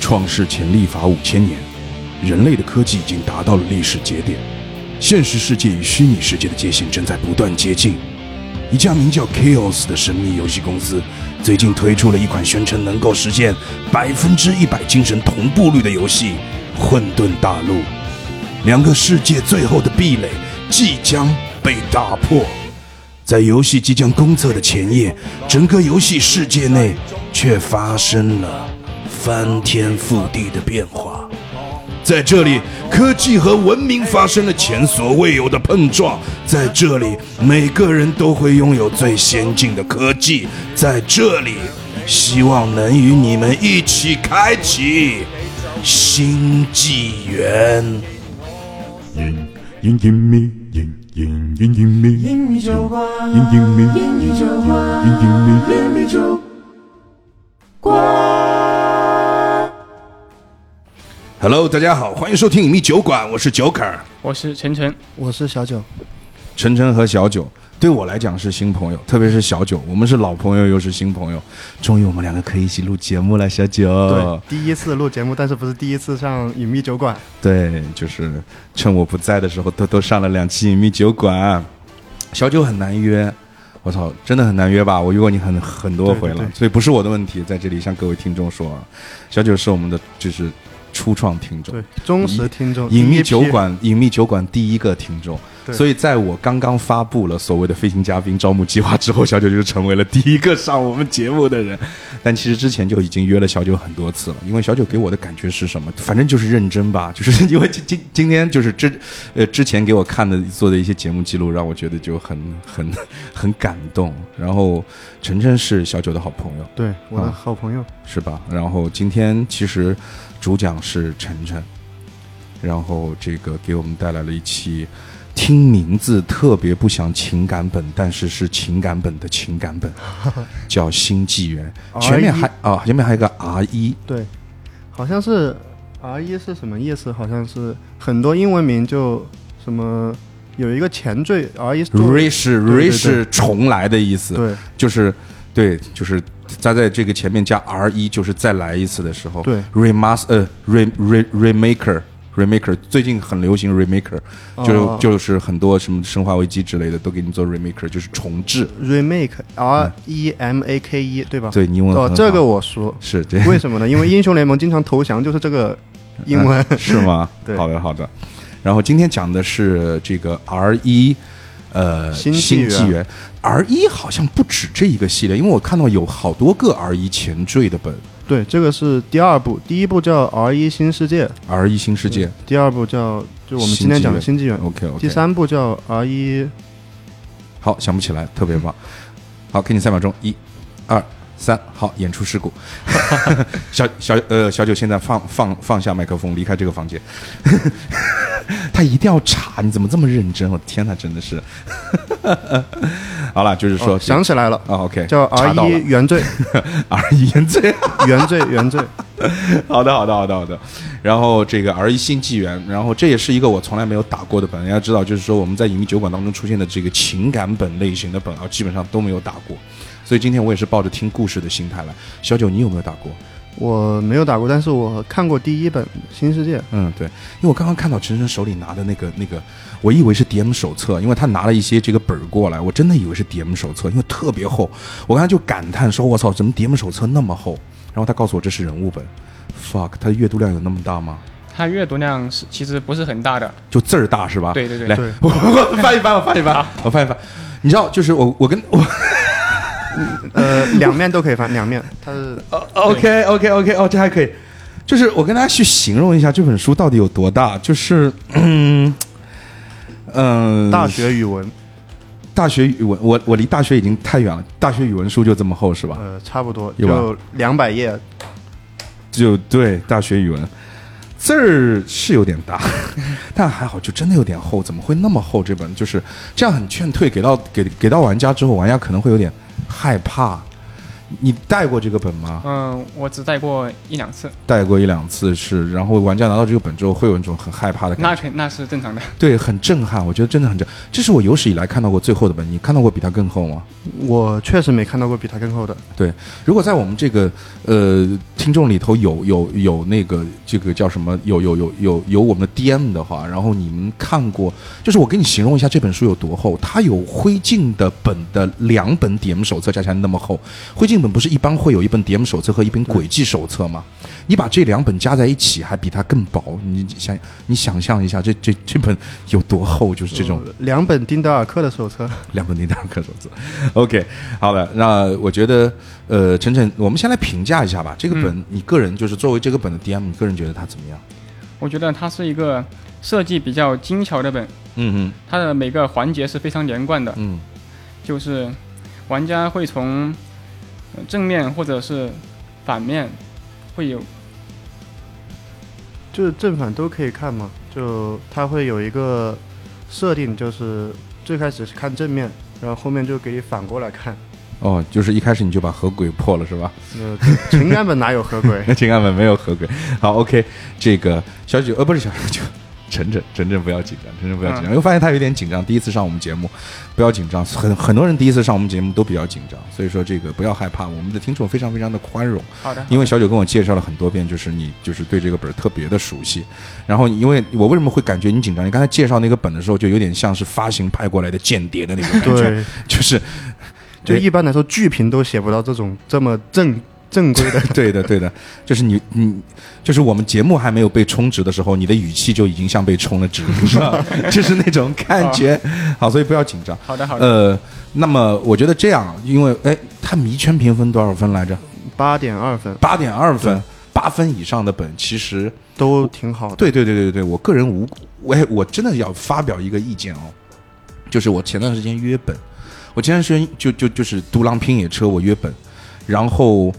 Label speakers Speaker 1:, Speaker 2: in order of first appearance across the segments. Speaker 1: 创世前历法五千年，人类的科技已经达到了历史节点，现实世界与虚拟世界的界限正在不断接近。一家名叫 Chaos 的神秘游戏公司，最近推出了一款宣称能够实现百分之一百精神同步率的游戏《混沌大陆》。两个世界最后的壁垒即将被打破。在游戏即将公测的前夜，整个游戏世界内却发生了翻天覆地的变化。在这里，科技和文明发生了前所未有的碰撞。在这里，每个人都会拥有最先进的科技。在这里，希望能与你们一起开启新纪元。
Speaker 2: 隐隐隐秘，隐隐隐隐秘，隐
Speaker 3: 英语酒馆，
Speaker 2: 隐秘，
Speaker 3: 英语酒馆，
Speaker 2: 隐隐秘。
Speaker 3: 英语酒馆。
Speaker 1: Hello，大家好，欢迎收听隐秘酒馆，我是酒可儿。
Speaker 4: 我是晨晨，
Speaker 5: 我是小九，
Speaker 1: 晨晨和小九对我来讲是新朋友，特别是小九，我们是老朋友又是新朋友，终于我们两个可以一起录节目了。小九，
Speaker 5: 对，第一次录节目，但是不是第一次上隐秘酒馆？
Speaker 1: 对就是趁我不在的时候，偷偷上了两期隐秘酒馆。小九很难约，我操，真的很难约吧？我约过你很很多回了，
Speaker 5: 对对对
Speaker 1: 所以不是我的问题，在这里向各位听众说，啊，小九是我们的就是初创听众
Speaker 5: 对。，忠实听众，
Speaker 1: 隐
Speaker 5: 第一
Speaker 1: 秘
Speaker 5: 批
Speaker 1: 酒，馆，隐秘酒馆第一个听众，
Speaker 5: 对
Speaker 1: 所以在我刚刚发布了所谓的飞行嘉宾招募计划之后，小九就成为了第一个上我们节目的人。但其实之前就已经约了小九很多次了，因为小九给我的感觉是什么？ 反正就是认真吧， 就是因为今今今天就是之呃之前给我看的做的一些节目记录，让我觉得就很很很感动。然后晨晨是小九的好朋友，
Speaker 5: 对，我
Speaker 1: 啊
Speaker 5: 的好朋友，
Speaker 1: 是吧？然后今天其实主讲是晨晨，然后这个给我们带来了一期听名字特别不想情感本，但是是情感本的情感 本，叫《新纪元》。
Speaker 5: E
Speaker 1: 前面还啊、前面还有个 R E，一，
Speaker 5: 对，好像是 R 一是什么意思？好像是很多英文名就什么有一个前缀 R 一，
Speaker 1: r 是
Speaker 5: 对
Speaker 1: r
Speaker 5: 对
Speaker 1: 是重来的意思，
Speaker 5: 对
Speaker 1: 就是对，就是加在这个前面加 R 一，就是再来一次的时候，
Speaker 5: 对
Speaker 1: ，remaster 呃 re re remaker。Remaker 最近很流行 Remaker，
Speaker 5: 哦
Speaker 1: 就是、就是很多什么《生化危机》之类的都给你做 Remaker，就是重置。
Speaker 5: remake R E M A K E 对吧？
Speaker 1: 对，你英嗯文很
Speaker 5: 哦
Speaker 1: 好，
Speaker 5: 这个我 熟，
Speaker 1: 是对，
Speaker 5: 为什么呢？因为英雄联盟经常投降就是这个英文，
Speaker 1: 是吗？
Speaker 5: 对
Speaker 1: 好的好的。然后今天讲的是这个 R 一，呃，
Speaker 5: 新纪
Speaker 1: 新
Speaker 5: 元
Speaker 1: 纪元 R 一好像不止这一个系列，因为我看到有好多个 R 一前缀的本
Speaker 5: 对，这个是第二部，第一部叫 R 一新世界，
Speaker 1: ，R 一新世界。
Speaker 5: 第二部叫就我们今天讲的新纪元，
Speaker 1: OK OK。
Speaker 5: 第三部叫 R 一，
Speaker 1: 好，想不起来，特别 棒。好，给你三秒钟，一、二、三，好，演出事 故。小小呃，小九现在放放放下麦克风，离开这个 房间。他一定要查，你怎么这么认真？我天哪，真的 是。好了，就是说、
Speaker 5: 哦想起来了，
Speaker 1: 啊，OK，
Speaker 5: 叫
Speaker 1: 查
Speaker 5: R
Speaker 1: 到了
Speaker 5: 一原罪，
Speaker 1: R 一 原罪。
Speaker 5: 原罪，原罪，
Speaker 1: 好的，好的，好的，好的。然后这个 R 一新纪元，然后这也是一个我从来没有打过的本。大家知道，就是说我们在隐秘酒馆当中出现的这个情感本类型的本啊，基本上都没有打过。所以今天我也是抱着听故事的心态来。小九，你有没有打过？
Speaker 5: 我没有打过，但是我看过第一本《新世界》，
Speaker 1: 嗯，对，因为我刚刚看到陈晨手里拿的那个那个，我以为是 DM 手册，因为他拿了一些这个本儿过来，我真的以为是 DM 手册，因为特别厚。我刚才就感叹说：“我操，怎么 DM 手册那么厚？”然后他告诉我这是人物本。fuck，他的阅读量有那么大吗？
Speaker 4: 他阅读量是其实不是很大的，
Speaker 1: 就字儿大是吧？
Speaker 4: 对对对
Speaker 1: 来
Speaker 5: 对，
Speaker 1: 我我翻一翻，我翻一 翻，我翻一翻。你知道，就是我我跟我
Speaker 5: 呃，两面都可以翻，两面，它是
Speaker 4: 哦
Speaker 1: 呃 OK OK OK 哦，这还可以。就是我跟大家去形容一下这本书到底有多大，就是嗯嗯，
Speaker 5: 大学语文，
Speaker 1: 大学语文，我我离大学已经太远了，大学语文书就这么厚是吧？
Speaker 5: 呃，差不多
Speaker 1: 嗯有吧
Speaker 5: 就两百页，
Speaker 1: 就对，大学语文字儿是有点大， 但还好，就真的有点厚，怎么会那么厚？这本就是这样很劝退，给到给给到玩家之后，玩家可能会有点害怕，你带过这个本吗？
Speaker 4: 嗯，我只带过一两次，
Speaker 1: 带过一两次是，然后玩家拿到这个本之后，会有一种很害怕的感觉，
Speaker 4: 那肯那是正常的。
Speaker 1: 对，很震撼。我觉得真的很震，这是我有史以来看到过最厚的本。你看到过比它更厚吗？
Speaker 5: 我确实没看到过比它更厚的。
Speaker 1: 如果在我们这个呃听众里头有有有那个这个叫什么有有有有有我们的 DM 的话，然后你们看过，就是我给你形容一下这本书有多厚，它有灰烬的本的两本 DM 手册加起来那么厚。灰烬本不是一般会有一本 DM 手册和一本轨迹手册吗？你把这两本加在一起，还比它更薄。你想你想象一下这这这本有多厚，就是这种
Speaker 5: 呃两本丁德尔克的手册，
Speaker 1: 两本叮当克手册。OK，好了，那我觉得，呃，晨晨，我们先来评价一下吧。这个本，你个人就是作为这个本的 DM，你个人觉得它怎么样？
Speaker 4: 我觉得它是一个设计比较精巧的本，
Speaker 1: 嗯
Speaker 4: 它的每个环节是非常连贯的
Speaker 1: 嗯，嗯
Speaker 4: 就是玩家会从呃正面或者是反面会有
Speaker 5: 就是正反都可以看嘛。就它会有一个设定，就是最开始是看正面，然后后面就给你反过来看。
Speaker 1: 哦，就是一开始你就把河鬼破了是吧？
Speaker 5: 呃，情感本哪有合轨？
Speaker 1: 情感本没有河鬼。好，OK，这个小九呃不是小九，晨晨晨晨不要紧张，晨晨不要紧张，因为发现他有点紧张，第一次上我们节目，不要紧张，很很多人第一次上我们节目都比较紧张，所以说这个不要害怕，我们的听众非常非常的宽容。
Speaker 4: 好的，
Speaker 1: 因为小九跟我介绍了很多遍，就是你就是对这个本儿特别的熟悉。然后，因为我为什么会感觉你紧张？你刚才介绍那个本的时候，就有点像是发行派过来的间谍的那种感觉，
Speaker 5: 对，
Speaker 1: 就是
Speaker 5: 就
Speaker 1: 对
Speaker 5: 一般来说剧评都写不到这种这么正正规的。
Speaker 1: 对的，对的，就是你你就是我们节目还没有被充值的时候，你的语气就已经像被充了值，是吧？就是那种感觉。好，所以不要紧张。
Speaker 4: 好的好的，
Speaker 1: 呃，那么我觉得这样，因为哎，他迷圈评分多少分来着？
Speaker 5: 八点二分
Speaker 1: 八点二分，八分以上的本其实。
Speaker 5: 都挺好的。
Speaker 1: 对对对对对，我个人无，我也我真的要发表一个意见哦，就是我前段时间约本，我前段时间就就就是独狼拼野车，我约本，然后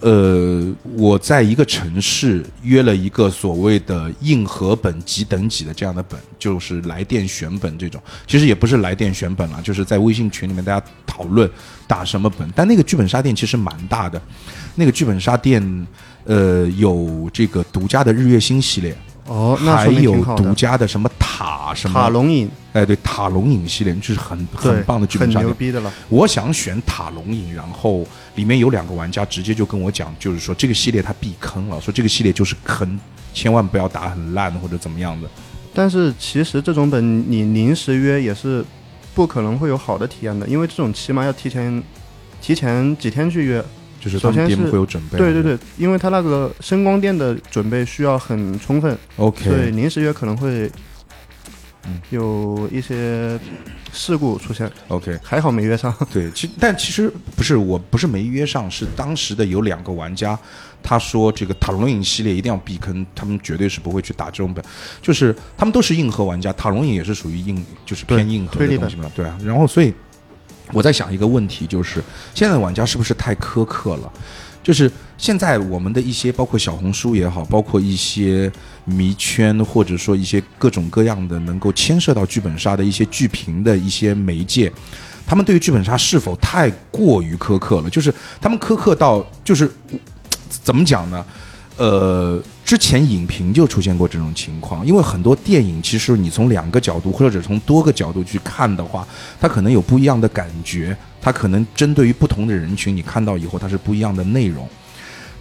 Speaker 1: 呃，我在一个城市约了一个所谓的硬核本几等几的这样的本，就是来电选本这种，其实也不是来电选本啦，就是在微信群里面大家讨论打什么本，但那个剧本杀店其实蛮大的，那个剧本杀店呃有这个独家的日月星系列。
Speaker 5: 哦，那
Speaker 1: 还
Speaker 5: 说明
Speaker 1: 有
Speaker 5: 挺好
Speaker 1: 独
Speaker 5: 的。
Speaker 1: 家的什么塔什么
Speaker 5: 塔，龙影，
Speaker 1: 哎，对，塔龙影系列就是很很
Speaker 5: 对，
Speaker 1: 棒的剧
Speaker 5: 很
Speaker 1: 本杀
Speaker 5: 牛
Speaker 1: 店。
Speaker 5: 逼的了。
Speaker 1: 我想选塔龙影，然后里面有两个玩家直接就跟我讲，就是说这个系列它避坑了，说这个系列就是坑，千万不要打很烂或者怎么样的。
Speaker 5: 但是其实这种本你临时约也是不可能会有好的体验的，因为这种起码要提前提前几天去约。
Speaker 1: 就是他们
Speaker 5: 首先是
Speaker 1: DM 会有准备，
Speaker 5: 对对对，因为它那个声光电的准备需要很充分，所以
Speaker 1: ，OK，
Speaker 5: 临时约可能会
Speaker 1: 嗯
Speaker 5: 有一些事故出现。
Speaker 1: OK，
Speaker 5: 还好没约上。
Speaker 1: 对，其但其实不是，我不是没约上，是当时的有两个玩家，他说这个塔龙影系列一定要避坑，他们绝对是不会去打这种本，就是他们都是硬核玩家，塔龙影也是属于硬，就是偏硬核
Speaker 5: 推
Speaker 1: 的
Speaker 5: 理
Speaker 1: 东西嘛，对啊。然后所以我在想一个问题，就是现在的玩家是不是太苛刻了？就是现在我们的一些，包括小红书也好，包括一些迷圈，或者说一些各种各样的能够牵涉到剧本杀的一些剧评的一些媒介，他们对于剧本杀是否太过于苛刻了？就是他们苛刻到，就是嘖怎么讲呢？呃，之前影评就出现过这种情况，因为很多电影其实你从两个角度或者从多个角度去看的话，它可能有不一样的感觉，它可能针对于不同的人群，你看到以后它是不一样的内容。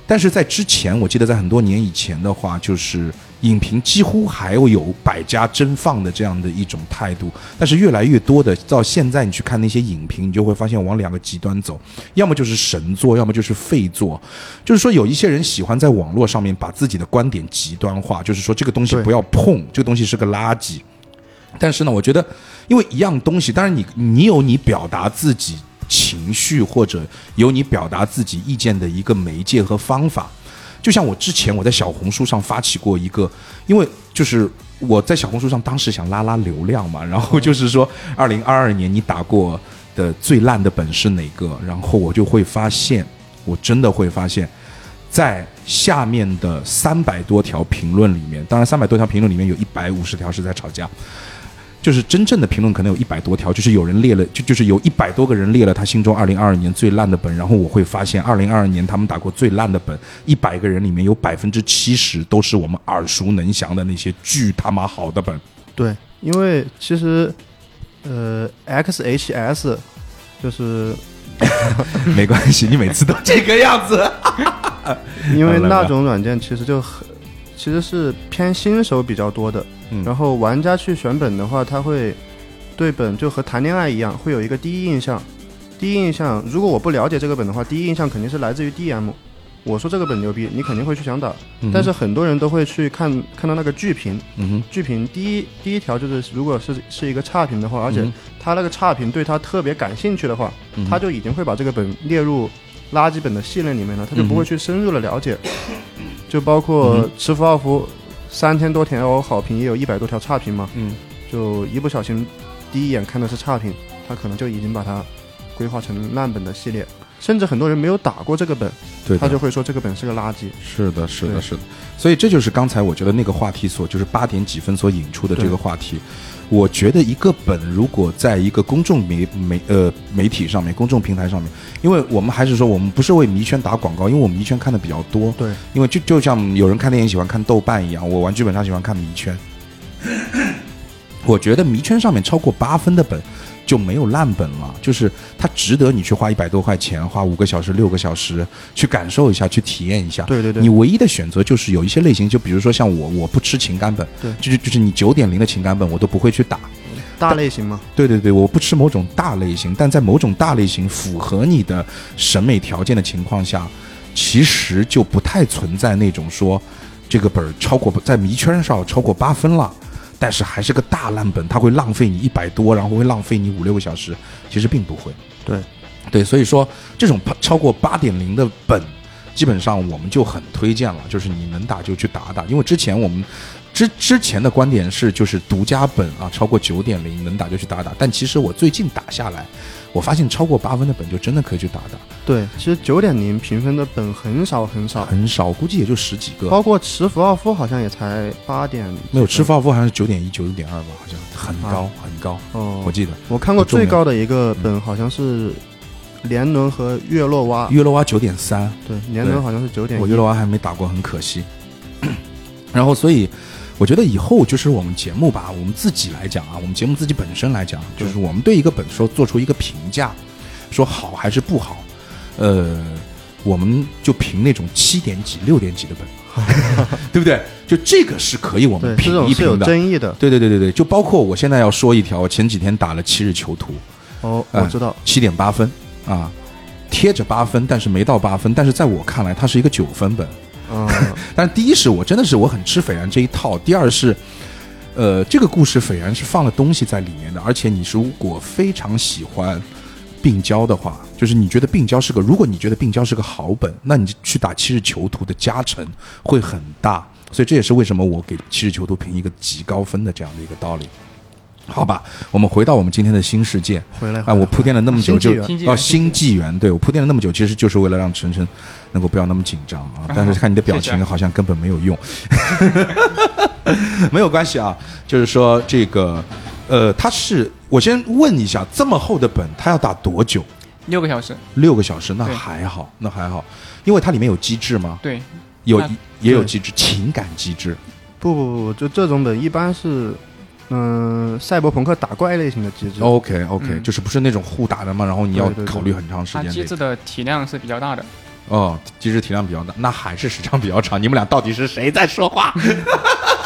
Speaker 1: 但是在之前，我记得在很多年以前的话，就是影评几乎还有百家争放的这样的一种态度。但是越来越多的到现在，你去看那些影评，你就会发现往两个极端走，要么就是神作，要么就是废作。就是说，有一些人喜欢在网络上面把自己的观点极端化，就是说这个东西
Speaker 5: 对
Speaker 1: 不要碰，这个东西是个垃圾。但是呢，我觉得，因为一样东西，当然你你有你表达自己情绪或者有你表达自己意见的一个媒介和方法。就像我之前我在小红书上发起过一个，因为就是我在小红书上当时想拉拉流量嘛，然后 就是说，二零二二年你打过的最烂的本是哪个？然后我就会发现，我真的会发现，在下面的三百多条评论里面，当然三百多条评论里面有一百五十条是在吵架，就是真正的评论可能有一百多条，就是有人列了，就就是有一百多个人列了他心中二零二二年最烂的本，然后我会发现二零二二年他们打过最烂的本，一百个人里面有百分之七十都是我们耳熟能详的那些巨他妈好的本。
Speaker 5: 对，因为其实呃，XHS 就是
Speaker 1: 没关系，你每次都这个样子。
Speaker 5: 因为
Speaker 1: 来吧
Speaker 5: 那种软件其实就很，其实是偏新手比较多的。
Speaker 1: 嗯
Speaker 5: 然后玩家去选本的话，他会对本就和谈恋爱一样，会有一个第一印象。第一印象，如果我不了解这个本的话，第一印象肯定是来自于 DM。我说这个本牛逼，你肯定会去想打。
Speaker 1: 嗯哼
Speaker 5: 但是，很多人都会去看看到那个剧评，
Speaker 1: 嗯哼，
Speaker 5: 剧评第一第一条就是，如果是是一个差评的话，而且
Speaker 1: 嗯
Speaker 5: 他那个差评对他特别感兴趣的话，
Speaker 1: 嗯哼
Speaker 5: 他就已经会把这个本列入垃圾本的系列里
Speaker 1: 嗯
Speaker 5: 面了，他就不会去深入的了解。就包括吃福奥夫三千多条好评，也有一百多条差评嘛，
Speaker 1: 嗯，
Speaker 5: 就一不小心第一眼看的是差评，他可能就已经把它规划成烂本的系列，甚至很多人没有打过这个本，
Speaker 1: 对的，
Speaker 5: 他就会说这个本是个垃圾。
Speaker 1: 是的，是的，
Speaker 5: 对
Speaker 1: 是的。所以这就是刚才我觉得那个话题所就是八点几分所引出的这个话题。我觉得一个本如果在一个公众媒媒呃媒体上面、公众平台上面，因为我们还是说我们不是为迷圈打广告，因为我们迷圈看的比较多。
Speaker 5: 对，
Speaker 1: 因为就就像有人看电影喜欢看豆瓣一样，我玩剧本杀喜欢看迷圈。 我觉得迷圈上面超过八分的本就没有烂本了，就是它值得你去花一百多块钱，花五个小时、六个小时去感受一下、去体验一下。
Speaker 5: 对对对
Speaker 1: 你唯一的选择就是有一些类型，就比如说像我，我不吃情感本，
Speaker 5: 对
Speaker 1: 就是就是你九点零的情感本我都不会去打。
Speaker 5: 大类型嘛，
Speaker 1: 对对对，我不吃某种大类型，但在某种大类型符合你的审美条件的情况下，其实就不太存在那种说这个本儿超过在迷圈上超过八分了，但是还是个大烂本，它会浪费你一百多，然后会浪费你五六个小时，其实并不会。
Speaker 5: 对
Speaker 1: 对，所以说这种超过八点零的本，基本上我们就很推荐了，就是你能打就去打打，因为之前我们。之之前的观点是，就是独家本啊，超过九点零能打就去打打。但其实我最近打下来，我发现超过八分的本就真的可以去打打，
Speaker 5: 对，其实九点零评分的本很少很少，
Speaker 1: 很少，估计也就十几个。
Speaker 5: 啊包括池福奥夫好像也才八点，
Speaker 1: 没有，吃饭后好像是九点一、九点二吧，好像很
Speaker 5: 啊
Speaker 1: 高、很高，
Speaker 5: 哦
Speaker 1: 我，记得。
Speaker 5: 我看过最高的一个本好像是年轮和月落蛙，
Speaker 1: 约罗娃九点三，
Speaker 5: 对，年轮好像是九点，
Speaker 1: 嗯我觉得我还没打过，很可惜。 然后，所以我觉得以后就是我们节目吧，我们自己来讲啊，我们节目自己本身来讲，就是我们对一个本书做出一个评价，说好还是不好，呃，我们就评那种七点几、六点几的本， 对不对？就这个是可以我们
Speaker 5: 对，这
Speaker 1: 评
Speaker 5: 种
Speaker 1: 一
Speaker 5: 是有
Speaker 1: 评的。
Speaker 5: 争议的。
Speaker 1: 对对对对对，就包括我现在要说一条，我前几天打了《七日囚徒》，
Speaker 5: 哦，
Speaker 1: 哎
Speaker 5: 我知道，
Speaker 1: 七点八分啊，贴着八分，但是没到八分，但是在我看来，它是一个九分本。
Speaker 5: 嗯，
Speaker 1: 但第一是我真的是我很吃斐然这一套，第二是，呃，这个故事斐然是放了东西在里面的，而且你如果非常喜欢病娇的话，就是你觉得病娇是个，如果你觉得病娇是个好本，那你去打七日囚徒的加成会很大，所以这也是为什么我给七日囚徒评一个极高分的这样的一个道理。好吧，我们回到我们今天的新世界。
Speaker 5: 回来
Speaker 1: 啊，我铺垫了那么久
Speaker 5: 新纪
Speaker 1: 就
Speaker 5: 元
Speaker 4: 新纪
Speaker 1: 哦，
Speaker 4: 元
Speaker 1: 新纪元，对我铺垫了那么久，其实就是为了让晨晨能够不要那么紧张啊。但是看你的表
Speaker 4: 谢
Speaker 1: 情
Speaker 4: 谢
Speaker 1: 好像根本没有 用，没有关系啊。就是说这个，呃，他是我先问一下，这么厚的本，他要打多久？
Speaker 4: 六个小时，
Speaker 1: 六个小时，那
Speaker 4: 对
Speaker 1: 还好，那还好，因为它里面有机制吗？
Speaker 4: 对，
Speaker 1: 有
Speaker 4: 那
Speaker 1: 也有
Speaker 5: 对
Speaker 1: 机制，情感机制。
Speaker 5: 不不不，就这种本一般是，嗯，赛博朋克打怪类型的机制。，
Speaker 1: OK OK，、
Speaker 4: 嗯
Speaker 1: 就是不是那种互打的嘛，然后你要
Speaker 5: 对对对
Speaker 1: 考虑很长时
Speaker 4: 它
Speaker 1: 间的。
Speaker 4: 机制的体量是比较大的。
Speaker 1: 哦，机制体量比较大，那还是时长比较长。你们俩到底是谁在说话？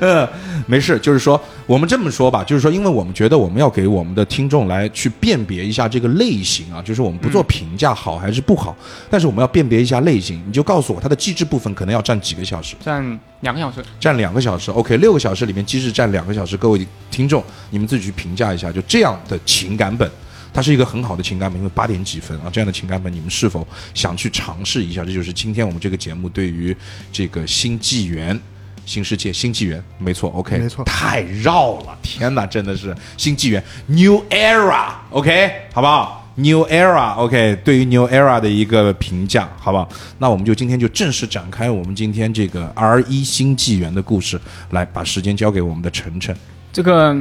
Speaker 1: 呃，没事，就是说我们这么说吧，就是说，因为我们觉得我们要给我们的听众来去辨别一下这个类型啊，就是我们不做评价好还是不好，但是我们要辨别一下类型，你就告诉我它的机制部分可能要占几个小时，
Speaker 4: 占两个小时，
Speaker 1: 占两个小时，OK，六个小时里面机制占两个小时，各位听众你们自己去评价一下，就这样的情感本。它是一个很好的情感本，因为八点几分啊，这样的情感本你们是否想去尝试一下？这就是今天我们这个节目对于这个新纪元、新世界、新纪元，没错，OK，
Speaker 5: 没错
Speaker 1: 太绕了，天哪，真的是新纪元 New Era，OK，、好不好？New Era，OK，、对于 New Era 的一个评价，好不好？那我们就今天就正式展开我们今天这个 R 一新纪元的故事，来把时间交给我们的晨晨。
Speaker 4: 这个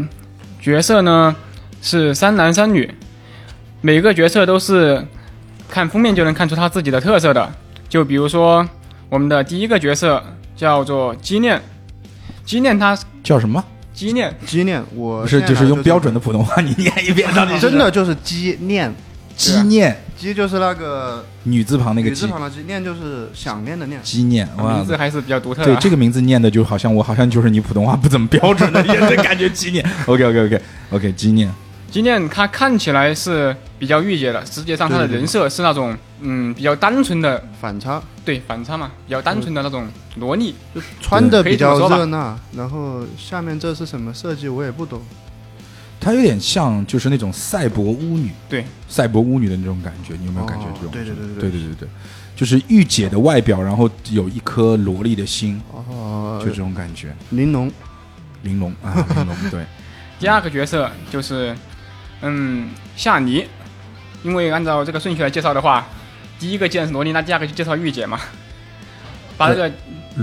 Speaker 4: 角色呢是三男三女，每个角色都是看封面就能看出他自己的特色的。就比如说我们的第一个角色叫做基念，基念他
Speaker 1: 叫什么？
Speaker 4: 基念
Speaker 5: 鸡念，我
Speaker 1: 不是，
Speaker 5: 现在
Speaker 1: 就是用标准
Speaker 5: 的，
Speaker 1: 的普通话， 你念一遍到底是
Speaker 5: 真的啊就是鸡念，
Speaker 1: 纪念
Speaker 5: 鸡就是那个
Speaker 1: 女字旁那个
Speaker 5: 女
Speaker 1: 纪
Speaker 5: 字旁的鸡，念就是想念的念。
Speaker 1: 纪念哇
Speaker 4: 名，字还是比较独特
Speaker 1: 对
Speaker 5: 啊
Speaker 4: 的。
Speaker 1: 这个名字念的就好像我好像就是你普通话不怎么标准的，也是感觉纪念。OK OK OK OK 纪念
Speaker 4: 基念他看起来是比较御姐的，实际上他的人设是那种嗯比较单纯的，
Speaker 5: 反差，
Speaker 4: 对反差嘛，比较单纯的那种萝莉。
Speaker 5: 穿的比
Speaker 4: 可以
Speaker 5: 较
Speaker 4: 这么说吧
Speaker 5: 热闹，然后下面这是什么设计我也不懂，
Speaker 1: 她有点像就是那种赛博巫女，
Speaker 4: 对，
Speaker 1: 赛博巫女的那种感觉，你有没有感觉
Speaker 5: 哦
Speaker 1: 这种？
Speaker 5: 对对对对
Speaker 1: 对对对对，就是御姐的外表，然后有一颗萝莉的心，
Speaker 5: 哦
Speaker 1: 就，这种感觉。
Speaker 5: 玲珑，
Speaker 1: 玲珑啊，玲珑，对，
Speaker 4: 第二个角色就是，嗯，夏妮，因为按照这个顺序来介绍的话，第一个既然是萝莉，那第二个就介绍御姐嘛。把这个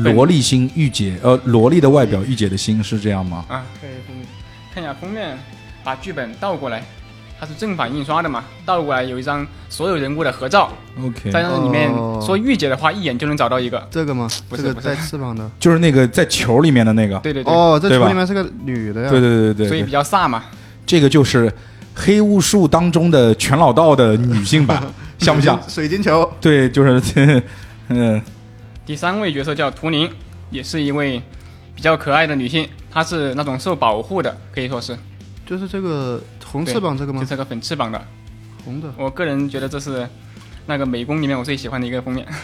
Speaker 4: 对
Speaker 1: 萝莉心御姐，呃，萝莉的外表，御姐的心是这样吗？
Speaker 4: 啊，可以封看一下封面，把剧本倒过来，它是正反印刷的嘛，倒过来有一张所有人物的合照，
Speaker 1: OK，
Speaker 4: 在那里面
Speaker 5: 哦
Speaker 4: 说御姐的话，一眼就能找到一个。
Speaker 5: 这个吗？
Speaker 4: 不
Speaker 5: 这
Speaker 4: 是
Speaker 5: 个
Speaker 4: 不是
Speaker 5: 在翅膀的。
Speaker 1: 就是那个在球里面的那个，
Speaker 4: 对对对，
Speaker 5: 哦，这
Speaker 1: 对吧
Speaker 5: 球里面是个女的呀。
Speaker 1: 对对对对
Speaker 4: 所以
Speaker 1: 对
Speaker 4: 比较飒嘛。
Speaker 1: 这个就是黑巫术当中的全老道的女性版，像不像？
Speaker 5: 水晶球，
Speaker 1: 对，就是，嗯，
Speaker 4: 第三位角色叫图灵，也是一位比较可爱的女性，她是那种受保护的，可以说是
Speaker 5: 就是这个红
Speaker 4: 对
Speaker 5: 翅膀这个
Speaker 4: 就
Speaker 5: 吗？
Speaker 4: 是个粉翅膀的。
Speaker 5: 红的。
Speaker 4: 我个人觉得这是那个美工里面我最喜欢的一个封面。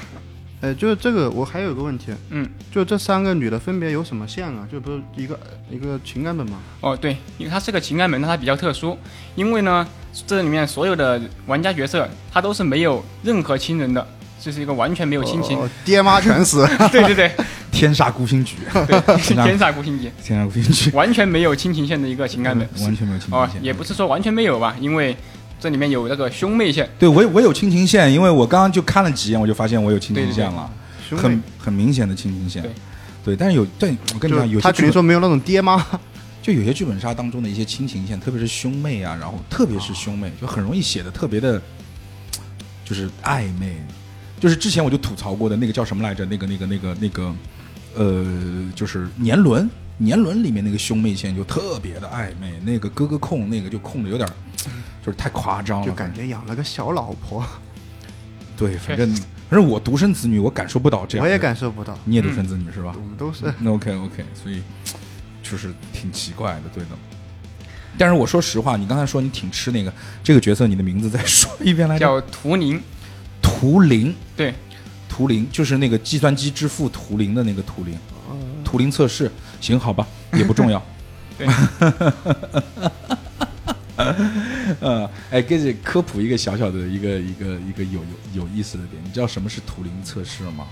Speaker 5: 哎，就是这个，我还有个问题，
Speaker 4: 嗯，
Speaker 5: 就这三个女的分别有什么像啊？就不是一个一个情感本吗？
Speaker 4: 哦，对，因为它是个情感本，但它比较特殊，因为呢，这里面所有的玩家角色他都是没有任何亲人的，这是一个完全没有亲情。
Speaker 5: 哦，爹妈 全死。
Speaker 1: 哦
Speaker 4: 对对对
Speaker 1: 天煞孤星局，
Speaker 4: 对，是天煞孤星劫，
Speaker 1: 天煞孤星局，
Speaker 4: 完全没有亲情线的一个情感本。
Speaker 1: 嗯完全没有亲
Speaker 4: 哦
Speaker 1: 情，线。
Speaker 4: 也不是说完全没有吧，因为这里面有那个兄 妹线。
Speaker 1: 对我有我有亲情线，因为我刚刚就看了几眼，我就发现我有亲情线了，
Speaker 5: 兄
Speaker 1: 很
Speaker 5: 妹，
Speaker 1: 很明显的亲情线
Speaker 4: 对。
Speaker 1: 对，但是有，但我跟你讲，有
Speaker 5: 就
Speaker 1: 些
Speaker 5: 他
Speaker 1: 剧
Speaker 5: 群
Speaker 1: 本
Speaker 5: 说没有那种爹妈。
Speaker 4: 哦
Speaker 1: 就有些剧本杀当中的一些亲情线，特别是兄妹啊，然后特别是兄妹，就很容易写的特别的，就是暧昧。就是之前我就吐槽过的那个叫什么来着？那个那个那个那个，呃，就是年轮。年轮里面那个兄妹线就特别的暧昧，那个哥哥控那个就控的有点儿，就是太夸张了，
Speaker 5: 就感觉养了个小老婆，
Speaker 1: 对，反正反正我独生子女，我感受不到这样，
Speaker 5: 我也，感受不到，
Speaker 4: 嗯
Speaker 1: 你也独生子女是吧
Speaker 5: 我？们都是
Speaker 1: 那 OK OK，所以就是挺奇怪的，对的。但是我说实话，你刚才说你挺吃那个这个角色，你的名字再说一遍来着，
Speaker 4: 叫图灵，
Speaker 1: 图灵，
Speaker 4: 对，
Speaker 1: 图灵就是那个计算机之父图灵的那个图灵，图灵测试，行好吧，也不重要。
Speaker 4: 对，
Speaker 1: 呃，哎，给你科普一个小小的一个一个一个有有有意思的点，你知道什么是图灵测试吗？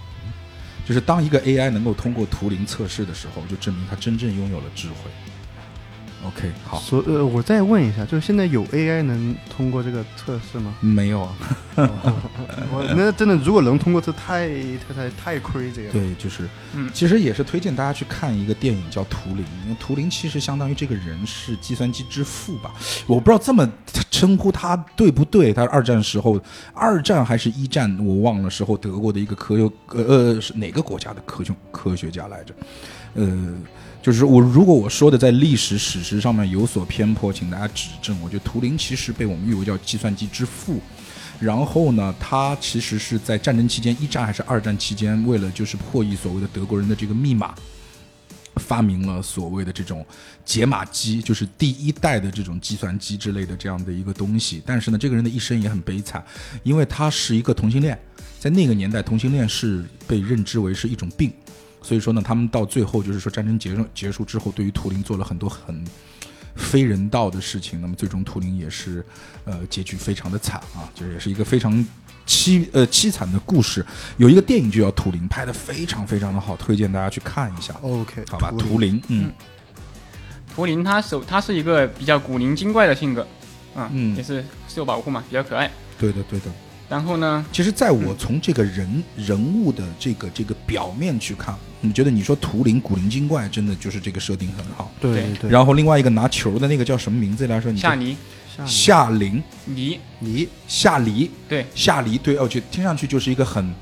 Speaker 1: 就是当一个 AI 能够通过图灵测试的时候，就证明它真正拥有了智慧。OK，好，？
Speaker 5: 所呃，我再问一下，就是现在有 AI 能通过这个测试吗
Speaker 1: 没有啊。呃
Speaker 5: 我那真的如果能通过，这太太太太 crazy 了。
Speaker 1: 对，就是，
Speaker 4: 嗯
Speaker 1: 其实也是推荐大家去看一个电影叫《图灵》，因为图灵其实相当于这个人是计算机之父吧，我不知道这么称呼他对不对。他是二战时候，二战还是一战我忘了时候德国的一个科学呃呃是哪个国家的科学科学家来着？呃，就是我如果我说的在历史史实上面有所偏颇，请大家指正。我觉得图灵其实被我们誉为叫计算机之父。然后呢，他其实是在战争期间，一战还是二战期间，为了就是破译所谓的德国人的这个密码，发明了所谓的这种解码机，就是第一代的这种计算机之类的这样的一个东西。但是呢，这个人的一生也很悲惨，因为他是一个同性恋，在那个年代，同性恋是被认知为是一种病。所以说呢，他们到最后就是说战争结束结束之后，对于图灵做了很多很非人道的事情。那么最终图灵也是，呃，结局非常的惨啊，就是也是一个非常凄呃凄惨的故事。有一个电影就叫《图灵》，拍的非常非常的好，推荐大家去看一下。
Speaker 5: OK，
Speaker 1: 好吧，
Speaker 5: 图
Speaker 1: 图灵，嗯
Speaker 4: 图灵他手他是一个比较古灵精怪的性格，嗯，
Speaker 1: 嗯
Speaker 4: 也是受保护嘛，比较可爱。
Speaker 1: 对的对的，
Speaker 4: 然后呢，
Speaker 1: 其实，在我从这个人、人物的这个这个表面去看，你觉得你说图灵古灵精怪，真的就是这个设定很好。
Speaker 5: 对
Speaker 4: 对
Speaker 5: 对，
Speaker 1: 然后另外一个拿球的那个叫什么名字来说？你就
Speaker 4: 夏尼
Speaker 1: 夏琳
Speaker 4: 尼，
Speaker 5: 你
Speaker 1: 夏黎
Speaker 4: 对
Speaker 1: 夏黎，对，哦，就听上去就是一个很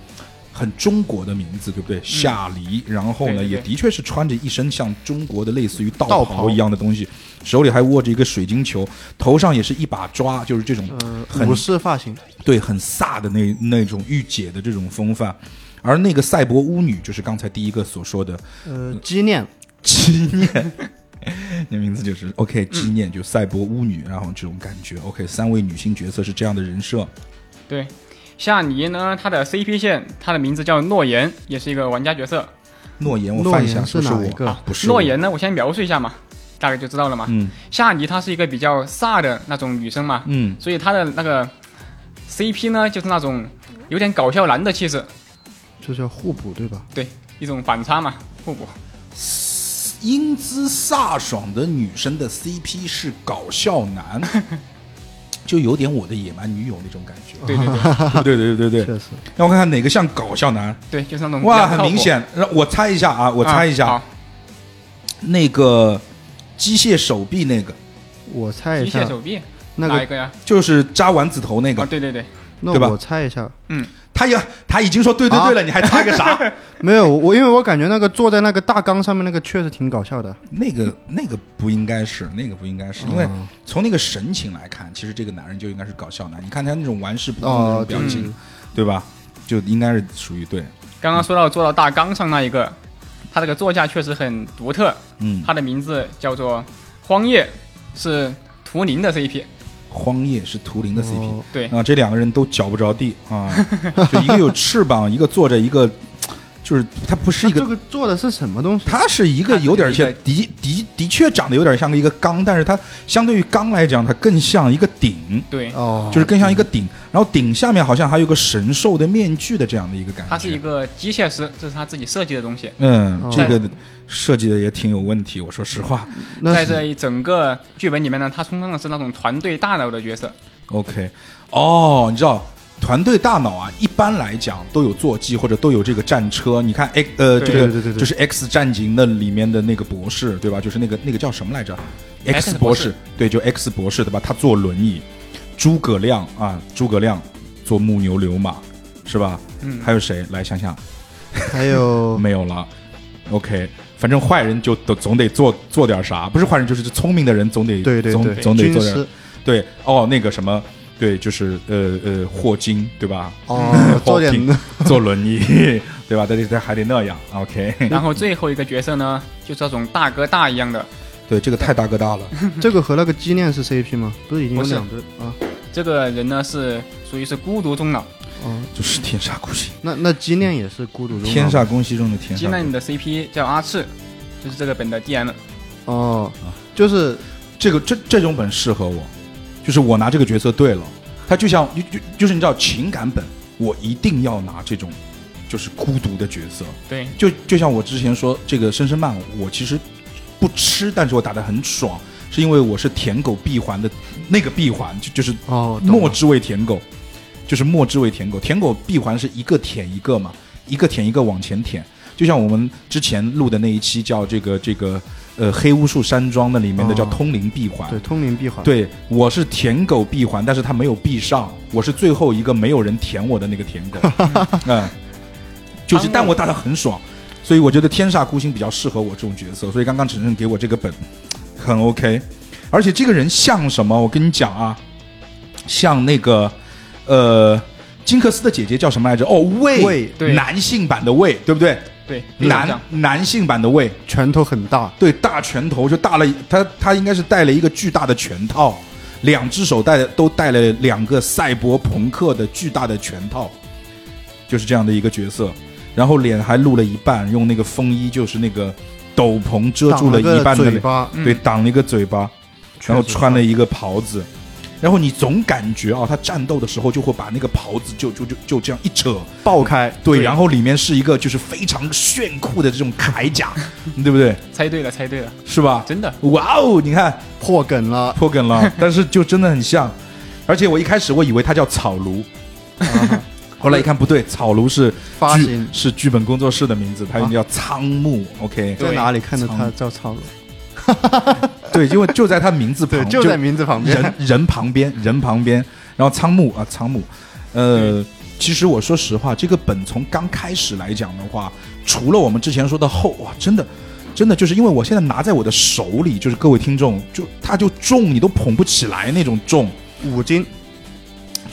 Speaker 1: 很中国的名字，对不对？夏黎，然后呢，
Speaker 4: 嗯对对
Speaker 1: 也
Speaker 4: 对
Speaker 1: 的确是穿着一身像中国的类似于道
Speaker 5: 道
Speaker 1: 袍
Speaker 5: 袍
Speaker 1: 一样的东西，手里还握着一个水晶球，头上也是一把抓，就是这种
Speaker 5: 呃
Speaker 1: 很
Speaker 5: 武士发型，
Speaker 1: 对很飒的那那种御姐的这种风范。而那个赛博巫女就是刚才第一个所说的
Speaker 5: 呃，畸恋，
Speaker 1: 纪念， 那名字就是 OK 纪念，就赛博巫女，然后这种感觉 OK，三位女性角色是这样的人设，
Speaker 4: 对，夏尼呢，他的 CP 线，他的名字叫诺言，也是一个玩家角色。
Speaker 1: 诺言，我
Speaker 5: 诺
Speaker 1: 翻一
Speaker 5: 言
Speaker 1: 下，
Speaker 5: 是
Speaker 1: 不是
Speaker 5: 哪
Speaker 1: 我
Speaker 5: 一个
Speaker 1: 啊不是
Speaker 4: 诺
Speaker 1: 我
Speaker 4: 言呢，我先描述一下嘛，大概就知道了嘛。
Speaker 1: 嗯
Speaker 4: 夏尼她是一个比较飒的那种女生嘛，
Speaker 1: 嗯，
Speaker 4: 所以她的那个 CP 呢，就是那种有点搞笑男的气质，
Speaker 5: 这叫互补对吧？
Speaker 4: 对，一种反差嘛，互补。
Speaker 1: 英姿飒爽的女生的 CP 是搞笑男， 就有点我的野蛮女友那种感觉，
Speaker 4: 对 对对
Speaker 5: 啊
Speaker 1: 对对对对
Speaker 5: 确
Speaker 1: 对，
Speaker 5: 实，
Speaker 1: 让我看看哪个像搞笑男，
Speaker 4: 对，就是那种
Speaker 1: 哇，
Speaker 4: 嗯比较靠
Speaker 1: 很
Speaker 4: 谱
Speaker 1: 明，显，让我猜一下啊，我
Speaker 4: 我
Speaker 1: 猜一下，那个机械手臂那个，
Speaker 5: 我
Speaker 1: 哎
Speaker 5: 猜一
Speaker 4: 机
Speaker 5: 下
Speaker 4: 械，手臂
Speaker 5: 那
Speaker 4: 哪一
Speaker 5: 个，
Speaker 4: 个呀？
Speaker 1: 就是扎丸子头那
Speaker 4: 啊，
Speaker 1: 个，
Speaker 4: 对对嗯对，
Speaker 5: 那
Speaker 1: 对吧
Speaker 5: 我猜一下，
Speaker 1: 他也他已经说对
Speaker 5: 啊
Speaker 1: 对对了，你还猜个 啥？
Speaker 5: 没有我，因为我感觉那个坐在那个大缸上面那个确实挺搞笑的，
Speaker 1: 那个那个不应该是，那个不应该是，因为
Speaker 5: 嗯
Speaker 1: 从那个神情来看，其实这个男人就应该是搞笑男。你看他那种玩世不恭的那种
Speaker 5: 哦
Speaker 1: 表
Speaker 4: 对
Speaker 1: 情，对吧？就应该是属于对，
Speaker 4: 刚刚说到坐到大纲上那一个，他这个座驾确实很独特，
Speaker 1: 嗯，
Speaker 5: 啊
Speaker 4: 他的名字叫做荒野，是图灵的 CP。
Speaker 1: 荒野是图灵的 CP
Speaker 5: 哦
Speaker 4: 对，
Speaker 1: 啊，这两个人都脚不着地啊，就一个有翅膀，一个坐着，一个就是他不是一
Speaker 5: 这
Speaker 1: 个。
Speaker 5: 个做的是什么东西？
Speaker 1: 他是一个有点像
Speaker 4: 它是
Speaker 1: 的的的确长得有点像一个缸，但是它相对于缸来讲，它更像一个鼎，
Speaker 4: 对，
Speaker 5: 哦，
Speaker 1: 就是更像一个鼎，然后鼎下面好像还有个神兽的面具的这样的一个感觉。
Speaker 4: 他是一个机械师，这是他自己设计的东西。
Speaker 1: 嗯，
Speaker 5: 哦
Speaker 1: 这个设计的也挺有问题，我说实话。
Speaker 5: 那
Speaker 4: 在
Speaker 5: 是
Speaker 4: 这一整个剧本里面呢，他充当的是那种团队大佬的角色。
Speaker 1: OK，哦，你知道。团队大脑啊，一般来讲都有坐骑或者都有这个战车。你看，X 呃，
Speaker 4: 对
Speaker 1: 这个
Speaker 5: 对对对对
Speaker 1: 就是 X 战警那里面的那个博士，对吧？就是那个那个叫什么来着
Speaker 4: X
Speaker 1: 博
Speaker 4: 博
Speaker 1: 士
Speaker 4: 士，
Speaker 1: 对，就 X 博士，对吧？他坐轮椅，诸葛亮啊，诸葛亮坐木牛流马，是吧？
Speaker 4: 嗯
Speaker 1: 还有谁来想想？
Speaker 5: 还有
Speaker 1: 没有了。OK，反正坏人就都总得做做点啥，不是坏人就是聪明的人总得
Speaker 5: 对对
Speaker 1: 总
Speaker 5: 对，
Speaker 1: 总得
Speaker 5: 军
Speaker 1: 做点
Speaker 5: 师
Speaker 1: 对哦那个什么对就是呃呃霍金对吧？
Speaker 5: 哦，做点
Speaker 1: 霍金坐轮椅 对吧？但是他还得那样 OK，
Speaker 4: 然后最后一个角色呢，就是那种大哥大一样的。
Speaker 1: 对这个太大哥大了，
Speaker 5: 这个和那个畸恋是 CP 吗？不是已经有
Speaker 4: 不是
Speaker 5: 两对啊？
Speaker 4: 这个人呢是属于是孤独终老，
Speaker 5: 哦，
Speaker 1: 就是天煞孤星，
Speaker 5: 那那畸恋也是孤独终老
Speaker 1: 天煞宫西中的天
Speaker 4: 基
Speaker 1: 煞。
Speaker 4: 难的 CP 叫阿赤，就是这个本的 DM。
Speaker 5: 哦，
Speaker 1: 啊
Speaker 5: 就是
Speaker 1: 这个这这种本适合我，就是我拿这个角色对了，他就像就就就是你知道情感本，我一定要拿这种就是孤独的角色。
Speaker 4: 对，
Speaker 1: 就就像我之前说这个生生慢，我其实不吃，但是我打得很爽，是因为我是舔狗闭环的那个闭环，就就是
Speaker 5: 哦，懂了
Speaker 1: 末之位舔狗，就是末之位舔狗，舔狗闭环是一个舔一个嘛，一个舔一个往前舔。就像我们之前录的那一期叫这个这个呃黑巫术山庄那里面的叫
Speaker 5: 哦
Speaker 1: 通灵闭环，
Speaker 5: 对通灵闭环，
Speaker 1: 对，我是舔狗闭环，但是他没有闭上，我是最后一个没有人舔我的那个舔 狗，嗯，就是，
Speaker 4: 啊
Speaker 1: 但我打的很爽，所以我觉得天煞孤星比较适合我这种角色，所以刚刚晨晨给我这个本很 OK，而且这个人像什么？我跟你讲啊，像那个呃。金克斯的姐姐叫什么来着？哦，魏，
Speaker 5: 魏
Speaker 4: 对
Speaker 1: 男性版的魏，对不对？
Speaker 4: 对，
Speaker 1: 男男性版的魏，
Speaker 5: 拳头很大，
Speaker 1: 对，大拳头就大了，他他应该是带了一个巨大的拳套，两只手带都带了两个赛博朋克的巨大的拳套，就是这样的一个角色，然后脸还露了一半，用那个风衣就是那个斗篷遮住
Speaker 5: 挡
Speaker 1: 一
Speaker 5: 个
Speaker 1: 半的
Speaker 5: 嘴
Speaker 1: 脸，
Speaker 5: 巴，
Speaker 4: 嗯
Speaker 1: 对，挡了一个嘴巴，然后穿了一个袍子，然后你总感觉啊，他战斗的时候就会把那个袍子就就就就这样一扯，
Speaker 5: 爆开，
Speaker 1: 对，然后里面是一个就是非常炫酷的这种铠 甲，对不对？
Speaker 4: 猜对了，猜对了，
Speaker 1: 是吧？
Speaker 4: 真的。
Speaker 1: 哇哦，你看
Speaker 5: 破梗了，
Speaker 1: 破梗了，但是就真的很像。而且我一开始我以为它叫草庐，后来一看不对，草庐是
Speaker 5: 啊发
Speaker 1: 剧
Speaker 5: 行啊
Speaker 1: 是剧本工作室的名字，它应该叫仓木。OK，
Speaker 5: 在哪里看的
Speaker 1: 苍
Speaker 5: 他叫草庐？
Speaker 1: 对，因为就在他名字旁
Speaker 5: 对，，
Speaker 1: 就
Speaker 5: 哦就在名字旁边。
Speaker 1: 人人旁边，人旁边，然后仓木啊，仓木，呃，其实我说实话，这个本从刚开始来讲的话，除了我们之前说的厚哇，真的，真的就是因为我现在拿在我的手里，就是各位听众，就它就重，你都捧不起来那种重，
Speaker 5: 五金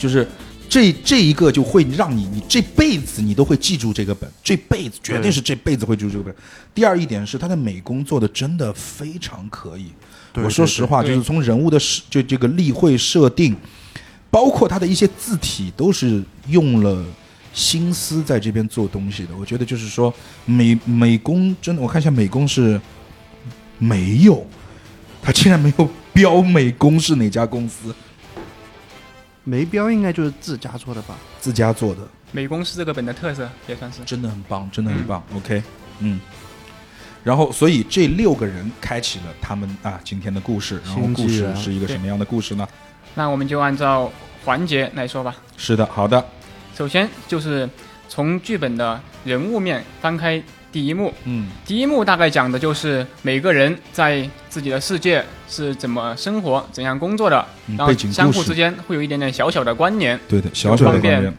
Speaker 1: 就是这这一个就会让你，你这辈子你都会记住这个本，这辈子绝对是这辈子会记住这个本。第二一点是它的美工做的真的非常可以，
Speaker 5: 对
Speaker 1: 我说
Speaker 5: 对
Speaker 1: 实话，
Speaker 4: 对
Speaker 1: 就是从人物的设就这个例会设定，包括它的一些字体都是用了。心思在这边做东西的，我觉得就是说美美工真的，我看一下美工是没有，他竟然没有标美工是哪家公司
Speaker 5: 没标应该就是自家做的吧？
Speaker 1: 自家做的，
Speaker 4: 美工是这个本的特色，也算是。
Speaker 1: 真的很棒，真的很棒。OK，嗯。然后，所以这六个人开启了他们啊今天的故事。然后，
Speaker 5: 新
Speaker 1: 故
Speaker 5: 纪
Speaker 1: 事
Speaker 5: 元
Speaker 1: 是一个什么样的故事呢？
Speaker 4: 那我们就按照环节来说吧。
Speaker 1: 是的，好的，
Speaker 4: 首先就是从剧本的人物面翻开第一幕，
Speaker 1: 嗯
Speaker 4: 第一幕大概讲的就是每个人在自己的世界是怎么生活、怎样工作的，
Speaker 1: 嗯，
Speaker 4: 然后
Speaker 1: 背景
Speaker 4: 相
Speaker 1: 故
Speaker 4: 互之
Speaker 1: 事，
Speaker 4: 间会有一点点小小的关联。
Speaker 1: 对的，小小的
Speaker 4: 方便
Speaker 1: 关联，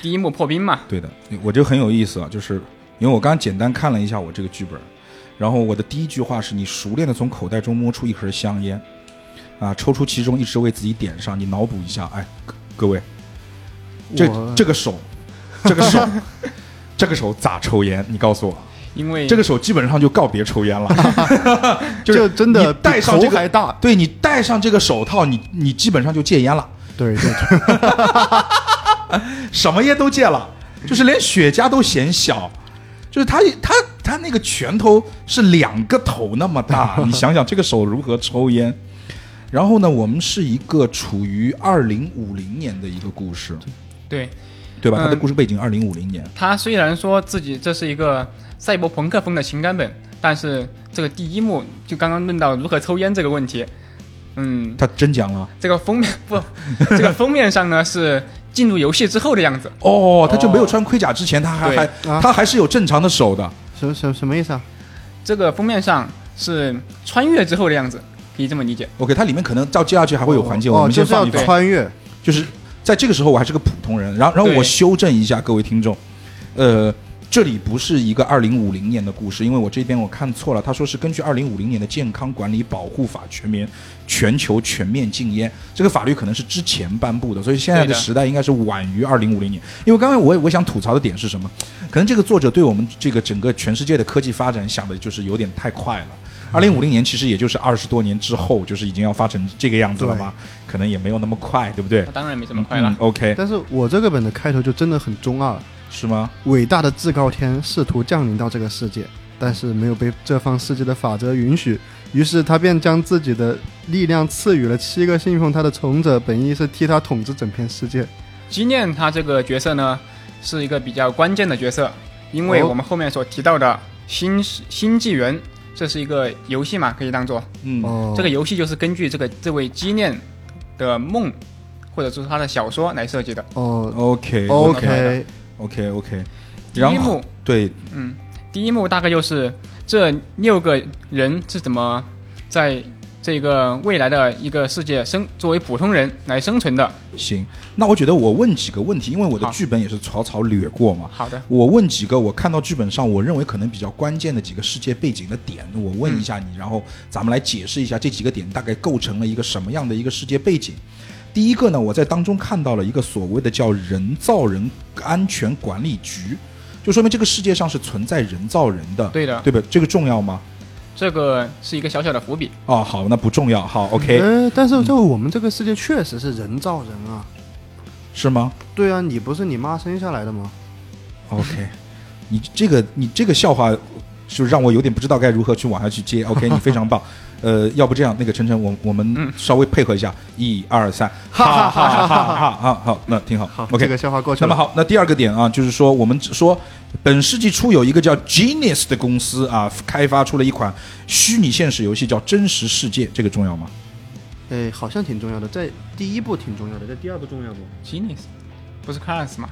Speaker 4: 第一幕破冰嘛，
Speaker 1: 对的，我觉得很有意思啊，就是因为我刚刚简单看了一下我这个剧本，然后我的第一句话是你熟练的从口袋中摸出一盒香烟，啊，抽出其中一支为自己点上，你脑补一下，哎，各各位，这
Speaker 5: 我
Speaker 1: 这个手，这个手， 这个手咋抽烟？你告诉我，
Speaker 4: 因为
Speaker 1: 这个手基本上就告别抽 烟了。就是
Speaker 5: 就真的
Speaker 1: 你戴上
Speaker 5: 比
Speaker 1: 这
Speaker 5: 头
Speaker 1: 个
Speaker 5: 还大。
Speaker 1: 对你戴上这个手套，你你基本上就戒烟了，
Speaker 5: 对对
Speaker 1: 什么烟都戒了，就是连雪茄都嫌小，就是他他他那个拳头是两个头那么大，你想想这个手如何抽烟？然后呢，我们是一个处于二零五零年的一个故事，
Speaker 4: 对
Speaker 1: 对吧？它的
Speaker 4: 嗯
Speaker 1: 故事背景二零五零年，
Speaker 4: 他虽然说自己这是一个赛博朋克风的情感本，但是这个第一幕就刚刚论到如何抽烟这个问题，嗯，
Speaker 1: 他真讲了。
Speaker 4: 这个封面不，这个封面上呢是进入游戏之后的样子，
Speaker 1: 哦，他就没有穿盔甲之前，他还
Speaker 4: 对
Speaker 1: 还、
Speaker 5: 啊
Speaker 1: 他还是有正常的手的。
Speaker 5: 什么什么什么意思啊？
Speaker 4: 这个封面上是穿越之后的样子，可以这么理解。
Speaker 1: OK，它里面可能到接下去还会有环节，
Speaker 5: 哦
Speaker 1: 我们
Speaker 5: 就
Speaker 1: 先
Speaker 5: 是
Speaker 1: 放
Speaker 5: 要
Speaker 1: 一放。
Speaker 5: 穿越，
Speaker 1: 就是在这个时候，我还是个普通人。然后，然后我
Speaker 4: 对
Speaker 1: 修正一下各位听众，呃，这里不是一个二零五零年的故事，因为我这边我看错了，他说是根据二零五零年的健康管理保护法全面全球全面禁烟，这个法律可能是之前颁布的，所以现在
Speaker 4: 对
Speaker 1: 的
Speaker 4: 的
Speaker 1: 时代应该是晚于二零五零年。因为刚刚我我想吐槽的点是什么？可能这个作者对我们这个整个全世界的科技发展想的就是有点太快了。二零五零年其实也就是二十多年之后，就是已经要发成这个样子了吗？可能也没有那么快，对不对
Speaker 4: 那？当然没这么快了。
Speaker 1: 嗯 OK，
Speaker 5: 但是我这个本的开头就真的很中二。
Speaker 1: 是吗？
Speaker 5: 伟大的至高天试图降临到这个世界，但是没有被这方世界的法则允许，于是他便将自己的力量赐予了七个信奉他的从者，本意是替他统治整片世界。
Speaker 4: 基念他这个角色呢，是一个比较关键的角色，因为
Speaker 5: 哦
Speaker 4: 我们后面所提到的新新纪元，这是一个游戏嘛，可以当做、
Speaker 1: 嗯，
Speaker 5: 哦，
Speaker 4: 这个游戏就是根据这个这位基念的梦，或者说他的小说来设计的。
Speaker 5: 哦
Speaker 1: OK
Speaker 5: ，OK，
Speaker 1: OK OK，
Speaker 4: 第
Speaker 1: 然
Speaker 4: 一
Speaker 1: 后
Speaker 4: 幕，
Speaker 1: 对
Speaker 4: 嗯，第一幕大概就是这六个人是怎么在这个未来的一个世界生作为普通人来生存的。
Speaker 1: 行，那我觉得我问几个问题，因为我的
Speaker 4: 好
Speaker 1: 剧本也是草草略过嘛。
Speaker 4: 好的，
Speaker 1: 我问几个我看到剧本上我认为可能比较关键的几个世界背景的点，我问一下
Speaker 4: 嗯
Speaker 1: 你，然后咱们来解释一下这几个点大概构成了一个什么样的一个世界背景。第一个呢，我在当中看到了一个所谓的叫人造人安全管理局，就说明这个世界上是存在人造人的，
Speaker 4: 对的
Speaker 1: 对吧？这个重要吗？
Speaker 4: 这个是一个小小的伏笔。
Speaker 1: 哦，好，那不重要，好，OK，、
Speaker 5: 呃，但是就我们这个世界确实是人造人啊。
Speaker 1: 是吗
Speaker 5: 对啊，你不是你妈生下来的吗？
Speaker 1: ？OK，你这个你这个笑话就让我有点不知道该如何去往下去接。OK，你非常棒。呃，要不这样，那个晨晨，我我们稍微配合一下，一二三，哈哈哈哈哈哈，好，那挺好。
Speaker 5: 好
Speaker 1: o k
Speaker 5: 这个笑话过去
Speaker 1: 那
Speaker 5: 了。
Speaker 1: 么好，那第二个点啊，就是说我们只说本世纪初有一个叫 Genius 的公司啊，开发出了一款虚拟现实游戏叫《真实世界》，这个重要吗？
Speaker 5: 哎，好像挺重要的，在第一部挺重要的，在第二部重要不？
Speaker 4: 吉尼斯不是 Class 嘛？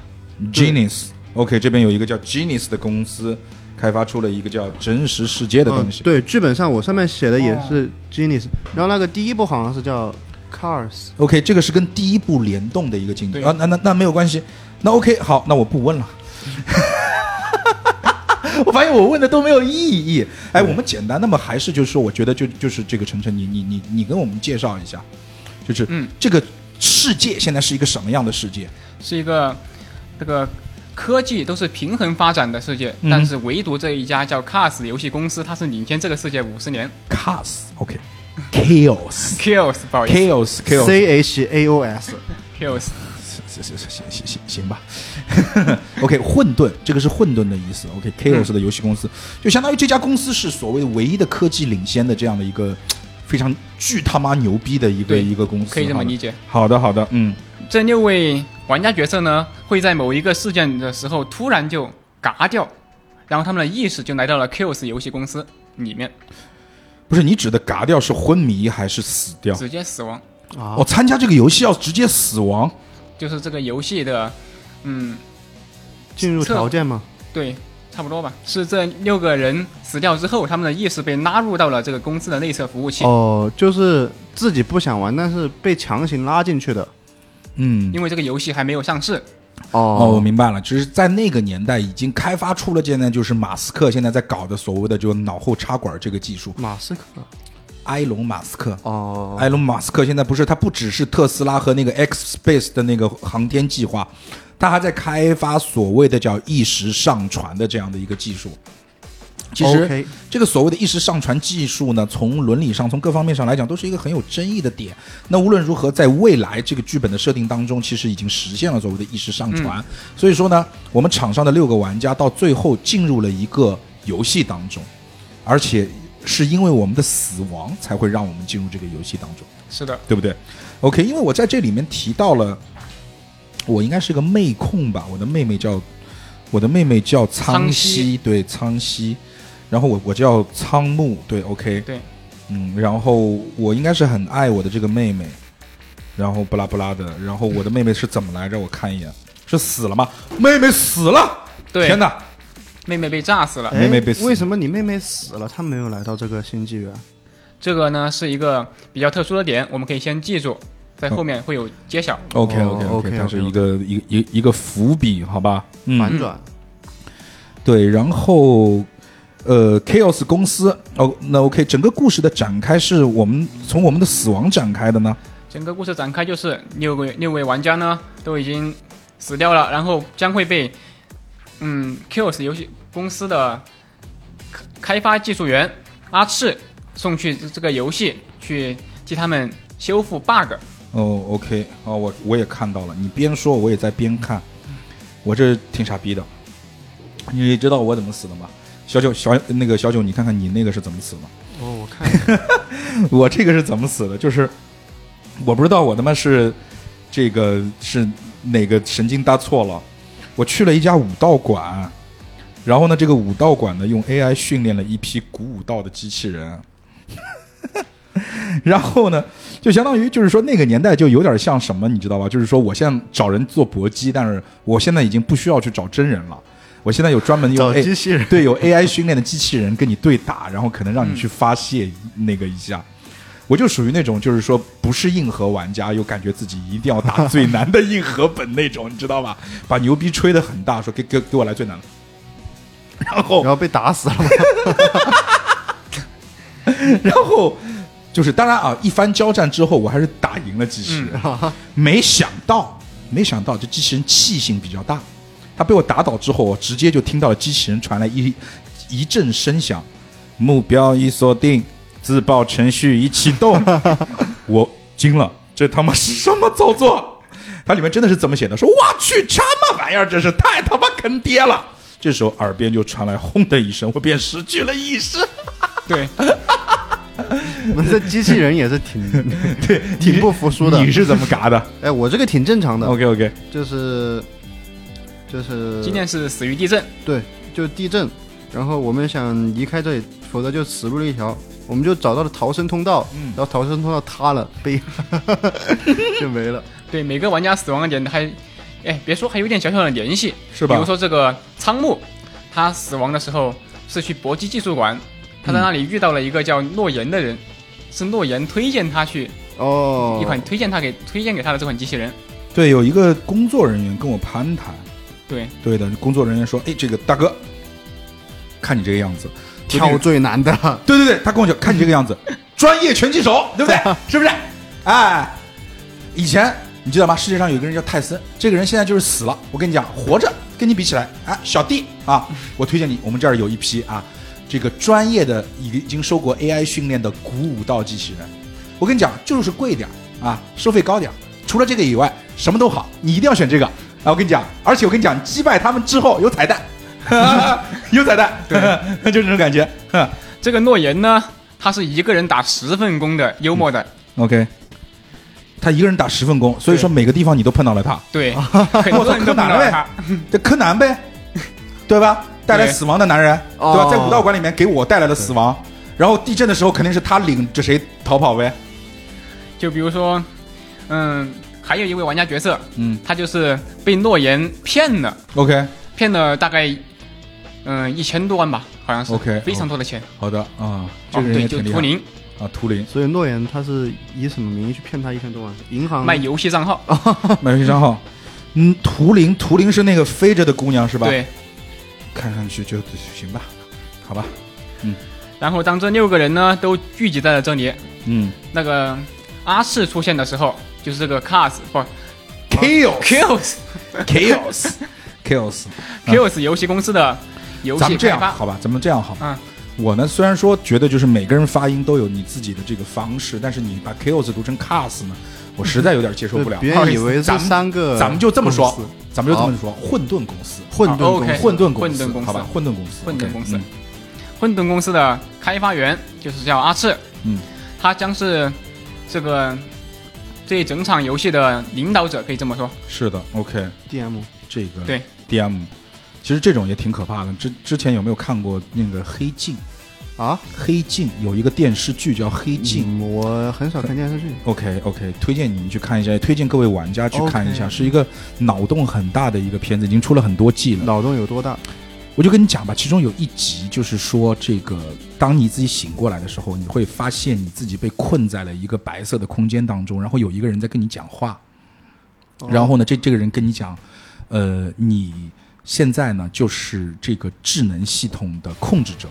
Speaker 1: Genius。OK，这边有一个叫 Genius 的公司开发出了一个叫《真实世界》的东
Speaker 4: 哦
Speaker 1: 西。哦
Speaker 5: 对，剧本上我上面写的也是 Genius，、然后那个第一部好像是叫 Cars，
Speaker 1: OK，这个是跟第一部联动的一个进度
Speaker 4: 对
Speaker 1: 啊，那那那没有关系，那 OK，好，那我不问了。 我发现我问的都没有意义。哎，我们简单，那么还是就是说，我觉得就就是这个晨晨，你你你你跟我们介绍一下，就是
Speaker 4: 嗯
Speaker 1: 这个世界现在是一个什么样的世界？
Speaker 4: 是一个这个科技都是平衡发展的世界，
Speaker 1: 嗯
Speaker 4: 但是唯独这一家叫 Cars 的游戏公司，它是领先这个世界五十年。
Speaker 1: Cars，OK，Chaos，Chaos，Chaos，
Speaker 4: Kills，不好意思
Speaker 5: C H A O S，
Speaker 4: ，Kills，
Speaker 1: 行行行行行行吧 ，OK，混沌这个是混沌的意思，OK，Chaos、的游
Speaker 4: 嗯
Speaker 1: 戏公司就相当于这家公司是所谓的唯一的科技领先的这样的一个非常巨他妈牛逼的一个
Speaker 4: 对
Speaker 1: 一个公司，
Speaker 4: 可以这么理
Speaker 1: 解。
Speaker 4: 解。
Speaker 1: 好的好的，嗯，
Speaker 4: 这六位玩家角色呢，会在某一个事件的时候突然就嘎掉，然后他们的意识就来到了 Kills 游戏公司里面，
Speaker 1: 不是你指的嘎掉是昏迷还是死掉？
Speaker 4: 直接死亡，
Speaker 5: 啊
Speaker 1: 我、参加这个游戏要直接死亡，
Speaker 4: 就是这个游戏的，嗯，
Speaker 5: 进入条件吗？
Speaker 4: 对，差不多吧。是这六个人死掉之后，他们的意识被拉入到了这个公司的内测服务器，
Speaker 5: 哦，就是自己不想玩，但是被强行拉进去的。
Speaker 1: 嗯。
Speaker 4: 因为这个游戏还没有上市。
Speaker 1: 哦，我
Speaker 5: 哦，
Speaker 1: 明白了，就是在那个年代已经开发出了现在就是马斯克现在在搞的所谓的就脑后插管这个技术，
Speaker 5: 马斯克。
Speaker 1: 埃隆·马斯克
Speaker 5: 哦，
Speaker 1: 埃隆·马斯克现在不是，他不只是特斯拉和那个 X Space 的那个航天计划，他还在开发所谓的叫意识上传的这样的一个技术。其实
Speaker 5: OK
Speaker 1: 这个所谓的意识上传技术呢，从伦理上、从各方面上来讲，都是一个很有争议的点。那无论如何，在未来这个剧本的设定当中，其实已经实现了所谓的意识上传。
Speaker 4: 嗯
Speaker 1: 所以说呢，我们场上的六个玩家到最后进入了一个游戏当中，而且是因为我们的死亡才会让我们进入这个游戏当中。
Speaker 4: 是的，
Speaker 1: 对不对？OK，因为我在这里面提到了，我应该是个妹控吧，我的妹妹叫我的妹妹叫苍
Speaker 4: 苍
Speaker 1: 溪，
Speaker 4: 溪
Speaker 1: 对苍溪，然后我我叫苍木，对 OK，
Speaker 4: 对，
Speaker 1: 嗯，然后我应该是很爱我的这个妹妹，然后不拉不拉的，然后我的妹妹是怎么来着？我看一眼，是死了吗？妹妹死了，
Speaker 4: 对
Speaker 1: 天哪！
Speaker 4: 妹妹被炸死了。
Speaker 5: 哎
Speaker 1: 妹妹被死
Speaker 5: 为什么你妹妹死了，她没有来到这个新纪元？
Speaker 4: 这个呢是一个比较特殊的点，我们可以先记住，在后面会有揭晓。
Speaker 1: OK OK
Speaker 5: OK，OK，OK
Speaker 1: 它是一个一个一个一个伏笔，好吧？嗯，
Speaker 5: 反转，
Speaker 1: 对，然后呃，Chaos 公司哦，那 OK，整个故事的展开是我们从我们的死亡展开的呢？
Speaker 4: 整个故事展开就是六位六位玩家呢都已经死掉了，然后将会被嗯 Kills 游戏公司的开开发技术员阿赤送去这个游戏去替他们修复 bug。
Speaker 1: 哦，OK，哦，我我也看到了，你边说我也在边看，我这挺傻逼的。你知道我怎么死的吗？小九，小那个小九，你看看你那个是怎么死的？
Speaker 5: 哦，我看一下
Speaker 1: 我这个是怎么死的？就是我不知道我他妈是这个是哪个神经搭错了。我去了一家武道馆，然后呢，这个武道馆呢用 AI 训练了一批古武道的机器人， 然后呢，就相当于就是说那个年代就有点像什么，你知道吧？就是说我现在找人做搏击，但是我现在已经不需要去找真人了，我现在有专门用
Speaker 5: 找
Speaker 1: A-
Speaker 5: 机器人。
Speaker 1: 对，有 AI 训练的机器人跟你对打，然后可能让你去发泄那个一下。我就属于那种，就是说不是硬核玩家，又感觉自己一定要打最难的硬核本那种，你知道吧？把牛逼吹得很大，说给给给我来最难的。然后
Speaker 5: 然后被打死 了吗？
Speaker 1: 然后就是当然啊，一番交战之后，我还是打赢了机器人。没想到，没想到这机器人气性比较大，他被我打倒之后，我直接就听到了机器人传来一一阵声响，目标已锁定，自爆程序已启动。我惊了，这他妈是什么操作？它里面真的是这么写的，说我去，什么玩意儿？真是太他妈坑爹了！这时候耳边就传来轰的一声，我便失去了意识。
Speaker 4: 对，
Speaker 5: 我们这机器人也是 挺
Speaker 1: 对，
Speaker 5: 挺不服输的
Speaker 1: 你是怎么嘎的
Speaker 5: 哎，我这个挺正常的，
Speaker 1: ？OK OK，
Speaker 5: 就是就是
Speaker 4: 今天是死于地震，
Speaker 5: 对，就地震，然后我们想离开这里，否则就死路了一条。我们就找到了逃生通道，
Speaker 1: 嗯
Speaker 5: 然后逃生通道塌了，被 就没了。
Speaker 4: 对每个玩家死亡的点还哎，别说还有点小小的联系，
Speaker 1: 是吧
Speaker 4: 比如说这个仓木，他死亡的时候是去搏击技术馆，他在那里遇到了一个叫诺言的人，是诺言推荐他去
Speaker 5: 哦，
Speaker 4: 一款推荐他给推荐给他的这款机器人。
Speaker 1: 对，有一个工作人员跟我攀谈，
Speaker 4: 对，
Speaker 1: 对的，工作人员说：“哎，这个大哥，看你这个样子，
Speaker 5: 挑最难的，
Speaker 1: 对对对，他跟我讲，看你这个样子，专业拳击手，对不对？是不是？哎，以前你知道吗？世界上有一个人叫泰森，这个人现在就是死了。我跟你讲，活着跟你比起来，哎，小弟啊，我推荐你，我们这儿有一批啊，这个专业的已经受过 AI 训练的古武道机器人。我跟你讲，就是贵点儿啊，收费高点儿。除了这个以外，什么都好，你一定要选这个。啊，我跟你讲，而且我跟你讲，击败他们之后有彩蛋， 有彩蛋，对， 就这种感觉。
Speaker 4: 这个诺言呢，他是一个人打十份工的，幽默
Speaker 1: 嗯
Speaker 4: 的，
Speaker 1: OK，他一个人打十份工，所以说每个地方你都碰到了他。
Speaker 4: 对，很
Speaker 1: 我
Speaker 4: 多
Speaker 1: 操
Speaker 4: 人
Speaker 1: 柯
Speaker 4: 都不知
Speaker 1: 南
Speaker 4: 道
Speaker 1: 呗
Speaker 4: 他。，
Speaker 1: 这柯南 呗，对吧？带来死亡的男人，
Speaker 5: 哦
Speaker 1: 对吧？在武道馆里面给我带来了死亡，然后地震的时候肯定是他领着谁逃跑呗。
Speaker 4: 就比如说，嗯，还有一位玩家角色，
Speaker 1: 嗯
Speaker 4: 他就是被诺言骗了，
Speaker 1: ，OK，
Speaker 4: 骗了大概嗯一千多万吧，好像是
Speaker 1: OK，
Speaker 4: 非常多的钱。
Speaker 1: 好的啊，这个
Speaker 4: 哦，
Speaker 1: 人
Speaker 4: 对，
Speaker 1: 也
Speaker 4: 就
Speaker 1: 挺厉
Speaker 4: 图
Speaker 1: 害
Speaker 4: 灵
Speaker 1: 啊，图灵
Speaker 5: 所以诺言他是以什么名义去骗他一千多万？银
Speaker 1: 嗯
Speaker 5: 行
Speaker 4: 卖游戏账号，
Speaker 1: 哦买游戏账号。嗯，图灵，图灵是那个飞着的姑娘是吧？，
Speaker 4: 对。
Speaker 1: 看上去就行吧，好吧，
Speaker 4: 然后当这六个人呢都聚集在了这里，
Speaker 1: 嗯
Speaker 4: 那个阿四出现的时候，就是这个 Cars 不
Speaker 1: ，chaos
Speaker 4: Kills
Speaker 1: chaos chaos，
Speaker 4: Kills 游戏公司的游
Speaker 1: 咱
Speaker 4: 戏
Speaker 1: 们这
Speaker 4: 开
Speaker 1: 样
Speaker 4: 发，
Speaker 1: 好吧，咱们这样好吧。
Speaker 4: 嗯
Speaker 1: 我呢，虽然说觉得就是每个人发音都有你自己的这个方式，但是你把 chaos 读成 cars 呢，我实在有点接受
Speaker 5: 对
Speaker 1: 不了。
Speaker 5: 别
Speaker 1: 不好
Speaker 5: 人
Speaker 1: 意
Speaker 5: 以
Speaker 1: 思
Speaker 5: 为
Speaker 1: 咱
Speaker 5: 是
Speaker 1: 们
Speaker 5: 三个，
Speaker 1: 咱们就这么说
Speaker 5: 公司，
Speaker 1: 咱们就这么说，混沌公司，
Speaker 5: 混沌
Speaker 4: 啊
Speaker 5: 公
Speaker 4: OK
Speaker 5: 司，
Speaker 1: 混沌公
Speaker 4: 混沌公司
Speaker 1: 好吧，混沌公司，
Speaker 4: 混沌
Speaker 1: OK，
Speaker 4: 公司
Speaker 1: 嗯
Speaker 4: 混沌公司的开发员就是叫阿赤，
Speaker 1: 嗯，
Speaker 4: 他将是这个这一整场游戏的领导者，可以这么说。
Speaker 1: 是的，OK，
Speaker 5: DM
Speaker 1: 这个
Speaker 4: 对
Speaker 1: DM，其实这种也挺可怕的。之之前有没有看过那个《黑镜》？
Speaker 5: 啊，
Speaker 1: 《黑镜》有一个电视剧叫《黑镜》。
Speaker 5: 嗯我很少看电视剧，
Speaker 1: OK OK，推荐你们去看一下，也推荐各位玩家去看一下
Speaker 5: OK
Speaker 1: 是一个脑洞很大的一个片子，已经出了很多季了。
Speaker 5: 脑洞有多大？
Speaker 1: 我就跟你讲吧，其中有一集就是说，这个当你自己醒过来的时候，你会发现你自己被困在了一个白色的空间当中，然后有一个人在跟你讲话，然后呢，这这个人跟你讲，呃，你现在呢就是这个智能系统的控制者，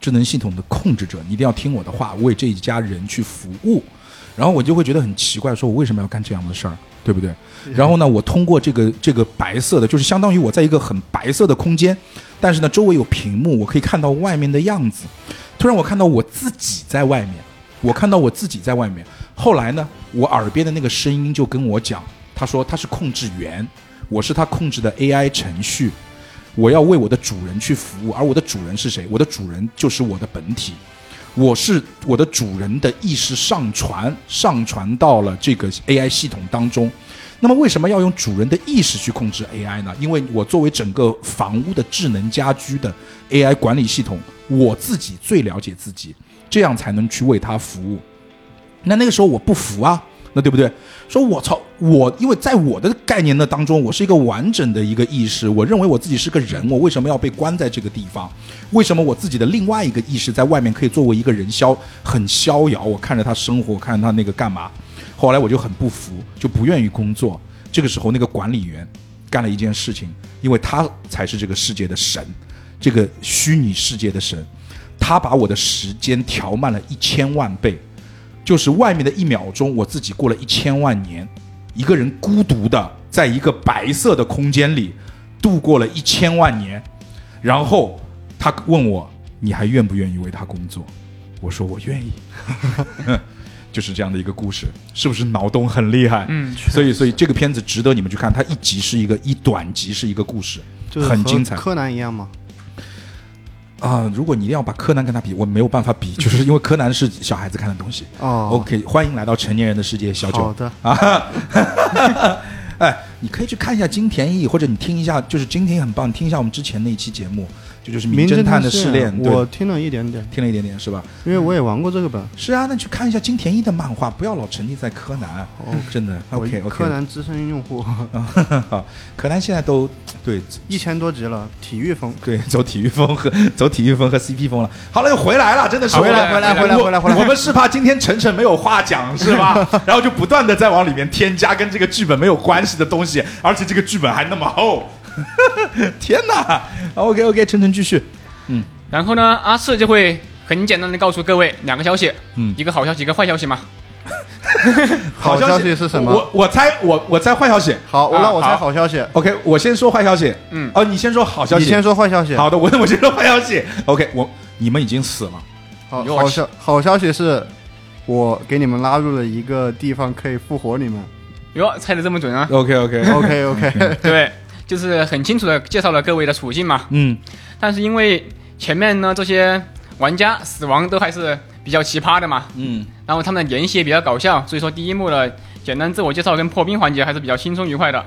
Speaker 1: 智能系统的控制者，你一定要听我的话，为这一家人去服务。然后我就会觉得很奇怪，说我为什么要干这样的事儿，对不对？然后呢，我通过这个这个白色的，就是相当于我在一个很白色的空间，但是呢，周围有屏幕，我可以看到外面的样子。突然，我看到我自己在外面，我看到我自己在外面。后来呢，我耳边的那个声音就跟我讲，他说他是控制员，我是他控制的 AI 程序，我要为我的主人去服务，而我的主人是谁？我的主人就是我的本体。我是我的主人的意识上传，上传到了这个 AI 系统当中。那么为什么要用主人的意识去控制 AI 呢？因为我作为整个房屋的智能家居的 AI 管理系统，我自己最了解自己，这样才能去为它服务。那那个时候我不服啊，那对不对？说我操，我因为在我的概念的当中，我是一个完整的一个意识，我认为我自己是个人，我为什么要被关在这个地方？为什么我自己的另外一个意识在外面可以作为一个人逍很逍遥？我看着他生活，看着他那个干嘛？后来我就很不服，就不愿意工作。这个时候，那个管理员干了一件事情，因为他才是这个世界的神，这个虚拟世界的神，他把我的时间调慢了一千万倍。就是外面的一秒钟，我自己过了一千万年，一个人孤独的在一个白色的空间里度过了一千万年，然后他问我，你还愿不愿意为他工作？我说我 愿意，就是这样的一个故事，是不是脑洞很厉害？
Speaker 4: 嗯，
Speaker 1: 所以所以这个片子值得你们去看，它一集是一个一短集是一个故事，
Speaker 5: 就是
Speaker 1: 很
Speaker 5: 和
Speaker 1: 精彩
Speaker 5: 柯南一样嘛，
Speaker 1: 啊、如果你一定要把柯南跟他比，我没有办法比，就是因为柯南是小孩子看的东西。
Speaker 5: 哦
Speaker 1: OK，欢啊迎来到成年人的世界，小
Speaker 5: 好
Speaker 1: 九。
Speaker 5: 的，
Speaker 1: 哎，你可以去看一下金田一，或者你听一下，就是金田一很棒，你听一下我们之前那一期节目，这就是《
Speaker 5: 名
Speaker 1: 侦探
Speaker 5: 探
Speaker 1: 的试炼》对，
Speaker 5: 我听了一点点，
Speaker 1: 听了一点点是吧？
Speaker 5: 因为我也玩过这个本。
Speaker 1: 是啊，那你去看一下金田一的漫画，不要老沉浸在柯南。真的
Speaker 5: 哦我
Speaker 1: ，OK OK。
Speaker 5: 柯 南资深用户，
Speaker 1: 啊，柯南现在都对
Speaker 5: 一千多集了，体育风。
Speaker 1: 对，走体育风和走体育风和 CP 风了。好了，又回来了，真的是
Speaker 4: 好回来
Speaker 5: 回来回来回来
Speaker 1: 我我们是怕今天晨晨没有话讲是吧？然后就不断的在往里面添加跟这个剧本没有关系的东西，而且这个剧本还那么厚。 天哪！OK OK，晨晨继续。
Speaker 4: 然后呢，阿四就会很简单的告诉各位两个消息，
Speaker 1: 嗯
Speaker 4: 一个好消息，一个坏消息嘛。
Speaker 5: 好消息是什么？
Speaker 1: 我我猜我我猜坏消息。
Speaker 5: 好，我
Speaker 1: 啊
Speaker 5: 让我猜
Speaker 1: 好
Speaker 5: 好消息。
Speaker 1: OK，我先说坏消息。
Speaker 4: 嗯
Speaker 1: 哦，你先说好消息。
Speaker 5: 你先说坏消息。
Speaker 1: 好的，我我先说坏消息。OK，我你们已经死了。？
Speaker 5: 好，
Speaker 4: 你给我
Speaker 5: 好
Speaker 4: 吃
Speaker 5: 消好消息是，我给你们拉入了一个地方可以复活你们。
Speaker 4: 哟，猜的这么准啊
Speaker 1: OK OK，
Speaker 5: OK OK，
Speaker 4: 对，就是很清楚的介绍了各位的处境嘛。
Speaker 1: 嗯，
Speaker 4: 但是因为前面呢这些玩家死亡都还是比较奇葩的嘛，
Speaker 1: 嗯，
Speaker 4: 然后他们的联系也比较搞笑，所以说第一幕的简单自我介绍跟破冰环节还是比较轻松愉快的。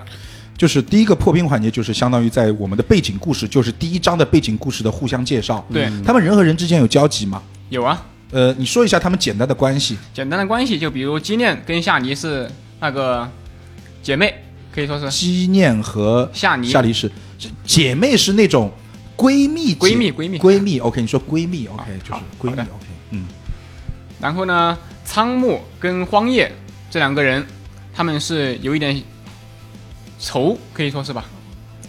Speaker 1: 就是第一个破冰环节，就是相当于在我们的背景故事，就是第一章的背景故事的互相介绍。
Speaker 4: 对，
Speaker 1: 他们人和人之间有交集吗？
Speaker 4: 有啊，
Speaker 1: 呃，你说一下他们简单的关系。
Speaker 4: 简单的关系就比如基念跟夏妮是那个姐妹，可以说是
Speaker 1: 基念和
Speaker 4: 夏妮
Speaker 1: 夏黎是是姐妹，是那种闺蜜姐，
Speaker 4: 闺蜜闺蜜
Speaker 1: 闺蜜。OK，你说闺蜜，OK，就是
Speaker 4: 好
Speaker 1: 闺
Speaker 4: 好
Speaker 1: 蜜。
Speaker 4: 的
Speaker 1: OK，嗯，
Speaker 4: 然后呢，仓木跟荒野这两个人，他们是有一点仇，可以说是吧？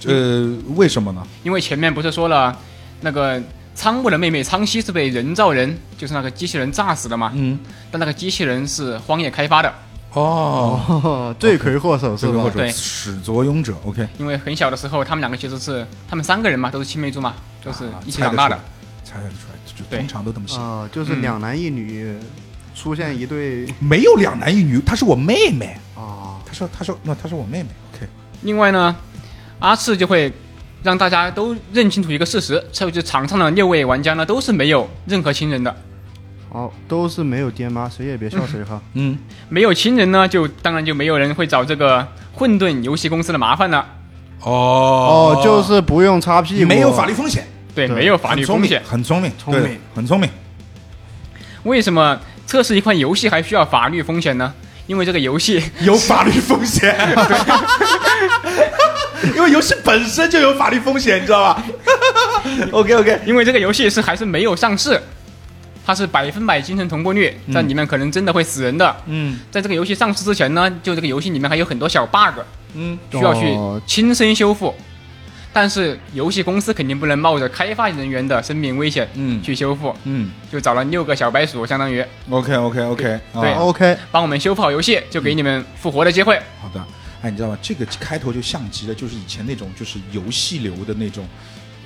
Speaker 1: 呃，为什么呢？
Speaker 4: 因为前面不是说了，那个仓木的妹妹仓希是被人造人，就是那个机器人炸死的嘛。
Speaker 1: 嗯，
Speaker 4: 但那个机器人是荒野开发的，
Speaker 1: 哦，
Speaker 5: 哦罪魁祸首是
Speaker 1: 这个或
Speaker 5: 吧？
Speaker 1: 者
Speaker 4: 对
Speaker 1: 始作俑者。OK，
Speaker 4: 因为很小的时候，他们两个其实是他们三个人嘛，都是青梅竹马，都是
Speaker 1: 啊
Speaker 4: 一起长大的。，
Speaker 1: 猜得出来猜得出来，就
Speaker 4: 对
Speaker 1: 通常都这么写。
Speaker 5: 啊，就是
Speaker 4: 嗯
Speaker 5: 两男一女出现一对
Speaker 1: 没有两男一女，她是我妹妹。
Speaker 5: 啊，
Speaker 1: 她说，她说，那她是我妹妹。OK，
Speaker 4: 另外呢，阿次就会让大家都认清楚一个事实，就是场上的六位玩家呢都是没有任何亲人的，
Speaker 5: 好，哦都是没有爹妈，谁也别笑谁哈。
Speaker 1: 嗯，
Speaker 4: 没有亲人呢，就当然就没有人会找这个混沌游戏公司的麻烦了。
Speaker 1: 哦
Speaker 5: 哦，就是不用擦屁股，
Speaker 1: 没有法律风险，
Speaker 4: 对，
Speaker 5: 对
Speaker 4: 没有法律
Speaker 1: 很聪
Speaker 4: 风
Speaker 1: 明
Speaker 4: 险，。
Speaker 1: 很聪明，
Speaker 5: 聪明
Speaker 1: 对，很聪明。
Speaker 4: 为什么测试一款游戏还需要法律风险呢？因为这个游戏，
Speaker 1: 有法律风险， 因为游戏本身就有法律风险，你知 道吧？OK OK，
Speaker 4: 因为这个游戏是还是没有上市，它是百分百精神同步率，在里面可能真的会死人的。
Speaker 1: 嗯
Speaker 4: 在这个游戏上市之前呢，就这个游戏里面还有很多小 bug
Speaker 1: 嗯，
Speaker 4: 需要去
Speaker 5: 哦
Speaker 4: 亲身修复，但是游戏公司肯定不能冒着开发人员的生命危险
Speaker 1: 嗯
Speaker 4: 去修复，
Speaker 1: 嗯
Speaker 4: 就找了六个小白鼠，相当于
Speaker 1: OK OK OK，
Speaker 4: 对
Speaker 1: 啊，
Speaker 5: OK，
Speaker 4: 帮我们修复好游戏，就给你们复活的机会。
Speaker 1: 好的。哎，你知道吗？这个开头就像极了，就是以前那种就是游戏流的那种。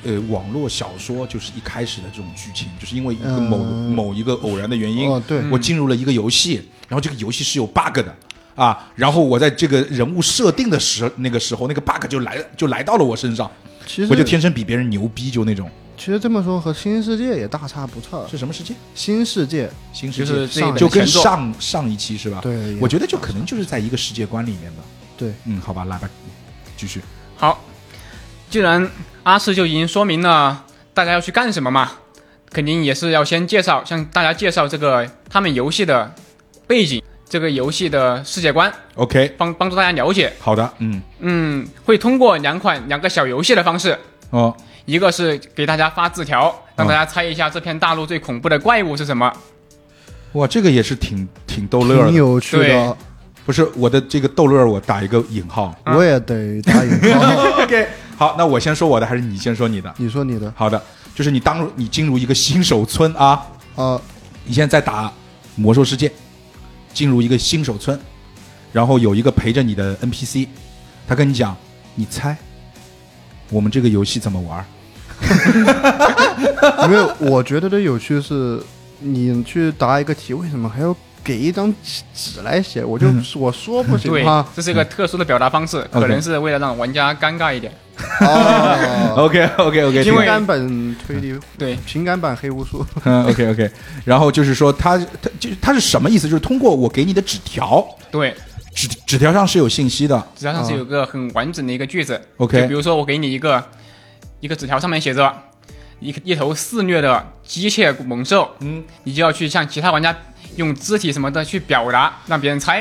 Speaker 1: 呃，网络小说就是一开始的这种剧情，就是因为一个某、
Speaker 5: 嗯
Speaker 1: 某一个偶然的原因，
Speaker 5: 哦对
Speaker 1: 我进入了一个游戏，然后这个游戏是有 bug 的啊，然后我在这个人物设定的时那个时候，那个 bug 就来就来到了我身上，
Speaker 5: 其实
Speaker 1: 我就天生比别人牛逼，就那种。
Speaker 5: 其实这么说和新世界也大差不差。
Speaker 1: 是什么世界？
Speaker 5: 新世界
Speaker 1: 新世
Speaker 4: 就是
Speaker 1: 界
Speaker 4: 这一本
Speaker 1: 就跟
Speaker 4: 前作
Speaker 1: 上上一期是吧？
Speaker 5: 对
Speaker 1: 我觉得就可能就是在一个世界观里面的。
Speaker 5: 对，
Speaker 1: 嗯，好吧，来吧，继续。
Speaker 4: 好，既然阿四就已经说明了大家要去干什么嘛，肯定也是要先介绍向大家介绍这个他们游戏的背景，这个游戏的世界观，
Speaker 1: OK，
Speaker 4: 帮帮助大家了解。
Speaker 1: 好的，嗯，
Speaker 4: 嗯，会通过两款两个小游戏的方式，
Speaker 1: 哦，
Speaker 4: 一个是给大家发字条，让大家猜一下这片大陆最恐怖的怪物是什么。
Speaker 1: 哇，这个也是挺挺逗乐
Speaker 5: 挺
Speaker 1: 的。
Speaker 5: 有趣的
Speaker 4: 对，
Speaker 1: 不是我的这个逗乐，我打一个引号。
Speaker 4: 嗯
Speaker 5: 我也得答 应。
Speaker 1: OK，好，那我先说我的，还是你先说你的？
Speaker 5: 你说你的
Speaker 1: 好的，就是你当你进入一个新手村啊，
Speaker 5: 啊，
Speaker 1: 你现在在打魔兽世界，进入一个新手村，然后有一个陪着你的 NPC，他跟你讲，你猜我们这个游戏怎么玩儿？
Speaker 5: 因为我觉得的有趣是，你去答一个题，为什么还要给一张纸纸来写？我就
Speaker 1: 嗯
Speaker 5: 我说不行
Speaker 4: 对
Speaker 5: 吗，？
Speaker 4: 这是一个特殊的表达方式，可能是为了让玩家尴尬一点。
Speaker 5: 哦
Speaker 1: OK OK OK，
Speaker 4: 因
Speaker 5: 情
Speaker 4: 为
Speaker 5: 感版推理，
Speaker 4: 对，
Speaker 5: 情感版黑巫术，
Speaker 1: 嗯 OK OK，然后就是说他他就是他是什么意思？就是通过我给你的纸条，
Speaker 4: 对，
Speaker 1: 纸纸条上是有信息的。
Speaker 4: 纸条上是有个很完整的一个句子。
Speaker 1: OK
Speaker 4: 就比如说我给你一个一个纸条，上面写着一一头肆虐的机械猛兽，嗯，你就要去向其他玩家用肢体什么的去表达，让别人猜。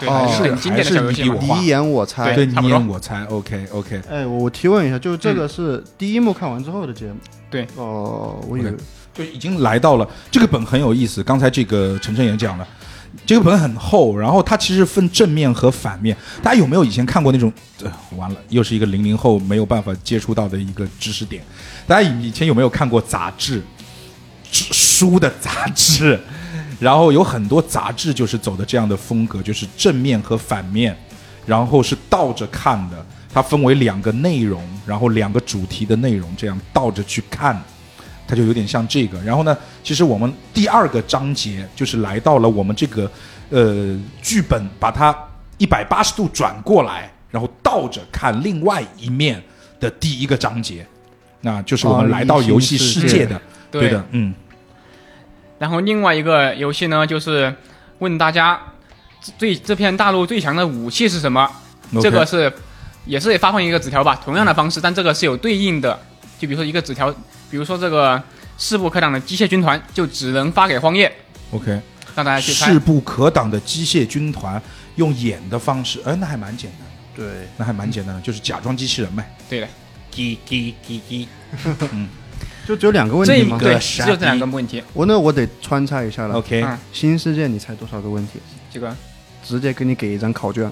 Speaker 4: 对，
Speaker 1: 哦
Speaker 4: 是很经典的小游戏
Speaker 1: 还是你
Speaker 4: 嘛
Speaker 1: 我。
Speaker 5: 你
Speaker 1: 画
Speaker 5: 一眼我猜。
Speaker 1: 对，
Speaker 4: 对
Speaker 1: 你
Speaker 4: 差不多
Speaker 1: 演我猜，OK OK，
Speaker 5: 哎，我我提问一下，就是这个是第一幕看完之后的节目？
Speaker 4: 嗯对
Speaker 5: 哦，我以为
Speaker 1: OK 就已经来到了这个本很有意思。刚才这个晨晨也讲了，这个本很厚，然后它其实分正面和反面。大家有没有以前看过那种？呃，完了，又是一个零零后没有办法接触到的一个知识点。大家以以前有没有看过杂志？知书的杂志，然后有很多杂志就是走的这样的风格，就是正面和反面，然后是倒着看的。它分为两个内容，然后两个主题的内容，这样倒着去看。它就有点像这个。然后呢，其实我们第二个章节就是来到了我们这个呃剧本，把它一百八十度转过来，然后倒着看另外一面的第一个章节，那就是我们
Speaker 5: 哦
Speaker 1: 来到游戏
Speaker 5: 平行
Speaker 1: 世
Speaker 5: 世界
Speaker 1: 界的，
Speaker 4: 对
Speaker 1: 对的，嗯，
Speaker 4: 然后另外一个游戏呢，就是问大家最这片大陆最强的武器是什么
Speaker 1: OK
Speaker 4: 这个是也是发放一个纸条吧，同样的方式，但这个是有对应的。就比如说一个纸条，比如说这个势不可挡的机械军团，就只能发给荒野，
Speaker 1: OK，
Speaker 4: 让大家去猜
Speaker 1: 势。不可挡的机械军团用演的方式，哎，那还蛮简单的，
Speaker 5: 对，
Speaker 1: 那还蛮简单的，就是假装机器人呗。
Speaker 4: 对的，
Speaker 5: 就只有两个问
Speaker 4: 这
Speaker 5: 题
Speaker 4: 一
Speaker 5: 吗？
Speaker 4: 对
Speaker 1: 傻
Speaker 4: 只有这两个问题。
Speaker 5: 我那我得穿插一下了。
Speaker 1: OK，、
Speaker 4: 嗯
Speaker 5: 新世界你猜多少个问题？
Speaker 4: 这个
Speaker 5: 直接给你给一张考卷。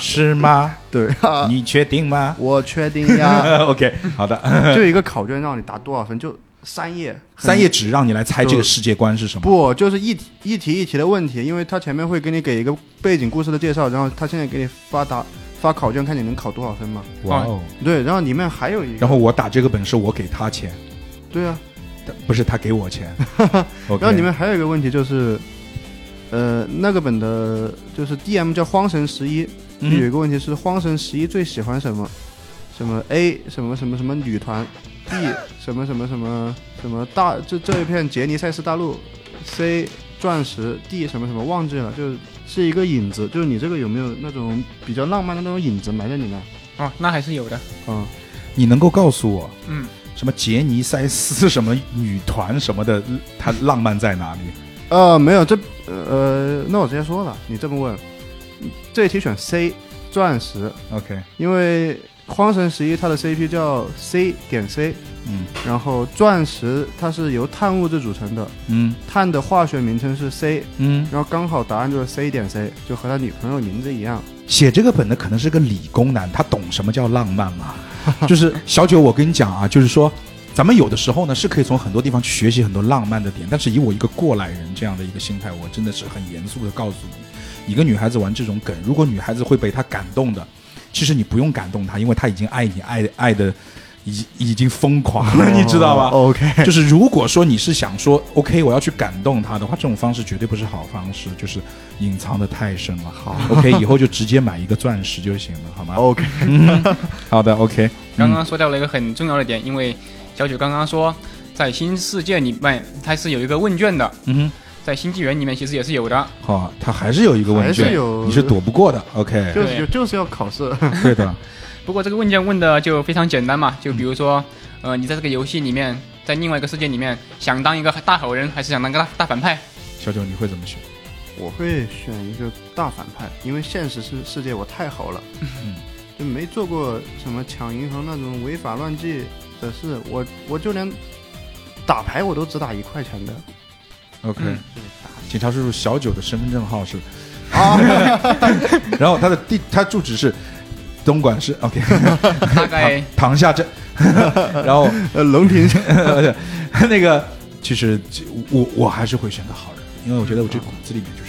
Speaker 1: 是吗？
Speaker 5: 对，
Speaker 1: 你确定吗
Speaker 5: 我确定呀，
Speaker 1: ？OK，好 的，
Speaker 5: 就一个考卷让你答多少分，就三页。
Speaker 1: 三页纸让你来猜这个
Speaker 5: 就
Speaker 1: 世界观是什么。
Speaker 5: 不，就是一题一题一题的问题，因为他前面会给你给一个背景故事的介绍，然后他现在给你发答发考卷，看你能考多少分嘛。
Speaker 1: 哇哦！
Speaker 5: 对，然后里面还有一个，
Speaker 1: 然后我打这个本是我给他钱，
Speaker 5: 对啊，
Speaker 1: 但不是他给我 钱。OK
Speaker 5: 然后里面还有一个问题就是，呃，那个本的就是 DM 叫荒神十一，有一
Speaker 1: 嗯
Speaker 5: 个问题是荒神十一最喜欢什么？什么 A 什么什么什么女团，B 什么什么什么什么大这这一片杰尼赛斯大陆，C 钻石，D 什么什么忘记了，就是是一个影子，就是你这个有没有那种比较浪漫的那种影子埋在里面？
Speaker 4: 哦，那还是有的。
Speaker 5: 嗯，
Speaker 1: 你能够告诉我
Speaker 4: 嗯，
Speaker 1: 什么杰尼塞斯什么女团什么的，它浪漫在哪里？
Speaker 5: 呃，没有这呃，那我直接说了，你这么问，这一题选 C 钻石，
Speaker 1: OK，
Speaker 5: 因为荒神十一它的 CP 叫 C 点 C，
Speaker 1: 嗯
Speaker 5: 然后钻石它是由碳物质组成的，
Speaker 1: 嗯
Speaker 5: 碳的化学名称是 C，
Speaker 1: 嗯，
Speaker 5: 然后刚好答案就是 C 点 C，就和他女朋友名字一样。
Speaker 1: 写这个本的可能是个理工男，他懂什么叫浪漫吗？就是小九，我跟你讲啊，就是说。咱们有的时候呢，是可以从很多地方去学习很多浪漫的点，但是以我一个过来人这样的一个心态，我真的是很严肃的告诉你，一个女孩子玩这种梗，如果女孩子会被他感动的，其实你不用感动她，因为她已经爱你爱爱的已已经疯狂了， 你知道吧？
Speaker 5: 哦？OK，
Speaker 1: 就是如果说你是想说 OK，我要去感动他的话，这种方式绝对不是好方式，就是隐藏的太深了。好，OK，以后就直接买一个钻石就行了，好吗嗯
Speaker 5: OK，
Speaker 1: 好的，OK，
Speaker 4: 刚刚说到了一个很重要的点，因为小九刚刚说，在新世界里面它是有一个问卷的，
Speaker 1: 嗯
Speaker 4: 在新纪元里面其实也是有的。
Speaker 1: 哼，好，他还是有一个问
Speaker 5: 还是
Speaker 1: 卷，
Speaker 5: 有
Speaker 1: 你是躲不过的，OK，
Speaker 5: 就
Speaker 4: 对
Speaker 5: 是就是要考试。
Speaker 1: 对的，
Speaker 4: 不过这个问卷问的就非常简单嘛，就比如说，呃，你在这个游戏里面，在另外一个世界里面，想当一个大好人，还是想当个大大 反派？
Speaker 1: 小九你会怎么选？
Speaker 5: 我会选一个大反派，因为现实世世界我太好了，
Speaker 1: 嗯
Speaker 5: 就没做过什么抢银行那种违法乱纪的事。我我就连打牌我都只打一块钱的。
Speaker 1: OK，、
Speaker 4: 嗯
Speaker 1: 警察叔叔小九的身份证号是，
Speaker 5: 啊
Speaker 1: 然后他的地他住址是东莞市，OK，
Speaker 4: 大概
Speaker 1: 塘下镇，然后
Speaker 5: 呃，龙庭
Speaker 1: 那个其实我我还是会选择好人，因为我觉得我这骨子里面就是。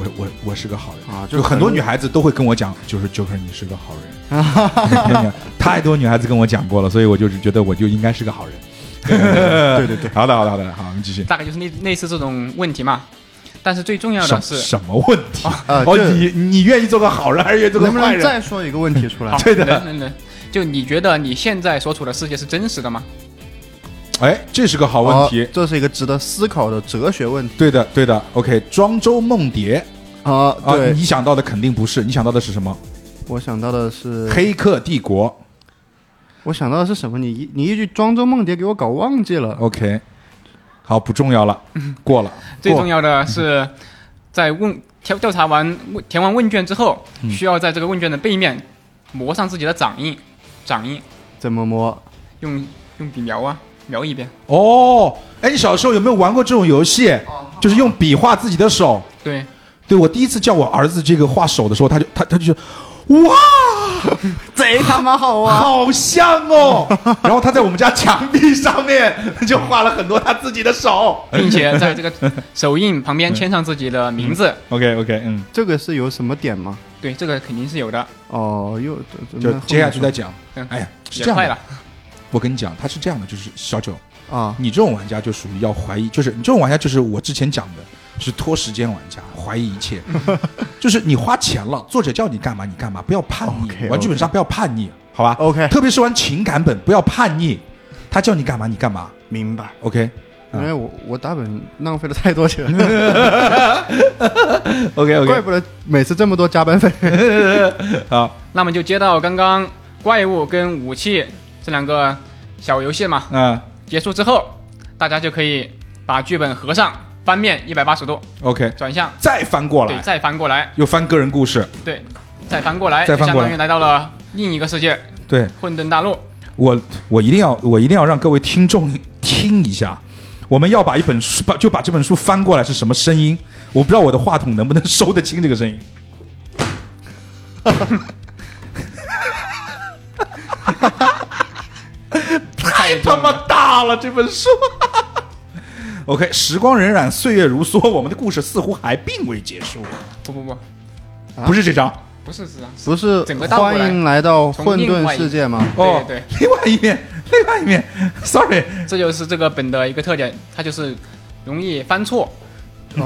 Speaker 1: 我我我是个好人
Speaker 5: 啊就
Speaker 1: 就很多
Speaker 5: 很
Speaker 1: 女孩子都会跟我讲，就是就是你是个好人， 真的太多女孩子跟我讲过了，所以我就是觉得我就应该是个好 人。对对 对，好的好的好的，好，我们继续。
Speaker 4: 大概就是类类似这种问题嘛。但是最重要的
Speaker 1: 什
Speaker 4: 是，
Speaker 1: 什么问题？
Speaker 5: 啊，
Speaker 1: 哦，
Speaker 5: 这
Speaker 1: 你你愿意做个好人还是愿意做个
Speaker 5: 能不
Speaker 1: 坏
Speaker 5: 能
Speaker 1: 人？
Speaker 5: 再说一个问题出来？
Speaker 1: 对的
Speaker 4: 能能能，就你觉得你现在所处的世界是真实的吗？
Speaker 1: 哎，这是个 好问题
Speaker 5: 哦。这是一个值得思考的哲学问题
Speaker 1: 对的对的，OK，庄周梦蝶
Speaker 5: 啊
Speaker 1: 啊，
Speaker 5: 对，
Speaker 1: 你想到的肯定不是，你想到的是什么？
Speaker 5: 我想到的是
Speaker 1: 《黑客帝国》
Speaker 5: 我想到的是什么？你一你一句庄周梦蝶给我搞忘记
Speaker 4: 嗯
Speaker 5: 了。
Speaker 1: OK，好，不重要了，过了。
Speaker 4: 最
Speaker 1: 过
Speaker 4: 重要的
Speaker 1: 嗯
Speaker 4: 是，在问调调查完问填完问卷之后，
Speaker 1: 嗯
Speaker 4: 需要在这个问卷的背面磨上自己的掌印，掌印
Speaker 5: 怎么摸？
Speaker 4: 用用笔描啊，描一遍。
Speaker 1: 哦，哎，你小时候有没有玩过这种游戏？
Speaker 4: 哦
Speaker 1: 就是用笔画自己的手。
Speaker 4: 对，
Speaker 1: 对我第一次叫我儿子这个画手的时候，他就他他就哇，
Speaker 5: 贼他妈好玩！
Speaker 1: 好像 哦。然后他在我们家墙壁上面就画了很多他自己的手。
Speaker 4: 并且在 这个手印旁边签上自己的名字。
Speaker 1: OK OK，嗯，
Speaker 5: 这个是有什么点吗？
Speaker 4: 对，这个肯定是有的，
Speaker 5: 哦，又
Speaker 1: 就接下去再讲
Speaker 4: 嗯。
Speaker 1: 哎呀，是
Speaker 4: 也
Speaker 1: 这样
Speaker 4: 快
Speaker 1: 的
Speaker 4: 了，。
Speaker 1: 我跟你讲，他是这样的，就是小九，
Speaker 5: 啊，
Speaker 1: 你这种玩家就属于要怀疑，就是你这种玩家就是我之前讲的，是拖时间玩家，怀疑一 切，就是你花钱了，作者叫你干嘛你干嘛，不要叛逆
Speaker 5: OK，OK
Speaker 1: 玩剧本杀不要叛逆，好吧
Speaker 5: OK
Speaker 1: 特别是玩情感本不要叛逆，他叫你干嘛你干嘛
Speaker 5: 明白。
Speaker 1: ，OK
Speaker 5: 因为我我打本浪费了太多 钱，
Speaker 1: OK
Speaker 5: 怪不得每次这么多加班 费。
Speaker 1: 好，
Speaker 4: 那么就接到刚刚怪物跟武器这两个小游戏嘛，
Speaker 1: 嗯
Speaker 4: 结束之后，大家就可以把剧本合上，翻面一百八十度，
Speaker 1: OK，
Speaker 4: 转向，
Speaker 1: 再翻过
Speaker 4: 对，
Speaker 1: 来
Speaker 4: 再翻过来，
Speaker 1: 又翻个人故事，
Speaker 4: 对，再翻过来，
Speaker 1: 再
Speaker 4: 就
Speaker 1: 翻
Speaker 4: 相
Speaker 1: 过
Speaker 4: 当
Speaker 1: 来
Speaker 4: 于来到了另一个世界
Speaker 1: 对
Speaker 4: ——混沌大陆。
Speaker 1: 我我一定要我一定要让各位听众 听一下，我们要把一本书把就把这本书翻过来是什么声音？我不知道我的话筒能不能收得清这个声音。太他妈大了这本书。OK，时光荏苒，岁月如梭，我们的故事似乎还并未结束。
Speaker 4: 不不不，
Speaker 1: 不是这张，
Speaker 4: 不是啊这样，
Speaker 5: 不是
Speaker 4: 整个倒过
Speaker 5: 欢
Speaker 4: 来
Speaker 5: 迎来到混沌世界吗？
Speaker 1: 哦，
Speaker 4: 对对，
Speaker 1: 另外一面，另外一面，sorry，
Speaker 4: 这就是这个本的一个特点，它就是容易翻错，
Speaker 5: 哦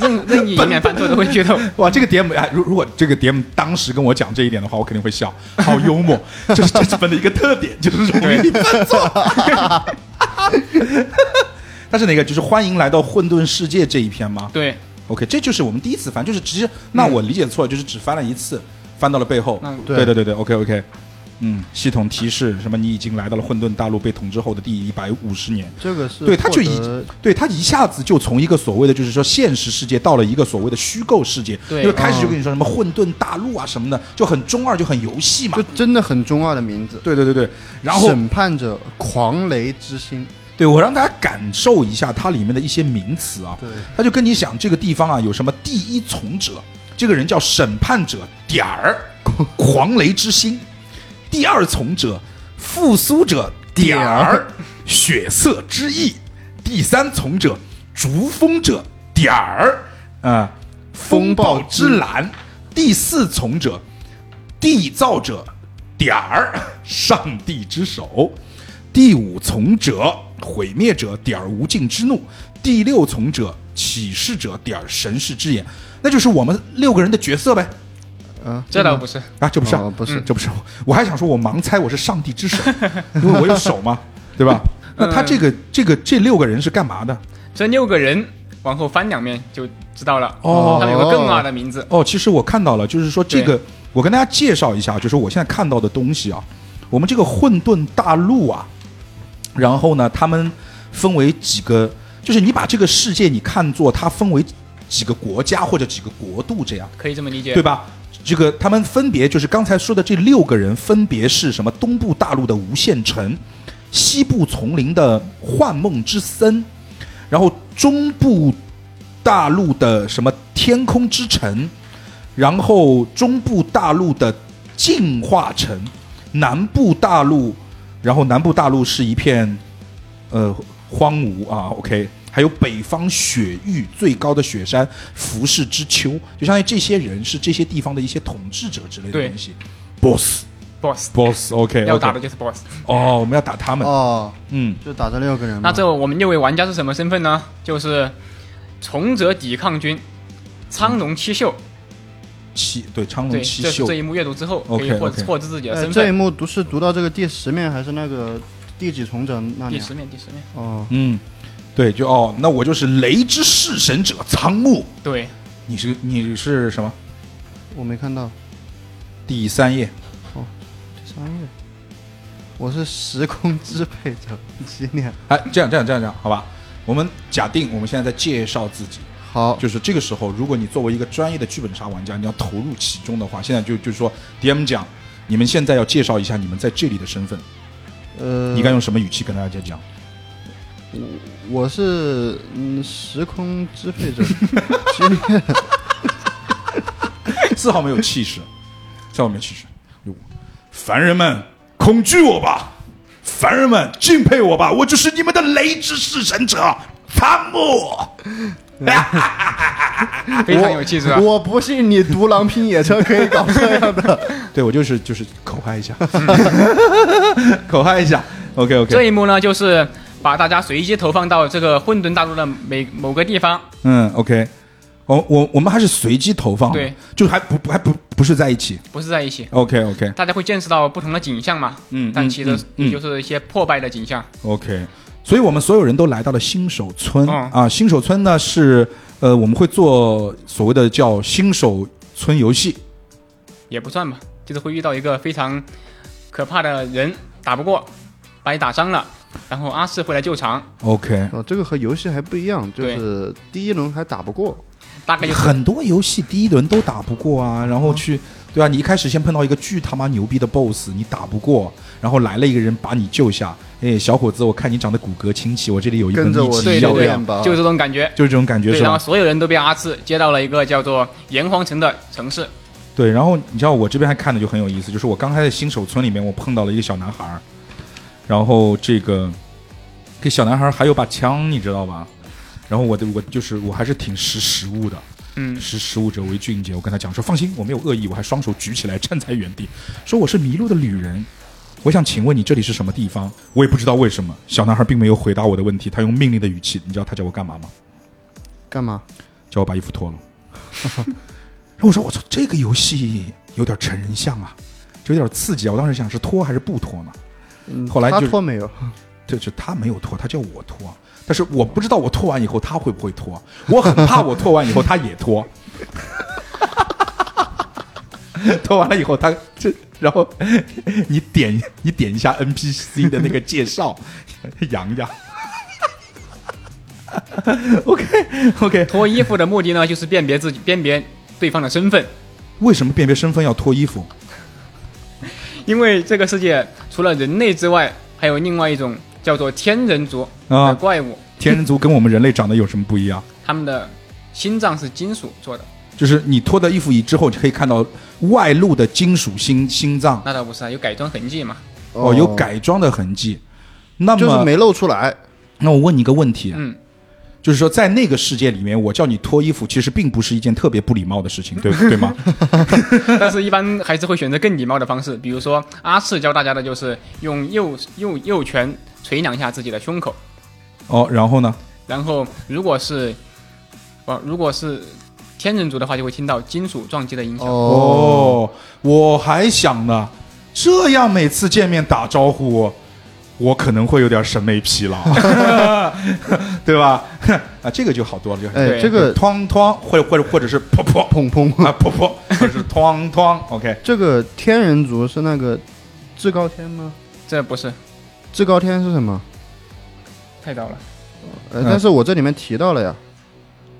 Speaker 4: 任任意一面翻错都会剧透。
Speaker 1: 哇，这个 DM 哎，如如果这个 DM 当时跟我讲这一点的话，我肯定会笑，好幽默，这是这本的一个特点，就是容易犯错。但是那个就是欢迎来到混沌世界这一篇吗
Speaker 4: 对，
Speaker 1: ？OK，这就是我们第一次翻，就是其实那我理解错了，就是只翻了一次，翻到了背后。
Speaker 4: 嗯
Speaker 1: 对
Speaker 5: 对
Speaker 1: 对对对，OK OK。嗯，系统提示什么？你已经来到了混沌大陆被统治后的第一百五十年。
Speaker 5: 这个是
Speaker 1: 对，他就
Speaker 5: 获
Speaker 1: 一
Speaker 5: 得
Speaker 1: 对他一下子就从一个所谓的就是说现实世界到了一个所谓的虚构世界，
Speaker 4: 对
Speaker 1: 因为开始就跟你说什么混沌大陆啊什么的，就很中二，就很游戏嘛
Speaker 5: 就。真的很中二的名字。
Speaker 1: 对对对对，然后
Speaker 5: 审判者狂雷之心，
Speaker 1: 对我让大家感受一下它里面的一些名词啊，
Speaker 5: 对
Speaker 1: 他就跟你讲这个地方啊有什么第一从者，这个人叫审判者点儿，狂雷之心；第二从者复苏者点儿，血色之翼；第三从者逐风者点儿，啊、风暴之蓝；第四从者缔造者点儿，上帝之手；第五从者毁灭者点儿无尽之怒；第六从者启示者点儿神视之眼，那就是我们六个人的角色呗。
Speaker 5: 啊，
Speaker 4: 这倒不是，
Speaker 1: 啊，这不是啊、
Speaker 5: 哦不是
Speaker 1: 这不是，我还想说，我盲猜我是上帝之手，因为我有手嘛，对 吧？那
Speaker 5: 嗯
Speaker 1: 他这个、这个这六个人是干嘛的？
Speaker 4: 这六个人往后翻两面就知道了。
Speaker 1: 哦
Speaker 4: 他们有个更二的名字。
Speaker 1: 哦，其实我看到了，就是说这个，我跟大家介绍一下，就是我现在看到的东西啊，我们这个混沌大陆啊，然后呢，他们分为几个，就是你把这个世界你看作它分为几个国家或者几个国度这样。
Speaker 4: 可以这么理解，
Speaker 1: 对吧？这个他们分别就是刚才说的这六个人，分别是什么？东部大陆的无限城，西部丛林的幻梦之森，然后中部大陆的什么天空之城，然后中部大陆的进化城，南部大陆，然后南部大陆是一片呃荒芜啊，OK，还有北方雪域最高的雪山服饰之丘，就相当于这些人是这些地方的一些统治者之类的
Speaker 4: 对
Speaker 1: 东西。Boss，Boss，OK，、
Speaker 4: ？boss
Speaker 1: OK，
Speaker 4: 要打的就是 boss。
Speaker 1: 哦，我们要打他们，
Speaker 5: 哦，
Speaker 1: 嗯，
Speaker 5: 就打这六个人嘛。
Speaker 4: 那这我们六位玩家是什么身份呢？就是从者抵抗军、苍龙七秀。
Speaker 1: 七对苍
Speaker 4: 对，
Speaker 1: 龙七
Speaker 4: 这是
Speaker 1: 秀
Speaker 4: 这，一幕阅读之后可以
Speaker 1: OK，
Speaker 4: 获
Speaker 1: OK
Speaker 4: 获知自己的
Speaker 5: 呃
Speaker 4: 身
Speaker 5: 这一
Speaker 4: 份。
Speaker 5: 幕读是读到这个第十面还是那个第几重者那
Speaker 4: 第
Speaker 5: 里啊？
Speaker 4: 十面，第十面。
Speaker 5: 哦，
Speaker 1: 嗯，对，就哦，那我就是雷之弑神者苍木，
Speaker 4: 对，
Speaker 1: 你是你是什么？
Speaker 5: 我没看到
Speaker 1: 第三页，
Speaker 5: 第三页。我是时空支配者，几年？
Speaker 1: 哎，这样这样这样这样，好吧？我们假定我们现在在介绍自己，
Speaker 5: 好，
Speaker 1: 就是这个时候，如果你作为一个专业的剧本杀玩家，你要投入其中的话，现在就就是说，DM 讲，你们现在要介绍一下你们在这里的身份，
Speaker 5: 呃，
Speaker 1: 你该用什么语气跟大家讲？
Speaker 5: 我是嗯时空支 配者，几年？
Speaker 1: 丝毫没有气势，丝毫没有气势。凡人们，恐惧我吧！凡人们，敬佩我吧！我就是你们的雷之弑神者，汤姆。
Speaker 4: 非常有气质啊！
Speaker 5: 我不信你独狼拼野车可以搞这样 的。
Speaker 1: 对我就是就是口嗨一 下，口嗨一下。OK
Speaker 4: 这
Speaker 1: OK，
Speaker 4: 一幕呢，就是把大家随机投放到这个混沌大陆的每某个地方，
Speaker 1: 嗯 OK，我我我们还是随机投放，
Speaker 4: 对，
Speaker 1: 就还不不还不不是在一起。
Speaker 4: 不是在一起。
Speaker 1: OK OK
Speaker 4: 大家会见识到不同的景象嘛？
Speaker 1: 嗯
Speaker 4: 但其实
Speaker 1: 嗯嗯
Speaker 4: 也就是一些破败的景象。
Speaker 1: OK，所以我们所有人都来到了新手村、
Speaker 4: 嗯
Speaker 1: 啊。新手村呢是呃，我们会做所谓的叫新手村游戏，
Speaker 4: 也不算吧，就是会遇到一个非常可怕的人，打不过，把你打伤了，然后阿四会来救场，
Speaker 1: OK，
Speaker 5: 哦，这个和游戏还不一样，就是第一轮还打不过，
Speaker 4: 大概 就是
Speaker 1: 很多游戏第一轮都打不过啊，然后
Speaker 5: 嗯
Speaker 1: 去、对啊，你一开始先碰到一个巨他妈牛逼的 BOSS，你打不过，然后来了一个人把你救下，哎，小伙子，我看你长得骨骼清奇，我这里有一本
Speaker 5: 跟着
Speaker 1: 秘
Speaker 5: 我
Speaker 1: 籍
Speaker 4: 对
Speaker 1: 要
Speaker 4: 对
Speaker 1: 不
Speaker 4: 对
Speaker 1: 要
Speaker 5: 练？吧，
Speaker 4: 就是这种感觉。
Speaker 1: 就是这种感觉
Speaker 4: 对，
Speaker 1: 是
Speaker 4: 然
Speaker 1: 吧
Speaker 4: 后？所有人都被阿四接到了一个叫做炎黄城的城市，
Speaker 1: 对，然后你知道我这边还看的就很有意思，就是我刚才在新手村里面，我碰到了一个小男孩儿，然后这个这小男孩儿还有把枪，你知道吧？然后我的我就是我还是挺识时务的，
Speaker 4: 嗯，
Speaker 1: 识时务者为俊杰。我跟他讲说，放心，我没有恶意，我还双手举起来站在原地，说我是迷路的旅人。我想请问你这里是什么地方？我也不知道为什么，小男孩并没有回答我的问题，他用命令的语气，你知道他叫我干嘛吗？
Speaker 5: 干嘛？
Speaker 1: 叫我把衣服脱了。 然后我说：“我操，这个游戏有点成人像啊，就有点刺激啊！”我当时想是脱还是不脱呢？
Speaker 5: 嗯
Speaker 1: 后来
Speaker 5: 他
Speaker 1: 就是
Speaker 5: 脱没有？
Speaker 1: 就是他没有脱，他叫我脱，但是我不知道我脱完以后他会不会脱，我很怕我脱完以后他也脱。 脱完了以后，他这，然后你点你点一下 NPC 的那个介绍，洋洋。OK OK，
Speaker 4: 脱衣服的目的呢，就是辨别自己辨别对方的身份，
Speaker 1: 为什么辨别身份要脱衣服？
Speaker 4: 因为这个世界除了人类之外，还有另外一种叫做天人族
Speaker 1: 啊
Speaker 4: 的怪物，
Speaker 1: 天人族跟我们人类长得有什么不一样？
Speaker 4: 他们的心脏是金属做的，
Speaker 1: 就是你脱掉衣服以之后，你可以看到外露的金属心心脏
Speaker 4: 那倒不是啊，有改装痕迹嘛，
Speaker 1: 哦，有，改装的痕迹。那么，
Speaker 5: 哦就是没露出来。
Speaker 1: 那我问你一个问题，
Speaker 4: 嗯，
Speaker 1: 就是说在那个世界里面，我叫你脱衣服，其实并不是一件特别不礼貌的事情， 对对吗？
Speaker 4: 但是，一般还是会选择更礼貌的方式，比如说阿赤教大家的就是用右右右拳捶两下自己的胸口，
Speaker 1: 哦，然后呢？
Speaker 4: 然后如果是，呃，如果是天人族的话，就会听到金属撞击的音响。
Speaker 5: 哦，
Speaker 1: 哦，我还想呢，这样每次见面打招呼，我可能会有点审美疲劳， 对吧？ 啊，这个就好多了，就很
Speaker 5: 哎，
Speaker 4: 对
Speaker 5: 这个
Speaker 1: 哐哐，或者或者或者是噗噗
Speaker 5: 砰砰，
Speaker 1: 啊，噗噗，或者是哐哐，OK，
Speaker 5: 这个天人族是那个至高天吗？
Speaker 4: 这不是
Speaker 5: 至高天是什么？
Speaker 4: 太早了，
Speaker 5: 呃，
Speaker 1: 嗯
Speaker 5: 但是我这里面提到了呀，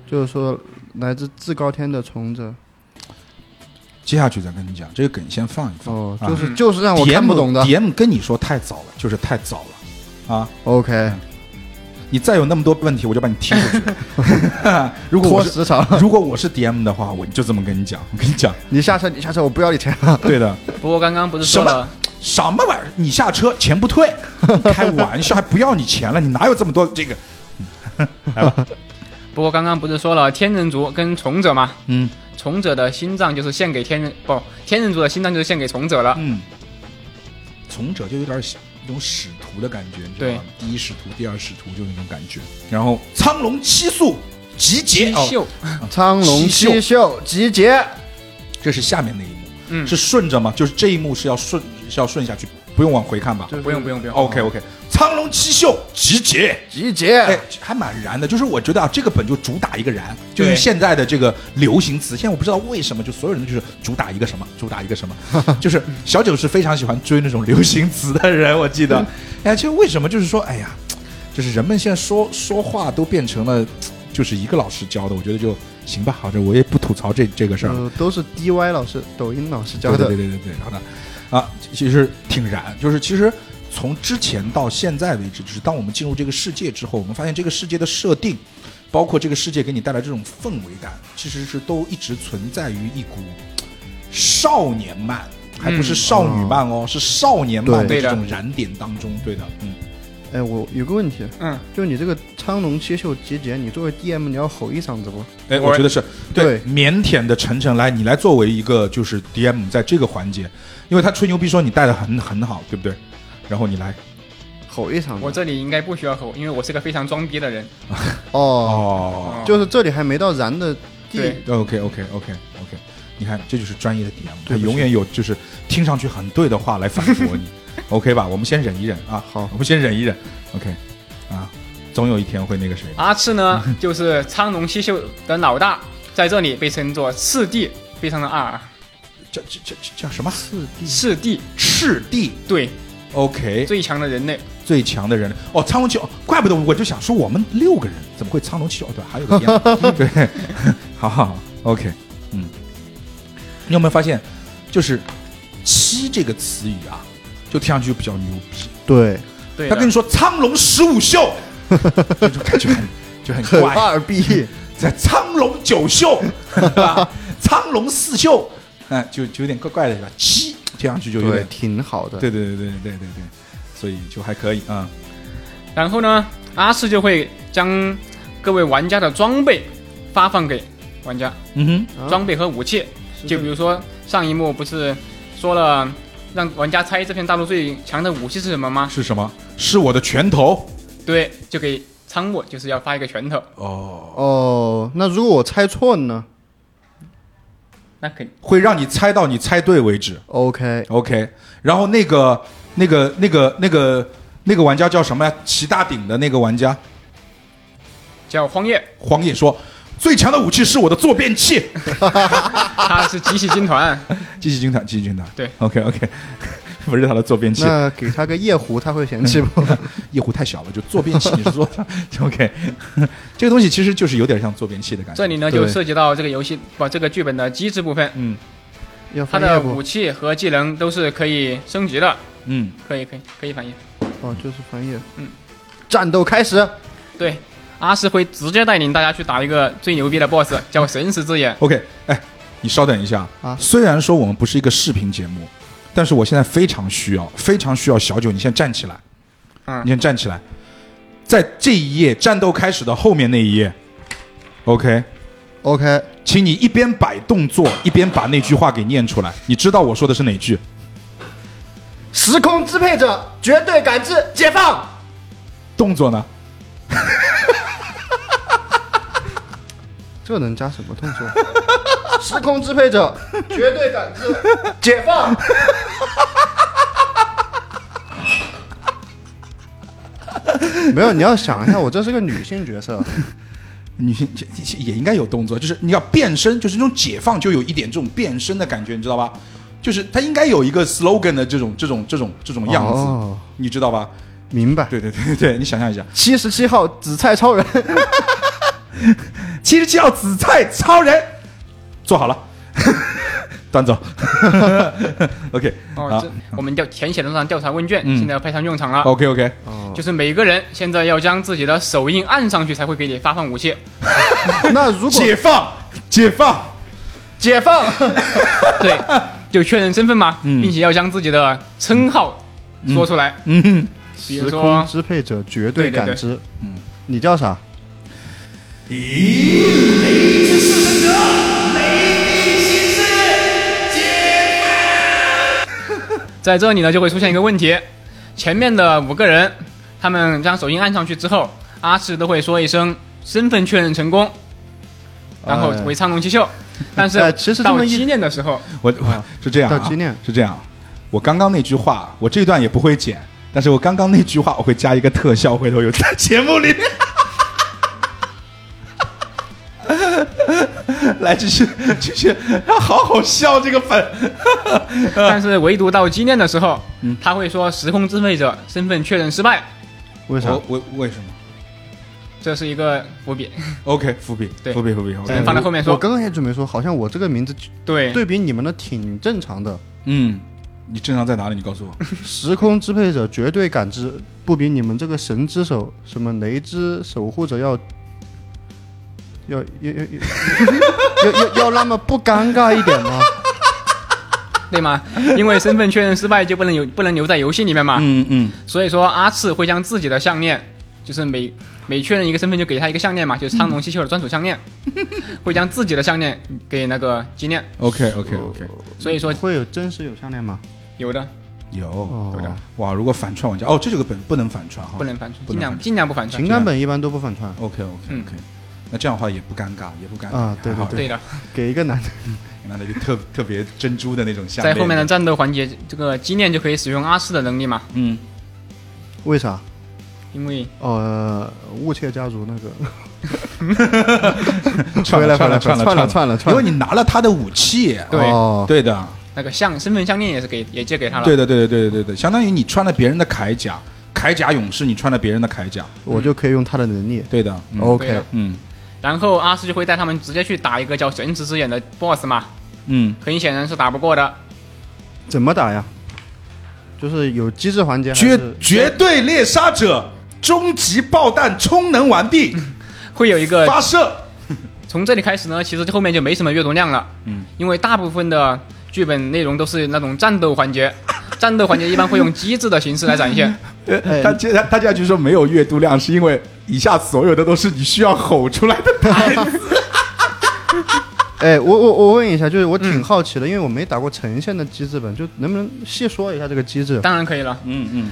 Speaker 5: 就是说来自至高天的从者。
Speaker 1: 接下去再跟你讲，这个梗先放一放。
Speaker 5: 哦，
Speaker 1: 啊
Speaker 5: 就是就是让我
Speaker 1: DM
Speaker 5: 看不懂的。
Speaker 1: DM 跟你说太早了，就是太早了啊！
Speaker 5: OK，
Speaker 1: 你再有那么多问题，我就把你踢出去。 如果
Speaker 5: 拖
Speaker 1: 我是
Speaker 5: 时长。
Speaker 1: 如果我是 DM 的话，我就这么跟你讲，我跟你讲，
Speaker 5: 你下车，你下车，我不要你钱了。
Speaker 1: 对的。
Speaker 4: 不过刚刚不是说了，
Speaker 1: 什么玩意儿？你下车钱不退，开玩笑还不要你钱了？你哪有这么多这个？
Speaker 4: 不过刚刚不是说了天人族跟从者嘛，
Speaker 1: 嗯
Speaker 4: 从者的心脏就是献给天人，不，天人族的心脏就是献给从者了。
Speaker 1: 嗯，从者就有点一种使徒的感觉，你知道吗？第一使徒，第二使徒就那种感觉。然后苍龙七宿集结
Speaker 4: 衣
Speaker 1: 哦，
Speaker 4: 袖，
Speaker 5: 苍龙七
Speaker 1: 七
Speaker 5: 宿集结，
Speaker 1: 这是下面那一幕，
Speaker 4: 嗯
Speaker 1: 是顺着吗？就是这一幕是要顺是要顺下去不用往回看吧？
Speaker 5: 就是
Speaker 4: 不用不用不用。
Speaker 1: OK OK，《苍龙七秀》集结，
Speaker 5: 集结
Speaker 1: 哎，还蛮燃的。就是我觉得啊，这个本就主打一个燃，就
Speaker 4: 对
Speaker 1: 是现在的这个流行词。现在我不知道为什么，就所有人就是主打一个什么，主打一个什么。就是小九是非常喜欢追那种流行词的人，我记得。哎，其实为什么就是说，哎呀，就是人们现在说说话都变成了，就是一个老师教的，我觉得就行吧。好，这我也不吐槽这这个事儿了。
Speaker 5: 呃，都是 DY 老师、抖音老师教
Speaker 1: 对
Speaker 5: 的，
Speaker 1: 对对对对，然后呢，啊，其实挺燃，就是其实从之前到现在为止，就是当我们进入这个世界之后，我们发现这个世界的设定，包括这个世界给你带来这种氛围感，其实是都一直存在于一股少年漫。还不是少女漫哦，是少年漫的
Speaker 4: 对
Speaker 1: 这
Speaker 4: 的
Speaker 1: 种燃点当中，对的，嗯，
Speaker 5: 哎，我有个问题，
Speaker 4: 嗯，
Speaker 5: 就你这个苍龙七秀集结，你作为 DM 你要吼一嗓子不？
Speaker 1: 哎，
Speaker 4: 我
Speaker 1: 我觉得是
Speaker 5: 对
Speaker 1: 腼腆的晨晨来，你来作为一个就是 DM 在这个环节，因为他吹牛逼说你带的很很好，对不对？然后你来，
Speaker 5: 吼一嗓
Speaker 4: 我
Speaker 5: 子。
Speaker 4: 这里应该不需要吼，因为我是个非常装逼的人。
Speaker 5: 哦，
Speaker 1: 哦
Speaker 5: 就是这里还没到燃的地
Speaker 4: 对，
Speaker 1: OK OK OK OK，你看这就是专业的 DM，他
Speaker 5: 对不起
Speaker 1: 永远有就是听上去很对的话来反驳 你。OK 吧，我们先忍一忍啊，
Speaker 5: 好
Speaker 1: 我们先忍一忍。OK，啊，总有一天会那个谁。
Speaker 4: 阿赤呢，就是苍龙七秀的老大，在这里被称作赤帝，非常的二，
Speaker 1: 叫叫叫叫叫什么？
Speaker 5: 次第。
Speaker 4: 赤帝
Speaker 1: 赤帝
Speaker 4: 对
Speaker 1: OK
Speaker 4: 最强的人类。
Speaker 1: 最强的人哦，苍龙七，哦怪不得我就想说我们六个人怎么会苍龙七？哦，对，还有个 烟对， 好好好 OK，嗯，你有没有发现，就是“七”这个词语啊，就听上去比较牛逼。
Speaker 5: 对，
Speaker 4: 对的，
Speaker 1: 他跟你说苍龙十五秀，就就感觉很就很
Speaker 5: 很
Speaker 1: 怪。
Speaker 5: 二逼。
Speaker 1: 在苍龙九秀，苍龙四秀，哎，就就有点怪怪的，是吧？七听上去就有
Speaker 5: 对，
Speaker 1: 点，
Speaker 5: 挺好的。
Speaker 1: 对对对对对对对对，所以就还可以啊。
Speaker 4: 然后呢，阿赤就会将各位玩家的装备发放给玩家，
Speaker 1: 嗯
Speaker 5: 啊
Speaker 4: 装备和武器。就比如说上一幕不是说了让玩家猜这片大陆最强的武器是什么吗
Speaker 1: 哼，？是什么？是我的拳头
Speaker 4: 对，就给苍木就是要发一个拳头，
Speaker 1: 哦，
Speaker 5: 哦，那如果我猜错呢
Speaker 4: 那肯
Speaker 1: 会让你猜到你猜对为止。
Speaker 5: ？OK，
Speaker 1: OK，然后那个那个那个那个那个玩家叫什么呀？齐大鼎的那个玩家
Speaker 4: 叫荒野，
Speaker 1: 黄野说，最强的武器是我的坐便器。
Speaker 4: 他是集体军团，
Speaker 1: 继续军团，继续军团。
Speaker 4: 对
Speaker 1: ，OK OK，不 是他的坐便器，
Speaker 5: 那给他个夜壶，他会嫌弃不？
Speaker 1: 夜壶太小了，就坐便器。你是说 OK？这个东西其实就是有点像坐便器的感觉。
Speaker 4: 这里呢
Speaker 5: 对
Speaker 4: 就涉及到这个游戏不这个剧本的机制部分，
Speaker 1: 嗯
Speaker 5: 要
Speaker 4: 它
Speaker 5: 翻夜
Speaker 4: 的
Speaker 5: 壶
Speaker 4: 武器和技能都是可以升级的，
Speaker 1: 嗯，
Speaker 4: 可以可以可以反应。
Speaker 5: 哦，就是翻页。
Speaker 4: 嗯，
Speaker 5: 战斗开始。
Speaker 4: 对，阿斯会直接带领大家去打一个最牛逼 的 BOSS，叫神石之眼。
Speaker 1: OK，哎，你稍等一下
Speaker 5: 啊
Speaker 1: 虽然说我们不是一个视频节目，但是我现在非常需要，非常需要小九，你先站起来，
Speaker 4: 嗯
Speaker 1: 你先站起来，在这一页战斗开始的后面那一页，OK，
Speaker 5: OK，
Speaker 1: 请你一边摆动作，一边把那句话给念出来。你知道我说的是哪句？
Speaker 5: 时空支配者，绝对感知，解放。
Speaker 1: 动作呢？
Speaker 5: 这能加什么动作？ 时空支配者，绝对感 知，解放。没有，你要想一下，我这是个女性角色，
Speaker 1: 女性也也也应该有动作，就是你要变身，就是那种解放，就有一点这种变身的感觉，你知道吧？就是它应该有一个 slogan 的这种这种这种这种样子，
Speaker 5: 哦
Speaker 1: 你知道吧？
Speaker 5: 明白？
Speaker 1: 对对对对对，你想象一下，
Speaker 5: 七十七号紫菜超人，
Speaker 1: 七十七号紫菜超人做好了，端走。OK，
Speaker 4: 哦，
Speaker 1: 啊
Speaker 4: 这我们叫填写的那张调查问卷，
Speaker 1: 嗯
Speaker 4: 现在要派上用场了。
Speaker 1: ，OK OK，
Speaker 5: 哦
Speaker 4: 就是每个人现在要将自己的手印按上去，才会给你发放武器。
Speaker 5: 那如果
Speaker 1: 解放，解放，
Speaker 5: 解放，
Speaker 4: 对，就确认身份嘛，
Speaker 1: 嗯
Speaker 4: 并且要将自己的称号说出来。
Speaker 1: 嗯，
Speaker 4: 比
Speaker 5: 时
Speaker 4: 如
Speaker 5: 空
Speaker 4: 说，
Speaker 5: 支配者绝对感知，
Speaker 1: 嗯，
Speaker 5: 你叫啥？
Speaker 4: 在这里呢就会出现一个问题：前面的五个人，他们将手印按上去之后，阿赤都会说一声“身份确认成功”，然后
Speaker 5: 哎
Speaker 4: 为苍龙七秀。但是
Speaker 5: 哎其实这
Speaker 4: 到
Speaker 5: 么一 嗯
Speaker 4: 纪念的时候，
Speaker 1: 我我是这样、啊，
Speaker 5: 到纪念
Speaker 1: 是这样啊。我刚刚那句话，我这段也不会剪，但是我刚刚那句话我会加一个特效，回头有在节目里。 来，继续，继续， 啊好好笑这个粉，
Speaker 4: 但是唯独到纪念的时候，
Speaker 5: 嗯
Speaker 4: 他会说时空支配者身份确认失败，
Speaker 5: 为啥？
Speaker 1: 我为什么
Speaker 4: 这是一个伏笔。
Speaker 1: ？OK，伏笔，
Speaker 4: 对
Speaker 1: 伏笔，伏笔
Speaker 4: 只
Speaker 1: ，OK，
Speaker 4: 嗯能放在后面说
Speaker 5: 哎我刚刚也准备说，好像我这个名字
Speaker 4: 对，
Speaker 5: 对比你们的挺正常的。
Speaker 1: 嗯，你正常在哪里？你告诉我。
Speaker 5: 时空支配者绝对感知不比你们这个神之手、什么雷之守护者要要要要要 要要要那么不尴尬一点吗？
Speaker 4: 对吗？因为身份确认失败就不能留不能留在游戏里面嘛，
Speaker 1: 嗯嗯，
Speaker 4: 所以说阿次会将自己的项链，就是每每确认一个身份就给他一个项链嘛，就是苍龙七秀的专属项链， 会将自己的项链给那个纪念。
Speaker 1: OK OK OK，
Speaker 4: 所以说
Speaker 5: 会有真实有项链吗？
Speaker 4: 有的
Speaker 1: 有
Speaker 5: 哦
Speaker 1: 对的。哇，如果反串玩家，哦，这是个本不能反串哈，
Speaker 4: 不能反串，
Speaker 1: 不
Speaker 4: 尽
Speaker 1: 能
Speaker 4: 量尽量不反串
Speaker 5: 情。感本一般都不反串，
Speaker 1: OK OK
Speaker 4: 嗯
Speaker 1: OK，那这样的话也不尴尬，也不尴尬
Speaker 5: 啊对对
Speaker 4: 对的，
Speaker 5: 给一个男的。
Speaker 1: 那那个特特别珍珠的那种项
Speaker 4: 在
Speaker 1: 链，
Speaker 4: 后面的战斗环节，这个纪念就可以使用阿次的能力嘛，
Speaker 1: 嗯，
Speaker 5: 为啥？
Speaker 4: 因为
Speaker 5: 呃，雾切家族那个，
Speaker 4: 嗯
Speaker 1: 串了
Speaker 5: 回
Speaker 1: 了
Speaker 5: 来
Speaker 1: 串
Speaker 5: 回来
Speaker 1: 串
Speaker 5: 串了
Speaker 1: 因
Speaker 5: 串了
Speaker 1: 为你拿了他的武器，
Speaker 4: 对
Speaker 5: 哦，
Speaker 1: 对的，
Speaker 4: 那个项身份项链也是给也借给他了。
Speaker 1: 对的，对的，对的，对的，相当于你穿了别人的铠甲，铠甲勇士，你穿了别人的铨甲，
Speaker 5: 我就可以用他的能力。
Speaker 1: 对的，嗯
Speaker 5: OK，
Speaker 1: 嗯
Speaker 4: 然后阿斯就会带他们直接去打一个叫神之之眼的 BOSS 嘛，
Speaker 1: 嗯
Speaker 4: 很显然是打不过的。
Speaker 5: 怎么打呀？就是有机制环节，还
Speaker 1: 绝
Speaker 5: 是
Speaker 1: 绝对猎杀者，终极爆弹充能完毕，
Speaker 4: 会有一个
Speaker 1: 发射，
Speaker 4: 从这里开始呢，其实后面就没什么阅读量了，
Speaker 1: 嗯，
Speaker 4: 因为大部分的剧本内容都是那种战斗环 节，战斗环节一般会用机制的形式来展现，
Speaker 1: 嗯
Speaker 5: 哎
Speaker 1: 他接他他接下去说没有阅读量，是因为以下所有的都是你需要吼出来的台词。
Speaker 5: 哎，我我我问一下，就是
Speaker 4: 嗯
Speaker 5: 我挺好奇的，因为我没打过呈现的机制本，就能不能细说一下这个机制？
Speaker 4: 当然可以了。
Speaker 1: 嗯嗯，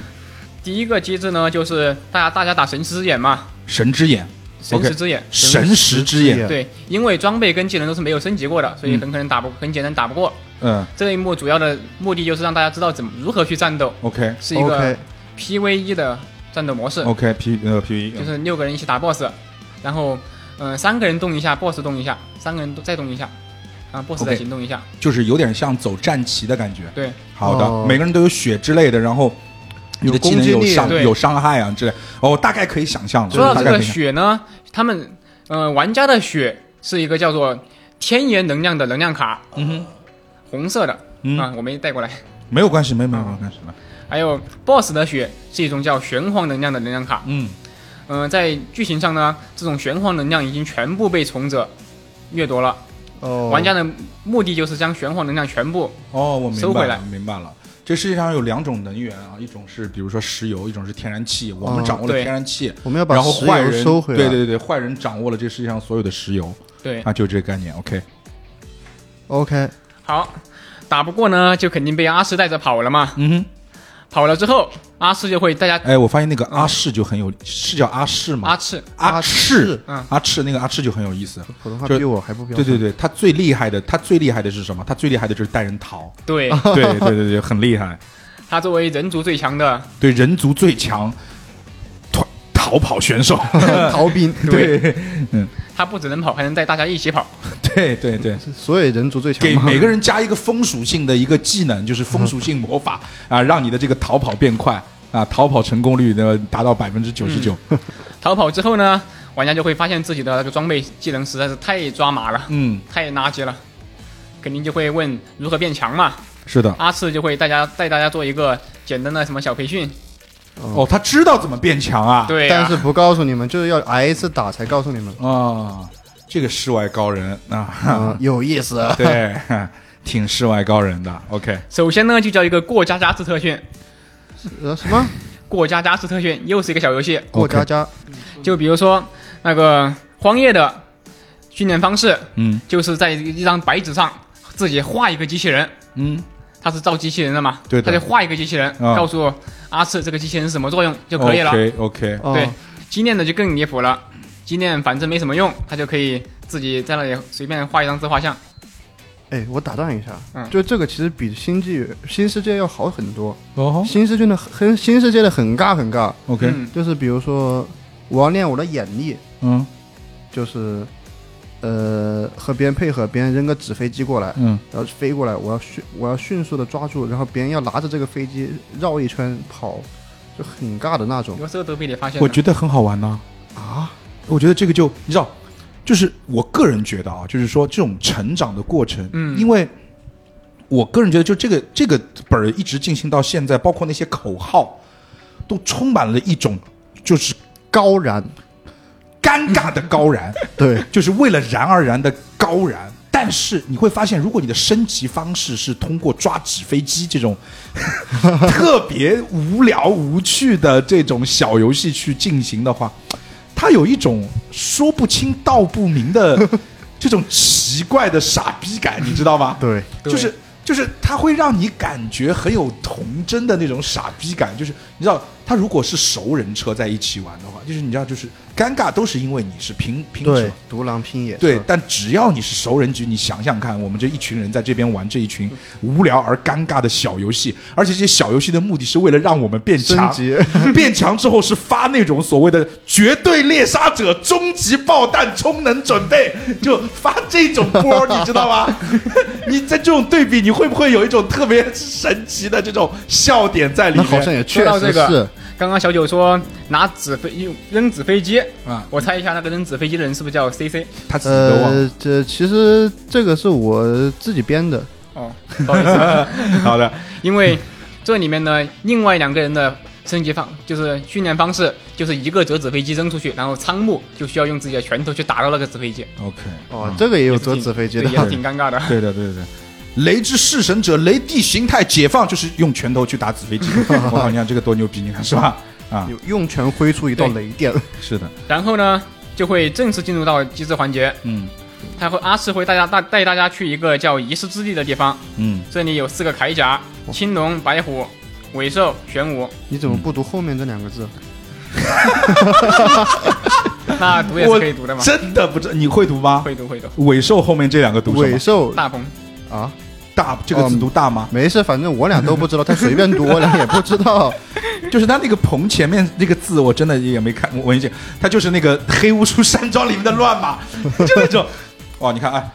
Speaker 4: 第一个机制呢，就是大家大家打神之眼嘛，
Speaker 1: 神之眼，
Speaker 4: 神
Speaker 1: OK
Speaker 4: 之之眼。
Speaker 1: 神石之眼，
Speaker 5: 神之眼
Speaker 4: 对，因为装备跟技能都是没有升级过的，所以很可能打不很简单打不过。
Speaker 1: 嗯
Speaker 4: 这一幕主要的目的就是让大家知道怎么如何去战斗，
Speaker 1: ，OK
Speaker 4: 是一个
Speaker 5: OK
Speaker 4: PVE 的战斗模式。
Speaker 1: OK P 呃 P
Speaker 4: 就
Speaker 1: E，
Speaker 4: 是六个人一起打 BOSS，然后嗯、呃三个人动一下，BOSS 动一下，三个人都再动一下，啊 BOSS
Speaker 1: OK
Speaker 4: 再行动一下。
Speaker 1: 就是有点像走战旗的感觉。
Speaker 4: 对，
Speaker 1: 好的，
Speaker 5: 哦
Speaker 1: 每个人都有血之类的，然后你的技能
Speaker 5: 有
Speaker 1: 有
Speaker 5: 攻击力
Speaker 1: 伤
Speaker 4: 对
Speaker 1: 有伤害啊之类。哦，大概可以想象了。
Speaker 4: 说到这
Speaker 1: 大概
Speaker 4: 个
Speaker 1: 可以想
Speaker 4: 血呢，他们呃玩家的血是一个叫做天元能量的能量卡，嗯哼，红色的、
Speaker 1: 嗯
Speaker 4: 啊，我没带过来。
Speaker 1: 没有关系，没有没有
Speaker 4: 嗯
Speaker 1: 没有关系了。
Speaker 4: 还有 BOSS 的血是一种叫玄黄能量的能量卡，
Speaker 1: 嗯，
Speaker 4: 嗯、在剧情上呢，这种玄黄能量已经全部被从者掠夺了，
Speaker 5: 哦，
Speaker 4: 玩家的目的就是将玄黄能量全部
Speaker 1: 哦，我明
Speaker 4: 收
Speaker 1: 白
Speaker 4: 回
Speaker 1: 了
Speaker 4: 来，
Speaker 1: 明白了。这世界上有两种能源啊，一种是比如说石油，一种是天然气。我们
Speaker 5: 哦
Speaker 1: 掌握了
Speaker 4: 对
Speaker 1: 天然气，
Speaker 5: 我们要把
Speaker 1: 然后
Speaker 5: 石
Speaker 1: 坏
Speaker 5: 油
Speaker 1: 人
Speaker 5: 收回来。
Speaker 1: 对对对，坏人掌握了这世界上所有的石油
Speaker 4: 对
Speaker 1: 啊，就是这个概念。OK，
Speaker 5: OK，
Speaker 4: 好，打不过呢，就肯定被阿四带着跑了嘛。
Speaker 1: 嗯哼，
Speaker 4: 跑了之后，阿四就会大家
Speaker 1: 哎，我发现那个阿赤就很有，是叫阿赤吗？
Speaker 4: 嗯阿赤，
Speaker 1: 阿赤
Speaker 4: 嗯，
Speaker 1: 阿赤那个阿赤就很有意思。
Speaker 5: 普通话
Speaker 1: 就
Speaker 5: 比我还不标
Speaker 1: 对
Speaker 5: 准。
Speaker 1: 对对，他最厉害的，他最厉害的是什么？他最厉害的就是带人逃。
Speaker 4: 对
Speaker 1: 对对对对，很厉害。
Speaker 4: 他作为人族最强的，
Speaker 1: 对人族最强团逃跑选手。
Speaker 5: 对， 逃兵。
Speaker 1: 对
Speaker 4: 他不只能跑，还能带大家一起跑。
Speaker 1: 对对对，
Speaker 5: 所以人族最强
Speaker 1: 给
Speaker 5: 嘛。
Speaker 1: 每 个人加一个风属性的一个技能，就是风属性魔法啊，让你的这个逃跑变快啊，逃跑成功率呢达到百分之九十九。
Speaker 4: 逃跑之后呢，玩家就会发现自己的那个装备技能实在是太抓马了，
Speaker 1: 嗯，
Speaker 4: 太垃圾了，肯定就会问如何变强嘛。
Speaker 1: 是的。
Speaker 4: 阿四就会大家带大家做一个简单的什么小培训，
Speaker 1: 哦，他知道怎么变强啊。
Speaker 4: 对、啊，
Speaker 5: 但是不告诉你们，就是要挨一次打才告诉 你们。
Speaker 1: 啊，这个世外高人啊，
Speaker 5: 啊，有意思。
Speaker 1: 对，挺世外高人的。OK，
Speaker 4: 首先呢就叫一个过家家式特训，
Speaker 5: 呃，什么？
Speaker 4: 过家家式特训又是一个小游戏，
Speaker 5: 过家家
Speaker 4: 就比如说那个荒野的训练方式，
Speaker 1: 嗯
Speaker 4: 就是在一张白纸上自己画一个机器人，
Speaker 1: 嗯，
Speaker 4: 他是造机器人的嘛，
Speaker 1: 对的
Speaker 4: 他就画一个机器人，
Speaker 1: 啊
Speaker 4: 告诉阿次这个机器人是什么作用就可以了。
Speaker 1: OK OK，
Speaker 5: 哦
Speaker 4: 对，机念的就更离谱了，机念反正没什么用，他就可以自己在那里随便画一张自画像。
Speaker 5: 哎，我打断一下，
Speaker 4: 嗯
Speaker 5: 就这个其实比新纪元新世界要好很多。
Speaker 1: 哦
Speaker 5: 新世界的很新世界的很尬很尬，
Speaker 1: ，OK，
Speaker 4: 嗯
Speaker 5: 就是比如说我要练我的眼力，
Speaker 1: 嗯
Speaker 5: 就是呃和别人配合，别人扔个纸飞机过来，
Speaker 1: 嗯
Speaker 5: 然后飞过来，我要迅我要迅速的抓住，然后别人要拿着这个飞机绕一圈跑，就很尬的那种。
Speaker 4: 由这个都被你发现
Speaker 1: 我
Speaker 4: 了。
Speaker 1: 觉得很好玩呐、
Speaker 5: 啊，
Speaker 1: 我觉得这个就你知道，就是我个人觉得啊，就是说这种成长的过程，
Speaker 4: 嗯
Speaker 1: 因为我个人觉得，就这个这个本儿一直进行到现在，包括那些口号，都充满了一种就是
Speaker 5: 高燃，
Speaker 1: 尴尬的高燃，
Speaker 5: 对，
Speaker 1: 就是为了然而然的高燃。但是你会发现，如果你的升级方式是通过抓纸飞机这种 特别无聊无趣的这种小游戏去进行的话，它有一种说不清道不明的 这种奇怪的傻逼感，你知道吗？
Speaker 5: 对，
Speaker 4: 对
Speaker 1: 就是就是它会让你感觉很有童真的那种傻逼感，就是你知道，他如果是熟人车在一起玩的话，就是你知道，就是尴尬都是因为你是平平手
Speaker 5: 对，，独狼拼野，
Speaker 1: 对，，但只要你是熟人局，你想想看，我们这一群人在这边玩这一群
Speaker 5: 嗯
Speaker 1: 无聊而尴尬的小游戏，而且这些小游戏的目的是为了让我们变强
Speaker 5: 升级，
Speaker 1: 变强之后是发那种所谓的绝对猎杀者终极爆弹充能准备，就发这种波儿，你知道 吗？你在这种对比，你会不会有一种特别神奇的这种笑点在里
Speaker 5: 那
Speaker 1: 面？
Speaker 5: 好像呃也
Speaker 4: 说
Speaker 5: 确
Speaker 4: 到这
Speaker 5: 实是
Speaker 4: 个，刚刚小九说拿纸飞用扔纸飞机
Speaker 1: 啊，
Speaker 4: 我猜一下那个扔纸飞机的人是不是叫 C C？
Speaker 1: 他自己都忘了。
Speaker 5: 呃，这其实这个是我自己编的，
Speaker 4: 哦，不好意思，
Speaker 1: 好的，
Speaker 4: 因为这里面呢，另外两个人的升级方就是训练方式，就是一个折纸飞机扔出去，然后仓木就需要用自己的拳头去打到那个纸飞机，
Speaker 1: OK，
Speaker 5: 哦，这个也有折
Speaker 4: 挺
Speaker 5: 纸飞机
Speaker 4: 对也
Speaker 5: 的，
Speaker 4: 是挺尴尬的。
Speaker 1: 对的，对的对的。雷之弑神者，雷帝形态解放，就是用拳头去打纸飞机。我靠，你看这个多牛逼，你看是吧？ 啊，
Speaker 5: 有用拳挥出一道雷 电，
Speaker 1: 是的，
Speaker 4: 然后呢，就会正式进入到机制环节，
Speaker 1: 嗯
Speaker 4: 他会阿四会带大家带带大家去一个叫遗失之地的地方，
Speaker 1: 嗯，
Speaker 4: 这里有四个铠甲：青龙、白虎、尾兽、玄武。
Speaker 5: 你怎么不读后面这两个字？
Speaker 4: 那读也是
Speaker 1: 我
Speaker 4: 可以读的嘛？
Speaker 1: 真的不知你会读吗？
Speaker 4: 会读会读。
Speaker 1: 尾兽后面这两个读什
Speaker 5: 尾
Speaker 1: 么？
Speaker 5: 兽
Speaker 4: 大鹏，
Speaker 5: 啊，
Speaker 1: 大这个字读大吗？
Speaker 5: 没事，反正我俩都不知道，他随便读，我俩也不知 道。
Speaker 1: 就是他那个鹏前面那个字，我真的也没看文献，他就是那个黑巫术山庄里面的乱码，就那种。哦，你看，哎，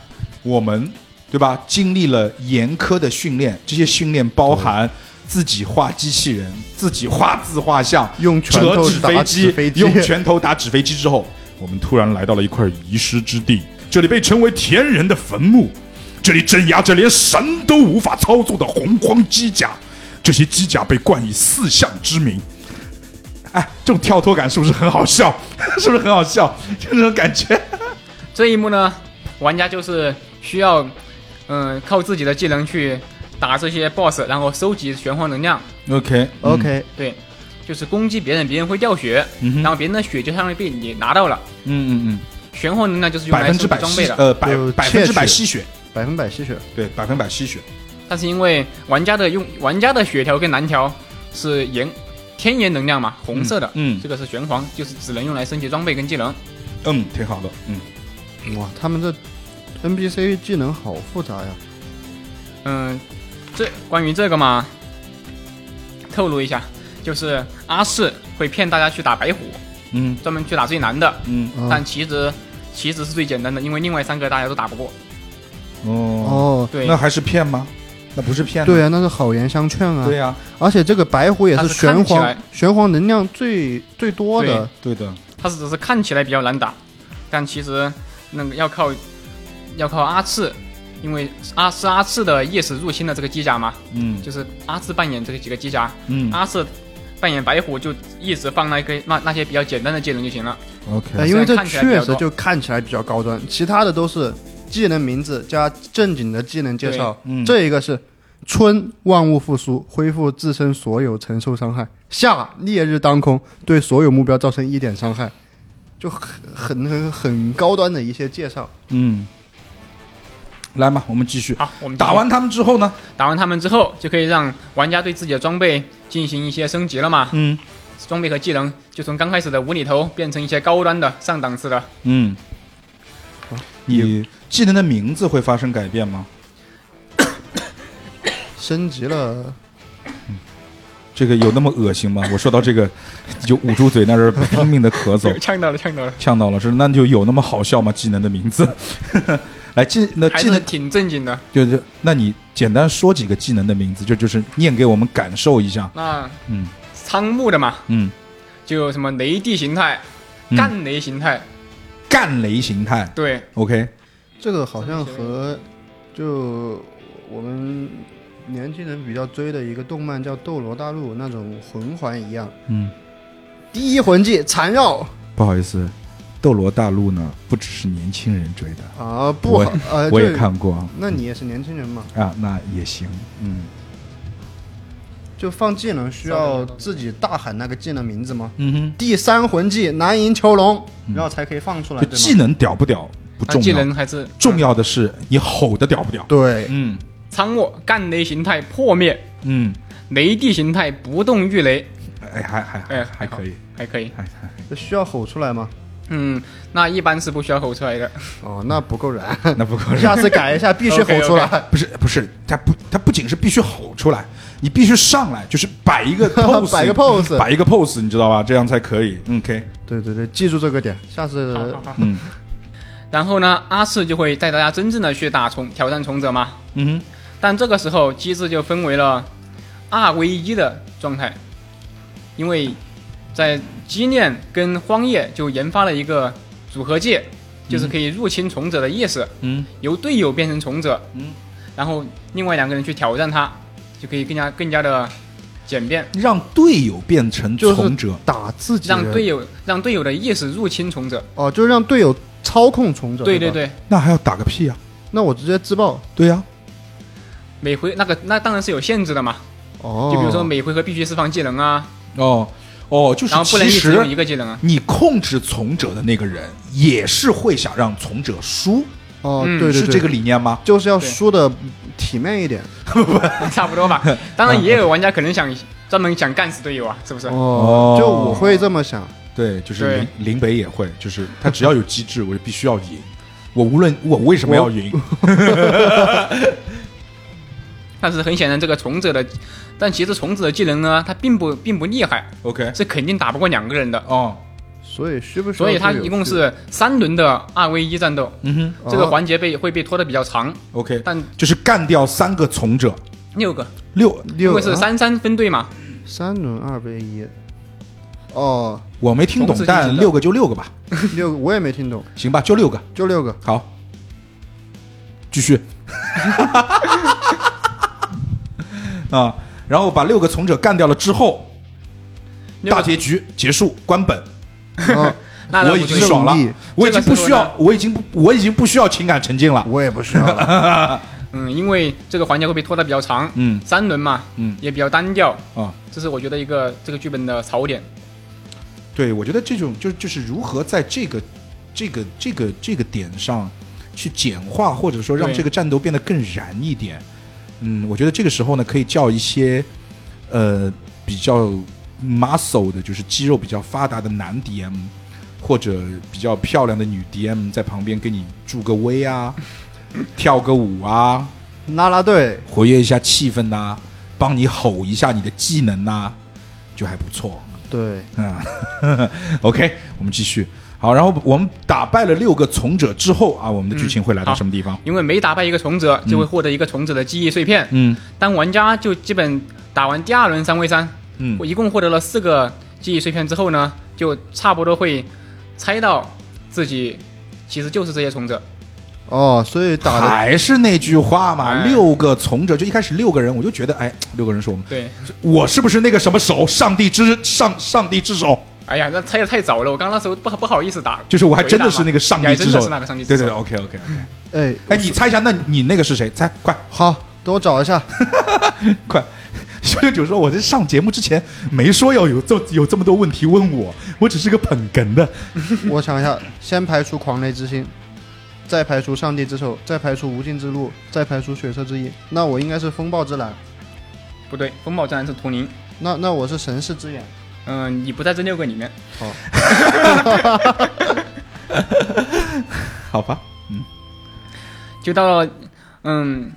Speaker 1: 我们对吧？经历了严苛的训练，这些训练包含自己画机器人、自己画字画像、
Speaker 5: 用拳
Speaker 1: 折
Speaker 5: 头
Speaker 1: 纸
Speaker 5: 打
Speaker 1: 飞
Speaker 5: 纸飞机
Speaker 1: 用拳头打纸飞机之后，我们突然来到了一块遗失之地，这里被称为田人的坟墓，这里镇压着连神都无法操作的洪荒机甲，这些机甲被冠以四象之名。哎，这种跳脱感是不是很好笑？ 是不是很好笑？ 就这种感觉。
Speaker 4: 这一幕呢，玩家就是需要，嗯、靠自己的技能去打这些 BOSS，然后收集玄黄能量。
Speaker 1: OK
Speaker 5: OK，
Speaker 4: 对，就是攻击别人，别人会掉血，
Speaker 1: 嗯哼
Speaker 4: 然后别人的血就相当于被你拿到了。
Speaker 1: 嗯嗯嗯。
Speaker 4: 玄黄能量就是用
Speaker 1: 百
Speaker 4: 来
Speaker 1: 分
Speaker 4: 收
Speaker 1: 之
Speaker 4: 集
Speaker 1: 百
Speaker 4: 装
Speaker 1: 吸
Speaker 4: 备的，
Speaker 1: 呃百
Speaker 5: 就
Speaker 1: 百分之百
Speaker 5: 窃取
Speaker 1: 吸血，
Speaker 5: 百分百吸血。
Speaker 1: 对，百分百吸血。
Speaker 4: 但是因为玩家的用玩家的血条跟蓝条是炎天炎能量嘛，红色的，
Speaker 1: 嗯嗯
Speaker 4: 这个是玄黄，就是只能用来升级装备跟技能。
Speaker 1: 嗯，挺好的。嗯，
Speaker 5: 哇，他们这 NPC 技能好复杂呀！
Speaker 4: 嗯，这关于这个嘛，透露一下，就是阿四会骗大家去打白虎，
Speaker 1: 嗯
Speaker 4: 专门去打最难的，
Speaker 1: 嗯
Speaker 5: 嗯
Speaker 4: 但其实其实是最简单的，因为另外三个大家都打不过。
Speaker 1: 哦，
Speaker 5: 哦，
Speaker 4: 对，
Speaker 1: 那还是骗吗？那不是骗。
Speaker 5: 对啊，那是好言相劝啊。
Speaker 1: 对呀，
Speaker 5: 而且这个白虎也
Speaker 4: 它
Speaker 5: 是
Speaker 4: 是看
Speaker 5: 玄
Speaker 4: 起来
Speaker 5: 黄，玄黄能量最最多的。
Speaker 1: 对的。
Speaker 4: 他只是看起来比较难打，但其实那个要靠要靠阿次，因为阿是阿次的夜使入侵了这个机甲嘛，
Speaker 1: 嗯
Speaker 4: 就是阿次扮演这个几个机甲，
Speaker 5: 啊
Speaker 1: 嗯
Speaker 4: 阿次扮演白虎就一直放那个那那些比较简单的技能就行了。
Speaker 5: 哎，
Speaker 1: ，OK。
Speaker 5: 因为
Speaker 4: 虽
Speaker 5: 这
Speaker 4: 然看起来比
Speaker 5: 确
Speaker 4: 较
Speaker 5: 实
Speaker 4: 多
Speaker 5: 就看起来比较高端，其他的都是技能名字加正经的技能介绍。
Speaker 1: 嗯
Speaker 5: 这一个是春万物复苏，恢复自身所有承受伤害；夏烈日当空，对所有目标造成一点伤害。就很很很很高端的一些介绍，
Speaker 1: 嗯，来嘛，我们继续。
Speaker 5: 啊
Speaker 4: 好，我们继续
Speaker 1: 打完他们之后呢？
Speaker 4: 打完他们之后，就可以让玩家对自己的装备进行一些升级了嘛。
Speaker 1: 嗯
Speaker 4: 装备和技能就从刚开始的无厘头变成一些高端的上档次的。，
Speaker 5: 啊
Speaker 1: 嗯。你技能的名字会发生改变吗？
Speaker 5: 升级了，
Speaker 1: 这个有那么恶心吗？我说到这个，就捂住嘴那儿拼命的咳嗽
Speaker 4: 呛到了，呛到了，
Speaker 1: 呛到了是那就有那么好笑吗？技能的名字，来技那
Speaker 4: 还
Speaker 1: 技
Speaker 4: 是
Speaker 1: 能
Speaker 4: 挺正经的。
Speaker 1: 就是那你简单说几个技能的名字，就就是念给我们感受一下。
Speaker 4: 那
Speaker 1: 嗯
Speaker 4: 仓木的嘛，
Speaker 1: 嗯，
Speaker 4: 就有什么雷地形态、
Speaker 1: 嗯
Speaker 4: 干雷形态，
Speaker 1: 干雷形态
Speaker 4: 对，
Speaker 1: ，OK，
Speaker 5: 这个好像和就我们年轻人比较追的一个动漫叫《斗罗大陆》那种魂环一样。
Speaker 1: 嗯，
Speaker 5: 第一魂技缠绕
Speaker 1: 不好意思，斗罗大陆呢不只是年轻人追的，
Speaker 5: 啊，不
Speaker 1: 我
Speaker 5: 好，呃，
Speaker 1: 我也
Speaker 5: 就
Speaker 1: 看过啊
Speaker 5: 那你也是年轻人嘛？
Speaker 1: 啊，那也行，嗯
Speaker 5: 就放技能需要自己大喊那个技能名字吗？
Speaker 1: 嗯
Speaker 5: 第三魂技南银囚龙，然后才可以放出来，
Speaker 1: 就技
Speaker 5: 对吗？
Speaker 1: 能屌不屌不
Speaker 4: 那
Speaker 1: 重
Speaker 4: 啊技
Speaker 1: 要，
Speaker 4: 能还是
Speaker 1: 重要的是你吼的屌不屌，
Speaker 5: 对，
Speaker 1: 嗯
Speaker 4: 仓木干雷形态破灭，
Speaker 1: 嗯，
Speaker 4: 雷地形态不动御雷，
Speaker 1: 哎还还还
Speaker 4: 哎
Speaker 1: 还可以，
Speaker 4: 还可以。
Speaker 1: 还还
Speaker 5: 这需要吼出来吗？
Speaker 4: 嗯，那一般是不需要吼 出来的。
Speaker 5: 哦，那不够燃，
Speaker 1: 那不够
Speaker 5: 下次改一 下，必须吼出来。
Speaker 1: 不是不是，他不他不仅是必须吼出来，你必须上来就是 摆一个 pose，
Speaker 5: 摆个 pose
Speaker 1: 摆一个 pose，你知道吧？这样才可以。嗯 OK，
Speaker 5: 对对对，记住这个点，下次
Speaker 1: 嗯
Speaker 4: 然后呢，阿四就会带大家真正的去打虫挑战虫者嘛。
Speaker 1: 嗯哼，
Speaker 4: 但这个时候机制就分为了二 v 一的状态，因为在激念跟荒野就研发了一个组合技，就是可以入侵虫者的意识，
Speaker 1: 嗯，
Speaker 4: 由队友变成虫者，
Speaker 1: 嗯，
Speaker 4: 然后另外两个人去挑战他，就可以更加更加的简便，
Speaker 1: 让队友变成
Speaker 5: 就是
Speaker 1: 从者，
Speaker 5: 打自己
Speaker 4: 让
Speaker 5: 人
Speaker 4: 队友让队友的意识入侵虫者。
Speaker 5: 哦，就是让队友操控虫者。
Speaker 4: 对
Speaker 5: 对
Speaker 4: 对
Speaker 5: 吧，
Speaker 4: 对，
Speaker 1: 那还要打个屁呀、啊
Speaker 5: 那我直接自爆。
Speaker 1: 对啊呀、
Speaker 4: 每回那个那当然是有限制的嘛，
Speaker 5: 哦，
Speaker 4: 就比如说每回合必须释放技能啊，
Speaker 1: 哦哦，就是
Speaker 4: 然后不能
Speaker 1: 其
Speaker 4: 一直有
Speaker 1: 实
Speaker 4: 一个技能啊。
Speaker 1: 你控制从者的那个人也是会想让从者输，
Speaker 5: 哦，
Speaker 4: 嗯
Speaker 5: 对对对，
Speaker 1: 是这个理念吗？
Speaker 5: 就是要
Speaker 4: 对
Speaker 5: 输的体面一点。
Speaker 4: 差不 多吧。当然，也有玩家可能想专门想干死队友啊，是不是？
Speaker 5: 哦，就我会这么想。
Speaker 1: 对，就是
Speaker 4: 对
Speaker 1: 林林北也会，就是他只要有机制，我就必须要赢。我无论我为什么要赢，
Speaker 4: 但是很显然，这个虫者的，但其实虫子的技能呢，它并不并不厉害，
Speaker 1: OK，
Speaker 4: 是肯定打不过两个人的。
Speaker 1: 哦，
Speaker 5: 所以需不需要
Speaker 4: 所以它
Speaker 5: 队友
Speaker 4: 一共
Speaker 5: 去
Speaker 4: 是三轮的二 v 一战斗，
Speaker 1: 嗯
Speaker 4: 这个环节被会被拖得比较长，
Speaker 1: 哼，OK，
Speaker 4: 但
Speaker 1: 就是干掉三个从者，
Speaker 4: 六个，
Speaker 1: 六，
Speaker 4: 因
Speaker 5: 六啊
Speaker 4: 为是三三分队嘛，
Speaker 5: 三轮二 v 一。哦，
Speaker 1: 我没听懂
Speaker 4: 从自，己
Speaker 1: 但
Speaker 4: 知道
Speaker 1: 六个就六个吧，
Speaker 5: 六个我也没听懂，
Speaker 1: 行吧，就六个，
Speaker 5: 就六个。
Speaker 1: 好，继续， 啊，然后把六个从者干掉了之后，
Speaker 4: 六
Speaker 1: 大
Speaker 4: 个
Speaker 1: 结局结束，关本，
Speaker 5: 哦，
Speaker 4: 那
Speaker 1: 我已经爽了
Speaker 5: 正义，
Speaker 1: 我已经不需
Speaker 4: 这个时
Speaker 1: 要，我已经不，我已经不需要情感沉浸了，
Speaker 5: 我也不需 要了。
Speaker 4: 嗯，因为这个环节会被拖得比较长，
Speaker 1: 嗯
Speaker 4: 三轮嘛，
Speaker 1: 嗯
Speaker 4: 也比较单调，
Speaker 1: 啊。
Speaker 4: 这是我觉得一个这个剧本的槽点。
Speaker 1: 对，我觉得这种就就是如何在这个这个这个这个点上去简化，或者说让
Speaker 4: 对
Speaker 1: 这个战斗变得更燃一点。嗯，我觉得这个时候呢，可以叫一些呃比较 muscle 的，就是肌肉比较发达的男 DM，或者比较漂亮的女 DM 在旁边给你助个威啊，跳个舞啊，
Speaker 5: 啦啦队，
Speaker 1: 活跃一下气氛呐、帮你吼一下你的技能呐、就还不错。
Speaker 5: 对，
Speaker 1: 嗯，OK，我们继续。好，然后我们打败了六个从者之后啊，我们的剧情会来到
Speaker 4: 好
Speaker 1: 什么地方？
Speaker 4: 因为每打败一个虫者，就会获得一个虫者的记忆碎片。
Speaker 1: 嗯
Speaker 4: 当玩家就基本打完第二轮三 v 三，
Speaker 1: 嗯
Speaker 4: 我一共获得了四个记忆碎片之后呢，就差不多会猜到自己其实就是这些从者。
Speaker 5: 哦，所以打的
Speaker 1: 还是那句话嘛，
Speaker 4: 哎
Speaker 1: 六个从者就一开始六个人，我就觉得哎，六个人是我们，
Speaker 4: 对，
Speaker 1: 我是不是那个什么手？上帝之上上帝之手，
Speaker 4: 哎呀，那猜的太早了，我刚刚那时候不好不好意思打。
Speaker 1: 就是我还真的是那个上帝之
Speaker 4: 你还真
Speaker 1: 手，
Speaker 4: 的是那个上帝之
Speaker 1: 对
Speaker 4: 手
Speaker 1: 对对，OK OK OK。
Speaker 5: 哎
Speaker 1: 哎，你猜一下，那你那个是谁？猜，快
Speaker 5: 好，等我找一下。
Speaker 1: 快！小六九说：“我在上节目之前没说要有这有这么多问题问我，我只是个捧哏的。
Speaker 5: 我想一下，先排除狂雷之心，再排除上帝之手，再排除无尽之路，再排除血色之翼。那我应该是风暴之蓝，
Speaker 4: 不对，风暴自然是图灵。
Speaker 5: 那那我是神视之眼。
Speaker 4: 嗯、你不在这六个里面。
Speaker 1: 好吧，
Speaker 4: 就到了，嗯，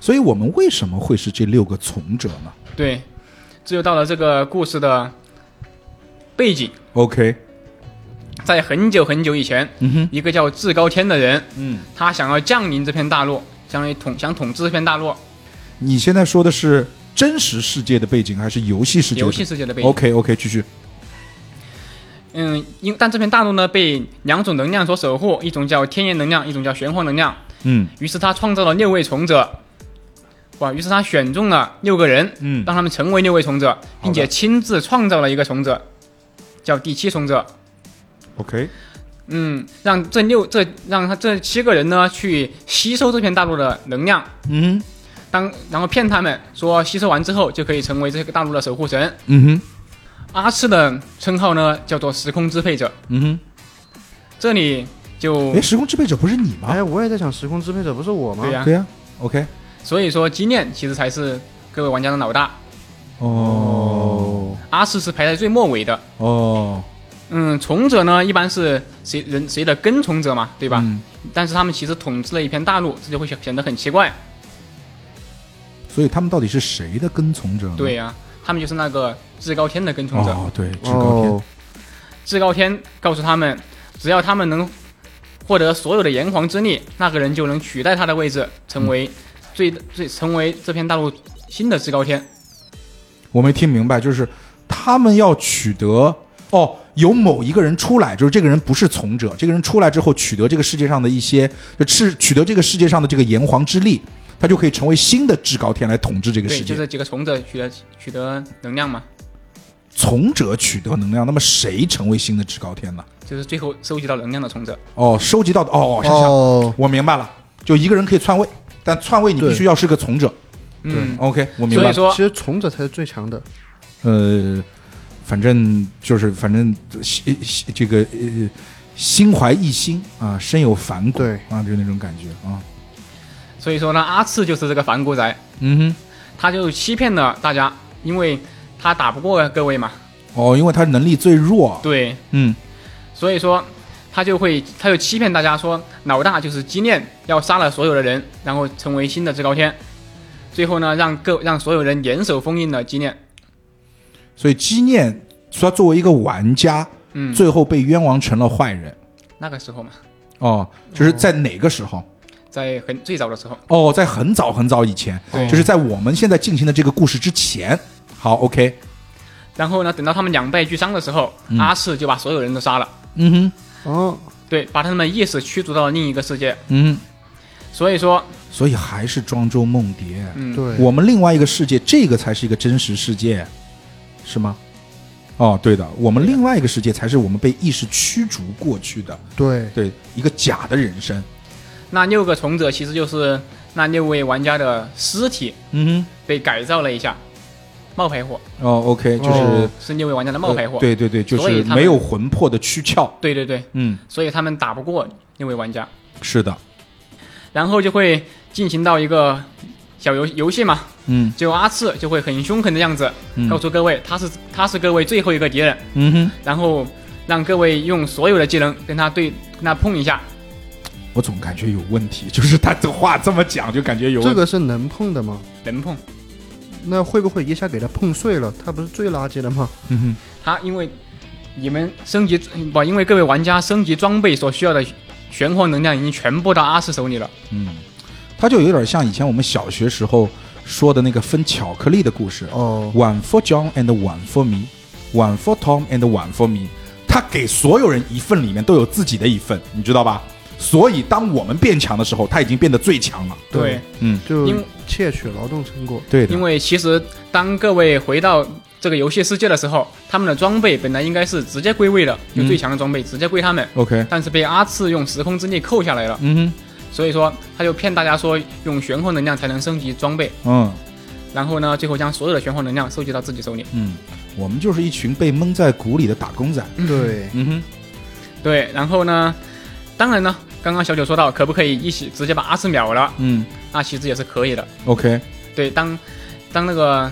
Speaker 1: 所以我们为什么会是这六个从者呢
Speaker 4: 对，这就到了这个故事的背景，
Speaker 1: ？OK，
Speaker 4: 在很久很久以前，
Speaker 1: 嗯哼，
Speaker 4: 一个叫至高天的人，
Speaker 1: 嗯，
Speaker 4: 他想要降临这片大陆，想要统想统治这片大陆，
Speaker 1: 你现在说的是真实世界的背景还是游戏世界的？
Speaker 4: 游戏世界的背景。
Speaker 1: OK OK，继续。
Speaker 4: 嗯，因但这片大陆呢被两种能量所守护，一种叫天然能量，一种叫玄黄能量。
Speaker 1: 嗯
Speaker 4: 于是他创造了六位从者，哇！于是他选中了六个人，
Speaker 1: 嗯
Speaker 4: 让他们成为六位从者，并且亲自创造了一个从者，叫第七从者。
Speaker 1: ，OK，
Speaker 4: 嗯，让这六这让他这七个人呢去吸收这片大陆的能量，
Speaker 1: 嗯
Speaker 4: 当然后骗他们说吸收完之后就可以成为这个大陆的守护神。
Speaker 1: 嗯哼
Speaker 4: 阿赤的称号呢叫做时空支配者，
Speaker 1: 嗯哼。
Speaker 4: 这里就
Speaker 1: 哎，时空支配者不是你吗
Speaker 5: 哎，？我也在想，时空支配者不是我吗
Speaker 4: 啊对？呀、
Speaker 1: 对啊呀，OK，
Speaker 4: 所以说基念其实才是各位玩家的老大，
Speaker 1: 哦
Speaker 4: 阿赤是排在最末尾的。
Speaker 1: 哦，
Speaker 4: 嗯，从者呢一般是谁人谁的跟从者嘛，对吧？
Speaker 1: 嗯
Speaker 4: 但是他们其实统治了一片大陆，这就会显显得很奇怪。
Speaker 1: 所以他们到底是谁的跟从者呢？
Speaker 4: 对呀、他们就是那个至高天的跟从者。
Speaker 1: 嗯哦，对，至高天
Speaker 5: 哦，
Speaker 4: 至高天告诉他们，只要他们能获得所有的炎黄之力，那个人就能取代他的位置，成为
Speaker 1: 嗯
Speaker 4: 最最成为这片大陆新的至高天。
Speaker 1: 我没听明白，就是他们要取得哦，有某一个人出来，就是这个人不是从者，这个人出来之后取得这个世界上的一些，就是取得这个世界上的这个炎黄之力，他就可以成为新的至高天来统治这个
Speaker 4: 对，
Speaker 1: 世
Speaker 4: 就
Speaker 1: 界。
Speaker 4: 这几个从者取得取得能量嘛，
Speaker 1: 从者取得能量，那么谁成为新的至高天呢？
Speaker 4: 就是最后收集到能量的从者。
Speaker 1: 哦，收集到的哦，想想、
Speaker 5: 哦，
Speaker 1: 我明白了，就一个人可以篡位，但篡位你必须要是个从者。
Speaker 4: 嗯，
Speaker 1: OK，我明白
Speaker 4: 所以
Speaker 1: 了。
Speaker 4: 说
Speaker 5: 其实从者才是最强的。
Speaker 1: 呃，反正就是反正心心这个呃心怀一心啊，深有反骨
Speaker 5: 对
Speaker 1: 啊，就那种感觉啊。
Speaker 4: 所以说呢，阿次就是这个反骨仔，
Speaker 1: 嗯
Speaker 4: 他就欺骗了大家，因为他打不过各位嘛。
Speaker 1: 哼，哦，因为他能力最弱。
Speaker 4: 对，
Speaker 1: 嗯
Speaker 4: 所以说他就会他就欺骗大家说老大就是基念要杀了所有的人，然后成为新的至高天。最后呢，让各让所有人严守封印了基念。
Speaker 1: 所以基念他作为一个玩家，
Speaker 4: 嗯，
Speaker 1: 最后被冤枉成了坏人。
Speaker 4: 那个时候嘛，
Speaker 1: 哦，就是在哪个时候？
Speaker 4: 在很最早的时候，
Speaker 1: 哦，在很早很早以前，
Speaker 4: 对
Speaker 1: 就是在我们现在进行的这个故事之前。好，OK，
Speaker 4: 然后呢，等到他们两败俱伤的时候，阿赤就把所有人都杀了，
Speaker 1: 嗯哼，
Speaker 5: 哦，
Speaker 4: 对，把他们意识驱逐到了另一个世界。
Speaker 1: 嗯，
Speaker 4: 所以说，
Speaker 1: 所以还是庄周梦蝶。啊
Speaker 4: 嗯
Speaker 5: 对，
Speaker 1: 我们另外一个世界，这个才是一个真实世界，是吗？哦，对的，我们另外一个世界才是我们被意识驱逐过去的，
Speaker 5: 对，
Speaker 1: 对，一个假的人生。
Speaker 4: 那六个从者其实就是那六位玩家的尸体
Speaker 1: 嗯
Speaker 4: 被改造了一下，冒牌货
Speaker 1: 哼，哦，OK，就是、
Speaker 5: 哦
Speaker 4: 是六位玩家的冒牌货。
Speaker 1: 呃对对对，就
Speaker 4: 所以
Speaker 1: 是
Speaker 4: 他们
Speaker 1: 没有魂魄的躯壳。
Speaker 4: 对对对，
Speaker 1: 嗯，
Speaker 4: 所以他们打不过六位玩家，
Speaker 1: 是的，
Speaker 4: 然后就会进行到一个小游游戏嘛，
Speaker 1: 嗯
Speaker 4: 就阿次就会很凶狠的样子
Speaker 1: 嗯
Speaker 4: 告诉各位，他是他是各位最后一个敌人，
Speaker 1: 嗯哼，
Speaker 4: 然后让各位用所有的技能跟他对跟他碰一下，
Speaker 1: 我总感觉有问题，就是他这话这么讲，就感觉有问
Speaker 5: 这
Speaker 1: 题。
Speaker 5: 个是能碰的吗？
Speaker 4: 能碰
Speaker 5: 那会不会一下给他碰碎了？他不是最垃圾的吗？
Speaker 1: 嗯哼，
Speaker 4: 他，因为你们升级不，因为各位玩家升级装备所需要的玄黄能量已经全部到阿次手里了。
Speaker 1: 他就有点像以前我们小学时候说的那个分巧克力的故事。
Speaker 5: 哦，
Speaker 1: One for John and one for me, one for Tom and one for me。他给所有人一份，里面都有自己的一份，你知道吧？所以当我们变强的时候，他已经变得最强了。
Speaker 4: 对
Speaker 5: 对，
Speaker 1: 嗯，
Speaker 5: 就
Speaker 4: 因
Speaker 5: 窃取劳动成果。
Speaker 1: 对
Speaker 4: 因为其实当各位回到这个游戏世界的时候，他们的装备本来应该是直接归位的，就
Speaker 1: 嗯
Speaker 4: 最强的装备直接归他
Speaker 5: 嗯
Speaker 4: 们，
Speaker 1: OK，
Speaker 4: 但是被阿次用时空之力扣下来了，
Speaker 1: 嗯
Speaker 4: 所以说他就骗大家说用玄黄能量才能升级装备，
Speaker 1: 哼，嗯
Speaker 4: 然后呢，最后将所有的玄黄能量收集到自己手里。
Speaker 1: 嗯，我们就是一群被蒙在鼓里的打工仔。
Speaker 5: 对，
Speaker 1: 嗯哼，
Speaker 4: 对，然后呢，当然呢，刚刚小九说到可不可以一起直接把阿次秒了，
Speaker 1: 嗯
Speaker 4: 那其实也是可以的。
Speaker 1: ，OK，
Speaker 4: 对，当当那个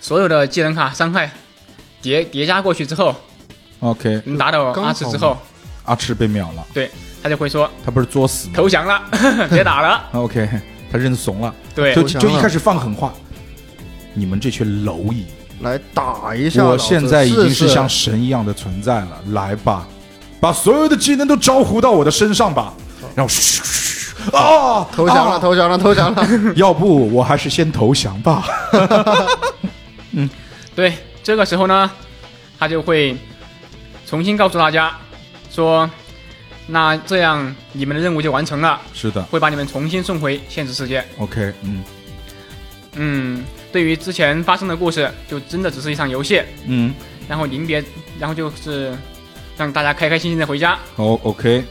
Speaker 4: 所有的技能卡伤害叠叠加过去之后，
Speaker 1: OK，
Speaker 4: 能打倒
Speaker 5: 刚好
Speaker 4: 阿次之后，
Speaker 1: 啊阿赤被秒了，
Speaker 4: 对他就会说
Speaker 1: 他不是作死吗
Speaker 4: 投降了，别打了。
Speaker 1: ？OK，他认怂了，
Speaker 4: 对
Speaker 1: 就
Speaker 5: 投降
Speaker 1: 就一
Speaker 5: 了
Speaker 1: 开始放狠话，你们这群蝼蚁，
Speaker 5: 来打一下老子。
Speaker 1: 我现在已经是
Speaker 5: 试试
Speaker 1: 像神一样的存在了，来吧，把所有的技能都招呼到我的身上吧，然后嘘嘘嘘啊，
Speaker 5: 投降了，
Speaker 1: 啊
Speaker 5: 投降了，投 降了。
Speaker 1: 要不我还是先投降吧。
Speaker 4: 对，这个时候呢，他就会重新告诉大家说，那这样你们的任务就完成了，
Speaker 1: 是的
Speaker 4: 会把你们重新送回现实世界。
Speaker 1: ，OK，嗯
Speaker 4: 嗯，对于之前发生的故事，就真的只是一场游戏，
Speaker 1: 嗯，
Speaker 4: 然后临别，然后就是让大家开开心心的回家。
Speaker 1: 好，OK，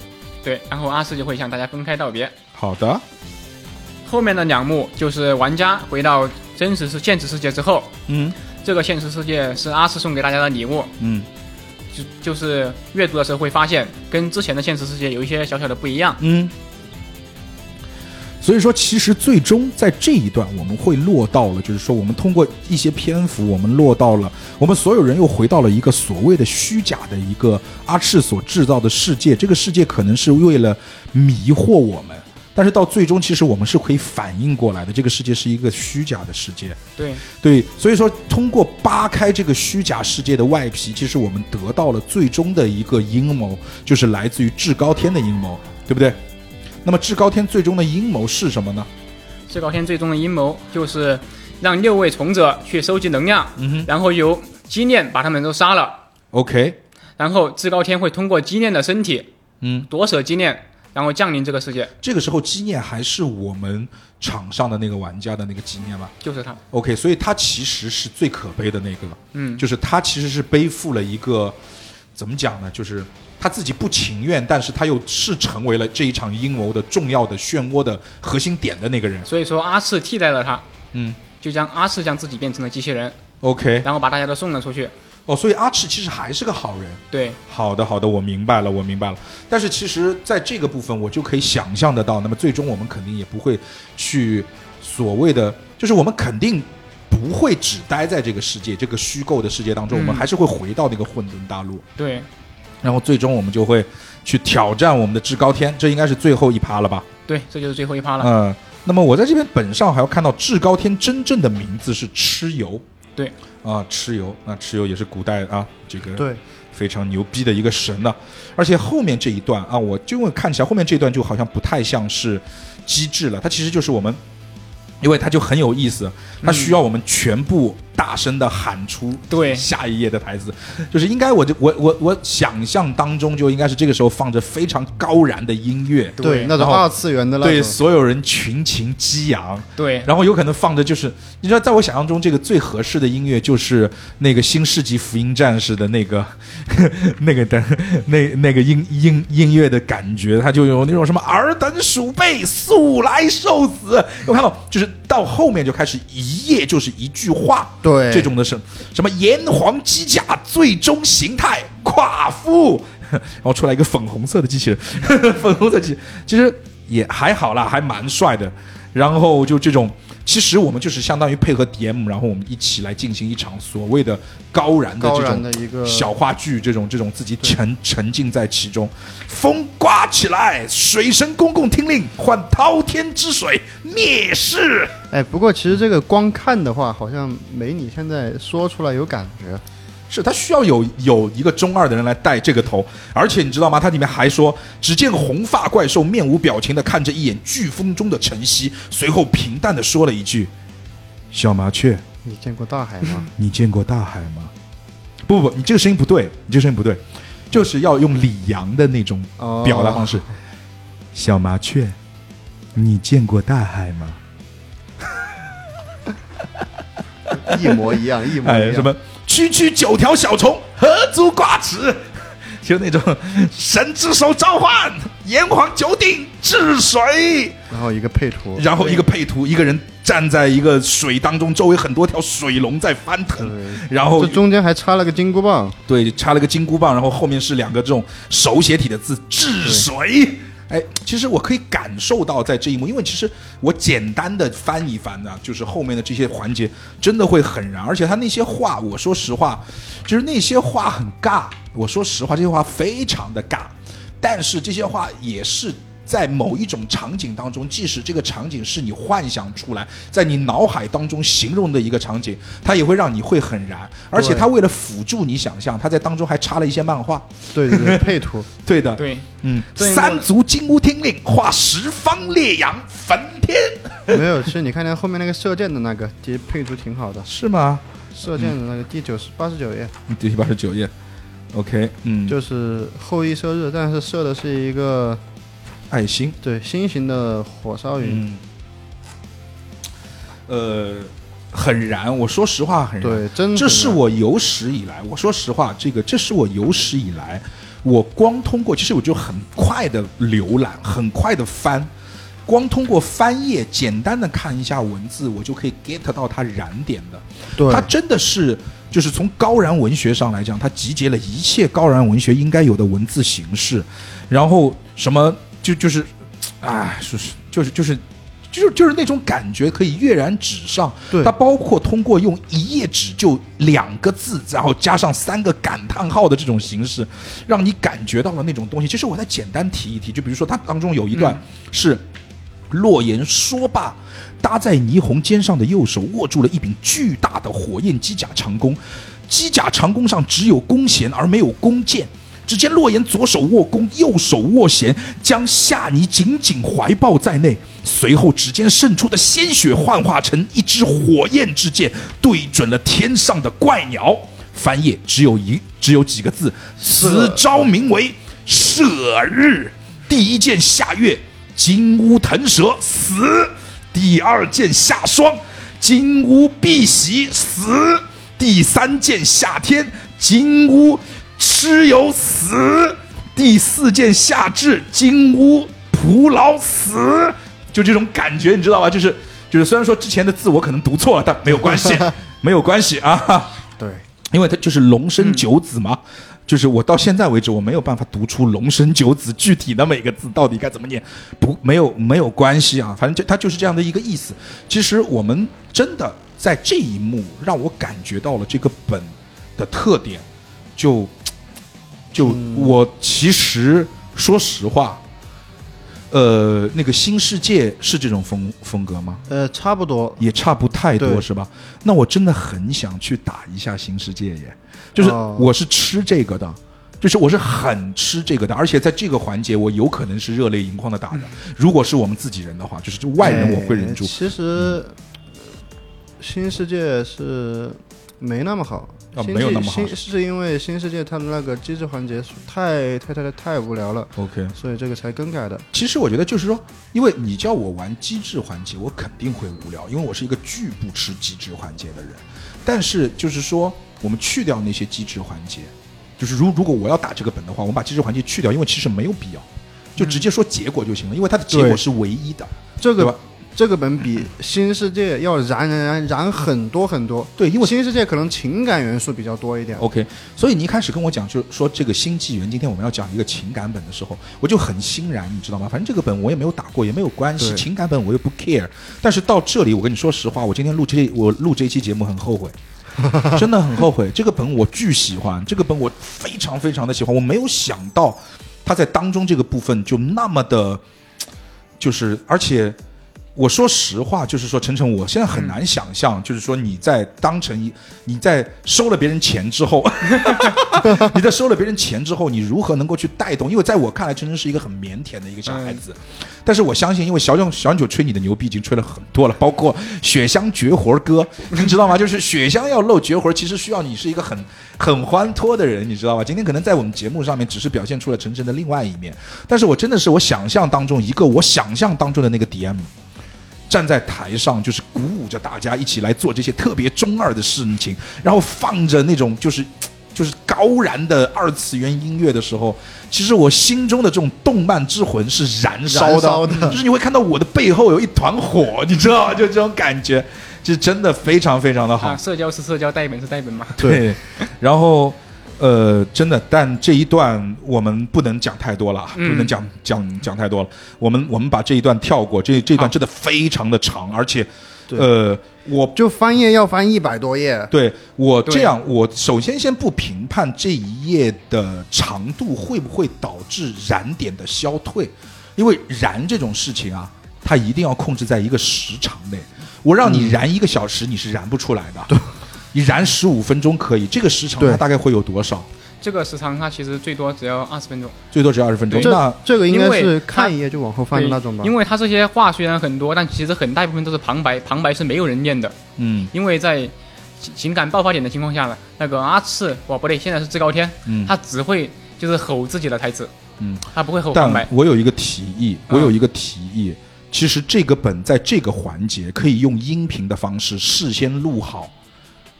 Speaker 4: 对，然后阿四就会向大家分开道别。
Speaker 1: 好的，
Speaker 4: 后面的两幕就是玩家回到真实是现实世界之后，
Speaker 1: 嗯
Speaker 4: 这个现实世界是阿四送给大家的礼物，
Speaker 1: 嗯
Speaker 4: 就就是阅读的时候会发现跟之前的现实世界有一些小小的不一样。
Speaker 1: 嗯。所以说，其实最终在这一段，我们会落到了，就是说，我们通过一些篇幅，我们落到了，我们所有人又回到了一个所谓的虚假的一个阿赤所制造的世界。这个世界可能是为了迷惑我们，但是到最终，其实我们是可以反应过来的，这个世界是一个虚假的世界。
Speaker 4: 对，
Speaker 1: 对，所以说通过扒开这个虚假世界的外皮，其实我们得到了最终的一个阴谋，就是来自于至高天的阴谋，对不对？那么至高天最终的阴谋是什么呢？
Speaker 4: 制高天最终的阴谋就是让六位从者去收集能量，然后由基念把他们都杀了，
Speaker 1: OK，
Speaker 4: 然后制高天会通过基念的身体，
Speaker 1: 嗯，
Speaker 4: 夺舍基念，然后降临这个世界，
Speaker 1: 这个时候基念还是我们场上的那个玩家的那个基念吗
Speaker 4: 就是他。
Speaker 1: ？OK，所以他其实是最可悲的那个了，
Speaker 4: 嗯
Speaker 1: 就是他其实是背负了一个怎么讲呢？就是他自己不情愿，但是他又是成为了这一场阴谋的重要的漩涡的核心点的那个人。
Speaker 4: 所以说阿四替代了他，
Speaker 1: 嗯，
Speaker 4: 就将阿四将自己变成了机器人，
Speaker 1: OK，
Speaker 4: 然后把大家都送了出去。
Speaker 1: 哦，所以阿赤其实还是个好人。
Speaker 4: 对，
Speaker 1: 好的，好的，我明白了，我明白了。但是其实在这个部分，我就可以想象得到，那么最终我们肯定也不会去所谓的，就是我们肯定不会只待在这个世界这个虚构的世界当中，
Speaker 4: 嗯
Speaker 1: 我们还是会回到那个混沌大陆，
Speaker 4: 对，
Speaker 1: 然后最终我们就会去挑战我们的至高天，这应该是最后一趴了吧？
Speaker 4: 对，这就是最后一
Speaker 5: 啊
Speaker 4: 趴了。
Speaker 1: 嗯，那么我在这篇本上还要看到至高天真正的名字是蚩尤。
Speaker 4: 对，
Speaker 1: 啊，蚩尤，那蚩尤也是古代啊这个
Speaker 5: 对，
Speaker 1: 非常牛逼的一个神呢、啊而且后面这一段啊，我就会看起来后面这一段就好像不太像是机制了，它其实就是我们。因为它就很有意思，
Speaker 4: 嗯
Speaker 1: 它需要我们全部大声的喊出
Speaker 4: 对
Speaker 1: 下一页的台词，就是应该我就我我我想象当中就应该是这个时候放着非常高燃的音乐，
Speaker 5: 对，那
Speaker 1: 然
Speaker 5: 种
Speaker 1: 后
Speaker 5: 二次元的那
Speaker 1: 对
Speaker 5: 种，
Speaker 1: 所有人群情激昂，
Speaker 4: 对，
Speaker 1: 然后有可能放的就是，你知道，在我想象中，这个最合适的音乐就是那个《新世纪福音战士》的那个 那个的那那个音音音乐的感觉，它就有那种什么“尔等鼠辈，速来受死”。我看到就是到后面就开始一页就是一句话，
Speaker 5: 对
Speaker 1: 这种的是什么炎黄机甲最终形态夸父， 然后出来一个粉红色的机器人， 粉红色机器人其实也还好啦，还蛮帅的。然后就这种，其实我们就是相当于配合 DM，然后我们一起来进行一场所谓的高燃的
Speaker 5: 高
Speaker 1: 这
Speaker 5: 燃
Speaker 1: 种
Speaker 5: 的一个
Speaker 1: 小话剧，这种这种自己沉 沉浸在其中，风刮起来，水神公公听令，唤滔天之水灭世。
Speaker 5: 哎，不过其实这个光看的话，好像没你现在说出来有感觉。
Speaker 1: 是他需要有有一个中二的人来带这个头，而且你知道吗？他里面还说，只见红发怪兽面无表情的看着一眼飓风中的晨曦，随后平淡的说了一句：“小麻雀，
Speaker 5: 你见过大海 吗？
Speaker 1: 你见过大海吗？”不不不，你这个声音不对，你这个声音不对，就是要用李阳的那种
Speaker 5: 哦
Speaker 1: 表达方式。小麻雀，你见过大海吗？
Speaker 5: 一模一样，一模一
Speaker 1: 哎，
Speaker 5: 样。
Speaker 1: 什么区区九条小虫，何足挂齿？ 就那种神之手召唤，炎黄九鼎治水。
Speaker 5: 然后一个配图，
Speaker 1: 然后一个配图，一个人站在一个水当中，周围很多条水龙在翻腾，然后
Speaker 5: 这中间还插了个金箍棒，
Speaker 1: 对插了个金箍棒，然后后面是两个这种手写体的字“治水”。哎，其实我可以感受到在这一幕，因为其实我简单的翻一翻呢、啊就是后面的这些环节真的会很燃，而且他那些话，我说实话，就是那些话很尬，我说实话，这些话非常的尬，但是这些话也是在某一种场景当中，即使这个场景是你幻想出来，在你脑海当中形容的一个场景，它也会让你会很燃。而且它为了辅助你想象，它在当中还插了一些漫画。
Speaker 5: 对对对，配图，
Speaker 1: 对的，
Speaker 4: 对，
Speaker 1: 嗯，
Speaker 4: 所以我
Speaker 1: 三足金乌听令，化十方烈阳焚天，
Speaker 5: 没有，是你看那后面那个射箭的那个，其实配图挺好的，
Speaker 1: 是吗？
Speaker 5: 射箭的那个第九十八十九页，
Speaker 1: 第八十九页，OK，嗯，
Speaker 5: 就是后羿射日，但是射的是一个
Speaker 1: 爱心，
Speaker 5: 对心形的火烧云，
Speaker 1: 嗯，呃，很燃，我说实话很燃，
Speaker 5: 对，真
Speaker 1: 这
Speaker 5: 很
Speaker 1: 是
Speaker 5: 难
Speaker 1: 我有史以来，我说实话，这个这是我有史以来，我光通过，其实我就很快的浏览，很快的翻，光通过翻页，简单的看一下文字，我就可以 get 到它燃点的。
Speaker 5: 对
Speaker 1: 它真的是，就是从高燃文学上来讲，它集结了一切高燃文学应该有的文字形式，然后什么就就是，哎，是是就是就是。就是就是那种感觉，可以跃然纸上。
Speaker 5: 对
Speaker 1: 它包括通过用一页纸就两个字，然后加上三个感叹号的这种形式，让你感觉到了那种东西。其实我再简单提一提，就比如说它当中有一段是洛言说罢，搭在霓虹肩上的右手握住了一柄巨大的火焰机甲长弓，机甲长弓上只有弓弦而没有弓箭。只见洛言左手握弓，右手握弦，将夏妮紧紧怀抱在内。随后，指尖渗出的鲜血幻化成一支火焰之箭，对准了天上的怪鸟。翻页只有一，只有几个字：此招名为“射日”。第一箭下月，金乌腾蛇死；第二箭下霜，金乌碧玺死；第三箭下天，金乌蚩尤死；第四箭下至，金乌蒲老死。就这种感觉，你知道吧？就是就是，虽然说之前的字我可能读错了，但没有关系，没有关系啊。
Speaker 5: 对，
Speaker 1: 因为它就是龙生九子嘛，就是我到现在为止我没有办法读出龙生九子具体的每个字到底该怎么念，不没有没有关系啊，反正就它就是这样的一个意思。其实我们真的在这一幕让我感觉到了这个本的特点，就就我其实说实话。呃，那个新世界是这种风风格吗？
Speaker 5: 呃，差不多，
Speaker 1: 也差不太多，
Speaker 5: 对
Speaker 1: 是吧？那我真的很想去打一下新世界耶，就是
Speaker 5: 哦
Speaker 1: 我是吃这个的。就是我是很吃这个的，而且在这个环节，我有可能是热泪盈眶的打的。如果是我们自己人的话，就是外人我会忍住
Speaker 5: 哎。其实，新世界是没那么好。
Speaker 1: 啊
Speaker 5: 新
Speaker 1: 没有
Speaker 5: 世
Speaker 1: 那么好
Speaker 5: 新是因为新世界它的那个机制环节太太太太太无聊了，
Speaker 1: OK，
Speaker 5: 所以这个才更改的。
Speaker 1: 其实我觉得就是说，因为你叫我玩机制环节，我肯定会无聊，因为我是一个巨不吃机制环节的人。但是就是说，我们去掉那些机制环节，就是如如果我要打这个本的话，我们把机制环节去掉，因为其实没有必要，就直接说结果就行了，因为它的结果
Speaker 5: 对
Speaker 1: 是唯一的，
Speaker 5: 这
Speaker 1: 对
Speaker 5: 个
Speaker 1: 吧？
Speaker 5: 这个本比新世界要燃燃燃很多很多。
Speaker 1: 对，因为
Speaker 5: 新世界可能情感元素比较多一点。
Speaker 1: OK，所以你一开始跟我讲，就是说这个新纪元，今天我们要讲一个情感本的时候，我就很欣然，你知道吗？反正这个本我也没有打过，也没有关系，
Speaker 5: 对
Speaker 1: 情感本我又不 care。但是到这里，我跟你说实话，我今天录这我录这一期节目很后 悔，真的很后悔。这个本我巨喜欢，这个本我非常非常的喜欢，我没有想到他在当中这个部分就那么的，就是而且。我说实话，就是说，晨晨，我现在很难想象，就是说你在当成一，你在收了别人钱之后， 你在收了别人钱之后，你如何能够去带动？因为在我看来，晨晨是一个很腼腆的一个小孩子，但是我相信，因为小囧小囧九吹你的牛逼已经吹了很多了，包括雪乡绝活歌，你知道吗？就是雪乡要露绝活，其实需要你是一个很很欢脱的人，你知道吧？今天可能在我们节目上面只是表现出了晨晨的另外一面，但是我真的是我想象当中一个我想象当中的那个 DM。站在台上，就是鼓舞着大家一起来做这些特别中二的事情，然后放着那种就是就是高燃的二次元音乐的时候，其实我心中的这种动漫之魂是燃烧
Speaker 5: 燃
Speaker 1: 的，
Speaker 5: 烧的
Speaker 1: 就是你会看到我的背后有一团火，你知道吗？就这种感觉，就真的非常非常的好。
Speaker 4: 啊，社交是社交，代本是代本嘛。
Speaker 1: 对，然后呃，真的，但这一段我们不能讲太多了，啊，不能讲讲讲太多了。我们我们把这一段跳过，这这段真的非常的长，而且呃，我
Speaker 5: 就翻页要翻一百多页，
Speaker 1: 对我这
Speaker 4: 对
Speaker 1: 样，我首先先不评判这一页的长度会不会导致燃点的消退，因为燃这种事情啊，它一定要控制在一个时长内。我让
Speaker 5: 嗯
Speaker 1: 你燃一个小时，你是燃不出来的。你燃十五分钟可以，这个时长它
Speaker 5: 对
Speaker 1: 大概会有多少？
Speaker 4: 这个时长它其实最多只要二十分钟。
Speaker 1: 最多只要二十分钟。那
Speaker 5: 这这个应
Speaker 4: 因
Speaker 5: 该
Speaker 4: 为
Speaker 5: 是
Speaker 4: 它
Speaker 5: 看一页就往后翻的
Speaker 4: 对
Speaker 5: 那种吧？
Speaker 4: 因为它这些话虽然很多，但其实很大一部分都是旁白，旁白是没有人念的，
Speaker 1: 嗯
Speaker 4: 因为在情情感爆发点的情况下呢，那个阿次哇不对，现在是至高天，
Speaker 1: 嗯
Speaker 4: 他只会就是吼自己的台词，
Speaker 1: 嗯，
Speaker 4: 他不会吼旁
Speaker 1: 但
Speaker 4: 哦白。
Speaker 1: 我有一个提议，
Speaker 4: 嗯
Speaker 1: 我有一个提议，其实这个本在这个环节可以用音频的方式事先录好，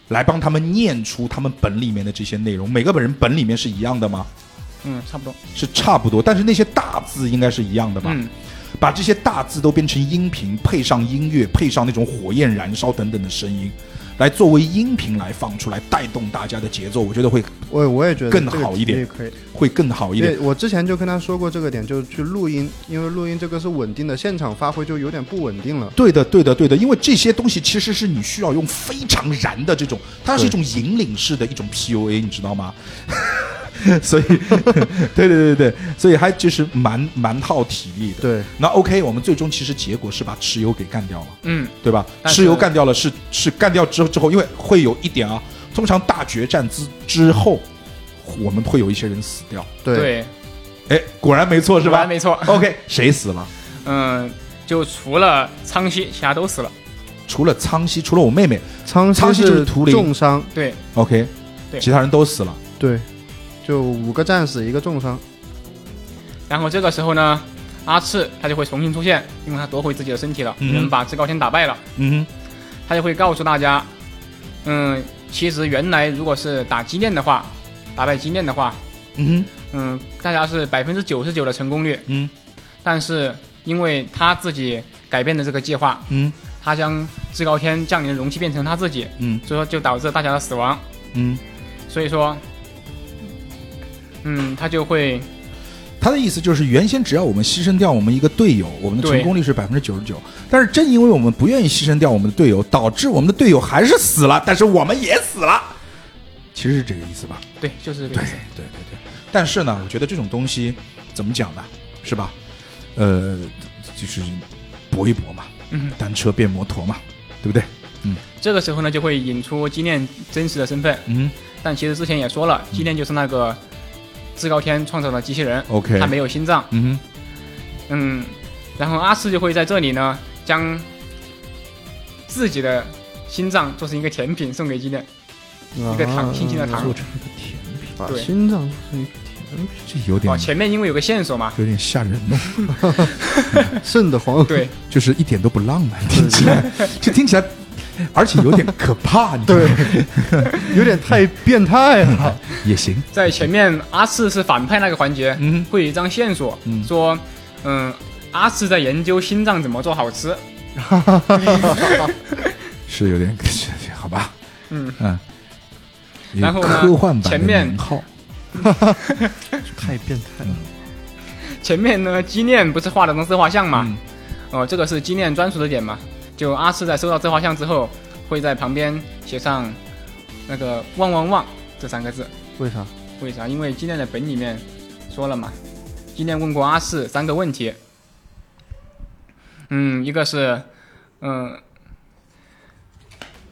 Speaker 1: 来帮他们念出他们本里面的这些内容。每个本人本里面是一样的吗？
Speaker 4: 嗯，差不多。
Speaker 1: 是差不多，但是那些大字应该是一样的吧？
Speaker 4: 嗯，
Speaker 1: 把这些大字都变成音频，配上音乐，配上那种火焰燃烧等等的声音，来作为音频来放出来，带动大家的节奏，我觉得会
Speaker 5: 我我也觉得
Speaker 1: 更
Speaker 5: 这个
Speaker 1: 好一点
Speaker 5: 提议可以。
Speaker 1: 会更好一
Speaker 5: 因
Speaker 1: 点
Speaker 5: 为。我之前就跟他说过这个点，就是去录音，因为录音这个是稳定的，现场发挥就有点不稳定了。
Speaker 1: 对的，对的，对的，因为这些东西其实是你需要用非常燃的这种，它是一种引领式的一种 PUA，你知道吗？ 所以， 对对对对，所以还就是蛮蛮耗体力的。
Speaker 5: 对，
Speaker 1: 那 OK，我们最终其实结果是把蚩尤给干掉了。
Speaker 4: 嗯，
Speaker 1: 对吧？
Speaker 4: 但是
Speaker 1: 蚩尤干掉了是是干掉之后之后，因为会有一点啊，通常大决战之之后，我们会有一些人死掉。
Speaker 5: 对，
Speaker 1: 哎，果然没错是
Speaker 4: 果然
Speaker 1: 吧
Speaker 4: 没错。
Speaker 1: ？OK，谁死了？
Speaker 4: 嗯，就除了苍溪，其他都死了。
Speaker 1: 除了苍溪，除了我妹妹
Speaker 5: 苍
Speaker 1: 苍溪就是
Speaker 5: 是
Speaker 1: 图灵
Speaker 5: 重伤，
Speaker 4: 对，
Speaker 1: ，OK，
Speaker 4: 对
Speaker 1: 其他人都死了。
Speaker 5: 对，就五个战死一个重伤。
Speaker 4: 然后这个时候呢，阿赤他就会重新出现，因为他夺回自己的身体了，
Speaker 1: 嗯
Speaker 4: 我们把至高天打败了，
Speaker 1: 嗯
Speaker 4: 他就会告诉大家，嗯，其实原来如果是打激链的话，打败激链的话，
Speaker 1: 哼，嗯
Speaker 4: 嗯，大家是百分之九十九的成功率，
Speaker 1: 哼，嗯
Speaker 4: 但是因为他自己改变的这个计划，
Speaker 1: 嗯
Speaker 4: 他将至高天降临的容器变成他自己，
Speaker 1: 嗯
Speaker 4: 所以说就导致大家的死亡，
Speaker 1: 嗯，
Speaker 4: 所以说，嗯，他就会
Speaker 1: 他的意思就是，原先只要我们牺牲掉我们一个队友，我们的
Speaker 4: 对
Speaker 1: 成功率是百分之九十九。但是正因为我们不愿意牺牲掉我们的队友，导致我们的队友还是死了，但是我们也死了。其实是这个意思吧？
Speaker 4: 对，就是这个意思，
Speaker 1: 对对对。但是呢，我觉得这种东西怎么讲呢？是吧？呃，就是搏一搏嘛，
Speaker 4: 嗯，
Speaker 1: 单车变摩托嘛，对不对？
Speaker 4: 这个时候呢就会引出激链真实的身份，
Speaker 1: 嗯
Speaker 4: 但其实之前也说了，激链就是那个至高天创造的机器人，
Speaker 1: ，OK，
Speaker 4: 他没有心脏，
Speaker 1: 嗯
Speaker 4: 嗯，然后阿四就会在这里呢，将自己的心脏做成一个甜品送给激链，
Speaker 5: 一
Speaker 4: 一个
Speaker 5: 啊
Speaker 4: 糖轻轻的糖
Speaker 1: 哼，做成一个甜品，
Speaker 5: 把
Speaker 4: 对
Speaker 5: 心脏
Speaker 1: 这有点
Speaker 4: 哦，前面因为有个线索嘛，
Speaker 1: 有点吓人哦，
Speaker 5: 瘆得慌。
Speaker 4: 对，
Speaker 1: 就是一点都不浪漫，听起来，这听起来，而且有点可怕，你知道吗
Speaker 5: 对，有点 太变态了。
Speaker 1: 也行，
Speaker 4: 在前面阿四是反派那个环节，
Speaker 1: 嗯
Speaker 4: 会有一张线索
Speaker 1: 嗯
Speaker 4: 说，嗯，阿四在研究心脏怎么做好吃，
Speaker 1: 是有点，好吧，
Speaker 4: 嗯
Speaker 1: 嗯。有
Speaker 4: 然后呢
Speaker 1: 科幻版的
Speaker 4: 前面
Speaker 1: 名号， 嗯
Speaker 5: 太变态了。
Speaker 4: 前面呢，基念不是画了张自画像嘛
Speaker 1: 嗯？
Speaker 4: 哦、这个是基念专属的点嘛？就阿四在收到自画像之后，会在旁边写上那个“旺旺旺”这三个字。
Speaker 5: 为啥？
Speaker 4: 为啥？因为基念的本里面说了嘛，基念问过阿四三个问题。嗯，一个是，嗯、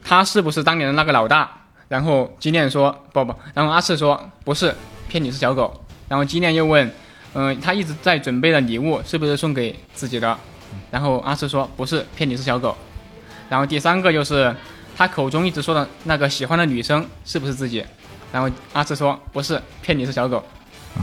Speaker 4: 他是不是当年的那个老大？然后基念说不不，然后阿四说不是，骗你是小狗。然后基念又问，嗯、他一直在准备的礼物是不是送给自己的？然后阿四说不是，骗你是小狗。然后第三个就是他口中一直说的那个喜欢的女生是不是自己？然后阿四说不是，骗你是小狗，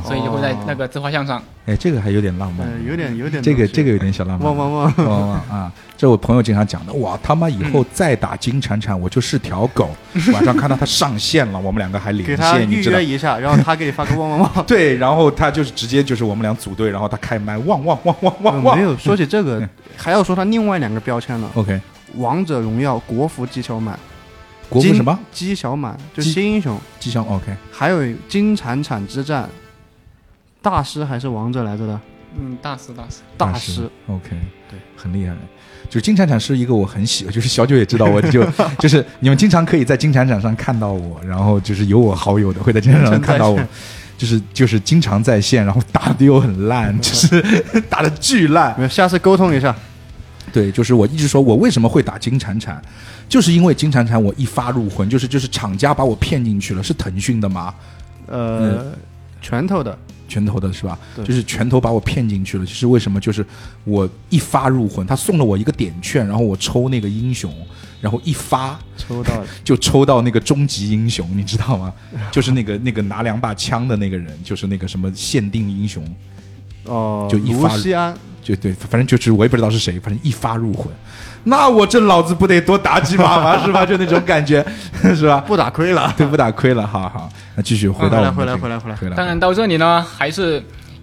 Speaker 4: 所以就会在那个自画像上。
Speaker 1: 哎，这个还有点浪漫
Speaker 5: 呃，，有点有
Speaker 1: 嗯
Speaker 5: 点
Speaker 1: 这个
Speaker 5: 东西
Speaker 1: 这个有点小浪漫，
Speaker 5: 汪汪汪。
Speaker 1: 汪汪啊！这我朋友经常讲的，我他妈以后再打金铲铲，我就是条 狗。晚上看到他上线了，我们两个还连
Speaker 5: 给他
Speaker 1: 线，你
Speaker 5: 预
Speaker 1: 知道
Speaker 5: 约？一下，然后他给你发个汪汪汪。
Speaker 1: 对，然后他就是直接就是我们俩组队，然后他开麦，汪汪汪汪汪
Speaker 5: 呃没
Speaker 1: 汪。
Speaker 5: 有说起这
Speaker 1: 嗯
Speaker 5: 个，还要说他另外两个标签了，
Speaker 1: OK，
Speaker 5: 《王者荣耀》国服姬小满，
Speaker 1: 嗯国服
Speaker 5: 金
Speaker 1: 什么？
Speaker 5: 姬小满就
Speaker 1: 姬
Speaker 5: 新英雄，
Speaker 1: 机箱 OK，
Speaker 5: 还有金铲铲之战，大师还是王者来着的，
Speaker 4: 嗯，大师大师，
Speaker 5: 大
Speaker 1: 师
Speaker 5: 师
Speaker 1: OK，
Speaker 5: 对，
Speaker 1: 很厉害。就是金铲铲是一个我很喜，就是小九也知道我，就就是 你们经常可以在金铲铲上看到我，然后就是有我好友的会在金铲铲上看到我
Speaker 5: 称，
Speaker 1: 就是就是经常在线，然后打的又很 烂，就是打的巨烂。
Speaker 5: 没有，下次沟通一下。
Speaker 1: 对，就是我一直说我为什么会打金铲铲，就是因为金铲铲我一发入魂，就是就是厂家把我骗进去了，是腾讯的吗？
Speaker 5: 呃，
Speaker 1: 嗯
Speaker 5: 拳头的，
Speaker 1: 拳头的是吧？
Speaker 5: 对
Speaker 1: 就是拳头把我骗进去了。就是为什么？就是我一发入魂，他送了我一个点券，然后我抽那个英雄，然后一发
Speaker 5: 抽到了，
Speaker 1: 就抽到那个终极英雄，你知 道吗？就是那个那个拿两把枪的那个人，就是那个什么限定英雄，
Speaker 5: 哦，
Speaker 1: 就一
Speaker 5: 卢
Speaker 1: 发
Speaker 5: 西安，
Speaker 1: 就对，反正就是我也不知道是谁，反正一发入魂，那我这老子不得多打几把 吗？是吧？就那种感觉，是吧？
Speaker 5: 不打亏了。
Speaker 1: 对，不打亏了，好好，那继续回到我
Speaker 5: 啊
Speaker 1: 们
Speaker 5: 回
Speaker 1: 这
Speaker 5: 来
Speaker 1: 个
Speaker 5: 回来回来
Speaker 1: 回来，
Speaker 4: 当然到这里呢，还是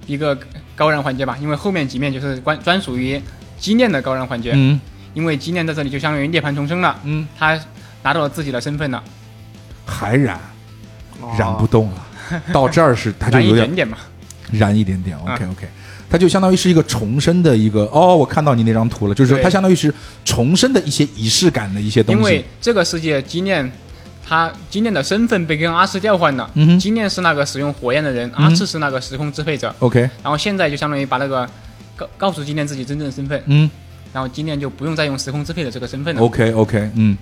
Speaker 4: 一个高燃环节吧，因为后面几面就是关专属于基念的高燃环节，
Speaker 1: 嗯
Speaker 4: 因为基念在这里就相当于涅槃重生了，
Speaker 1: 嗯，
Speaker 4: 他拿到了自己的身份了，
Speaker 1: 还染
Speaker 5: 哦
Speaker 1: 染不动了，到这儿是他就
Speaker 4: 难一
Speaker 1: 有点
Speaker 4: 点点嘛。
Speaker 1: 燃一点点
Speaker 4: 嗯
Speaker 1: ，OK OK，它就相当于是一个重生的一个哦，我看到你那张图了，就是说
Speaker 4: 对
Speaker 1: 它相当于是重生的一些仪式感的一些东
Speaker 4: 因为
Speaker 1: 西，
Speaker 4: 这个世界基念，他基念的身份被跟阿斯调换了，
Speaker 1: 嗯哼嗯
Speaker 4: 基念是那个使用火焰的人，阿斯是那个时空支配者，
Speaker 1: ，OK，
Speaker 4: 然后现在就相当于把那个告告诉基念自己真正的身份，
Speaker 1: 嗯
Speaker 4: 然后基念就不用再用时空支配的这个身份了。
Speaker 1: ，OK OK，嗯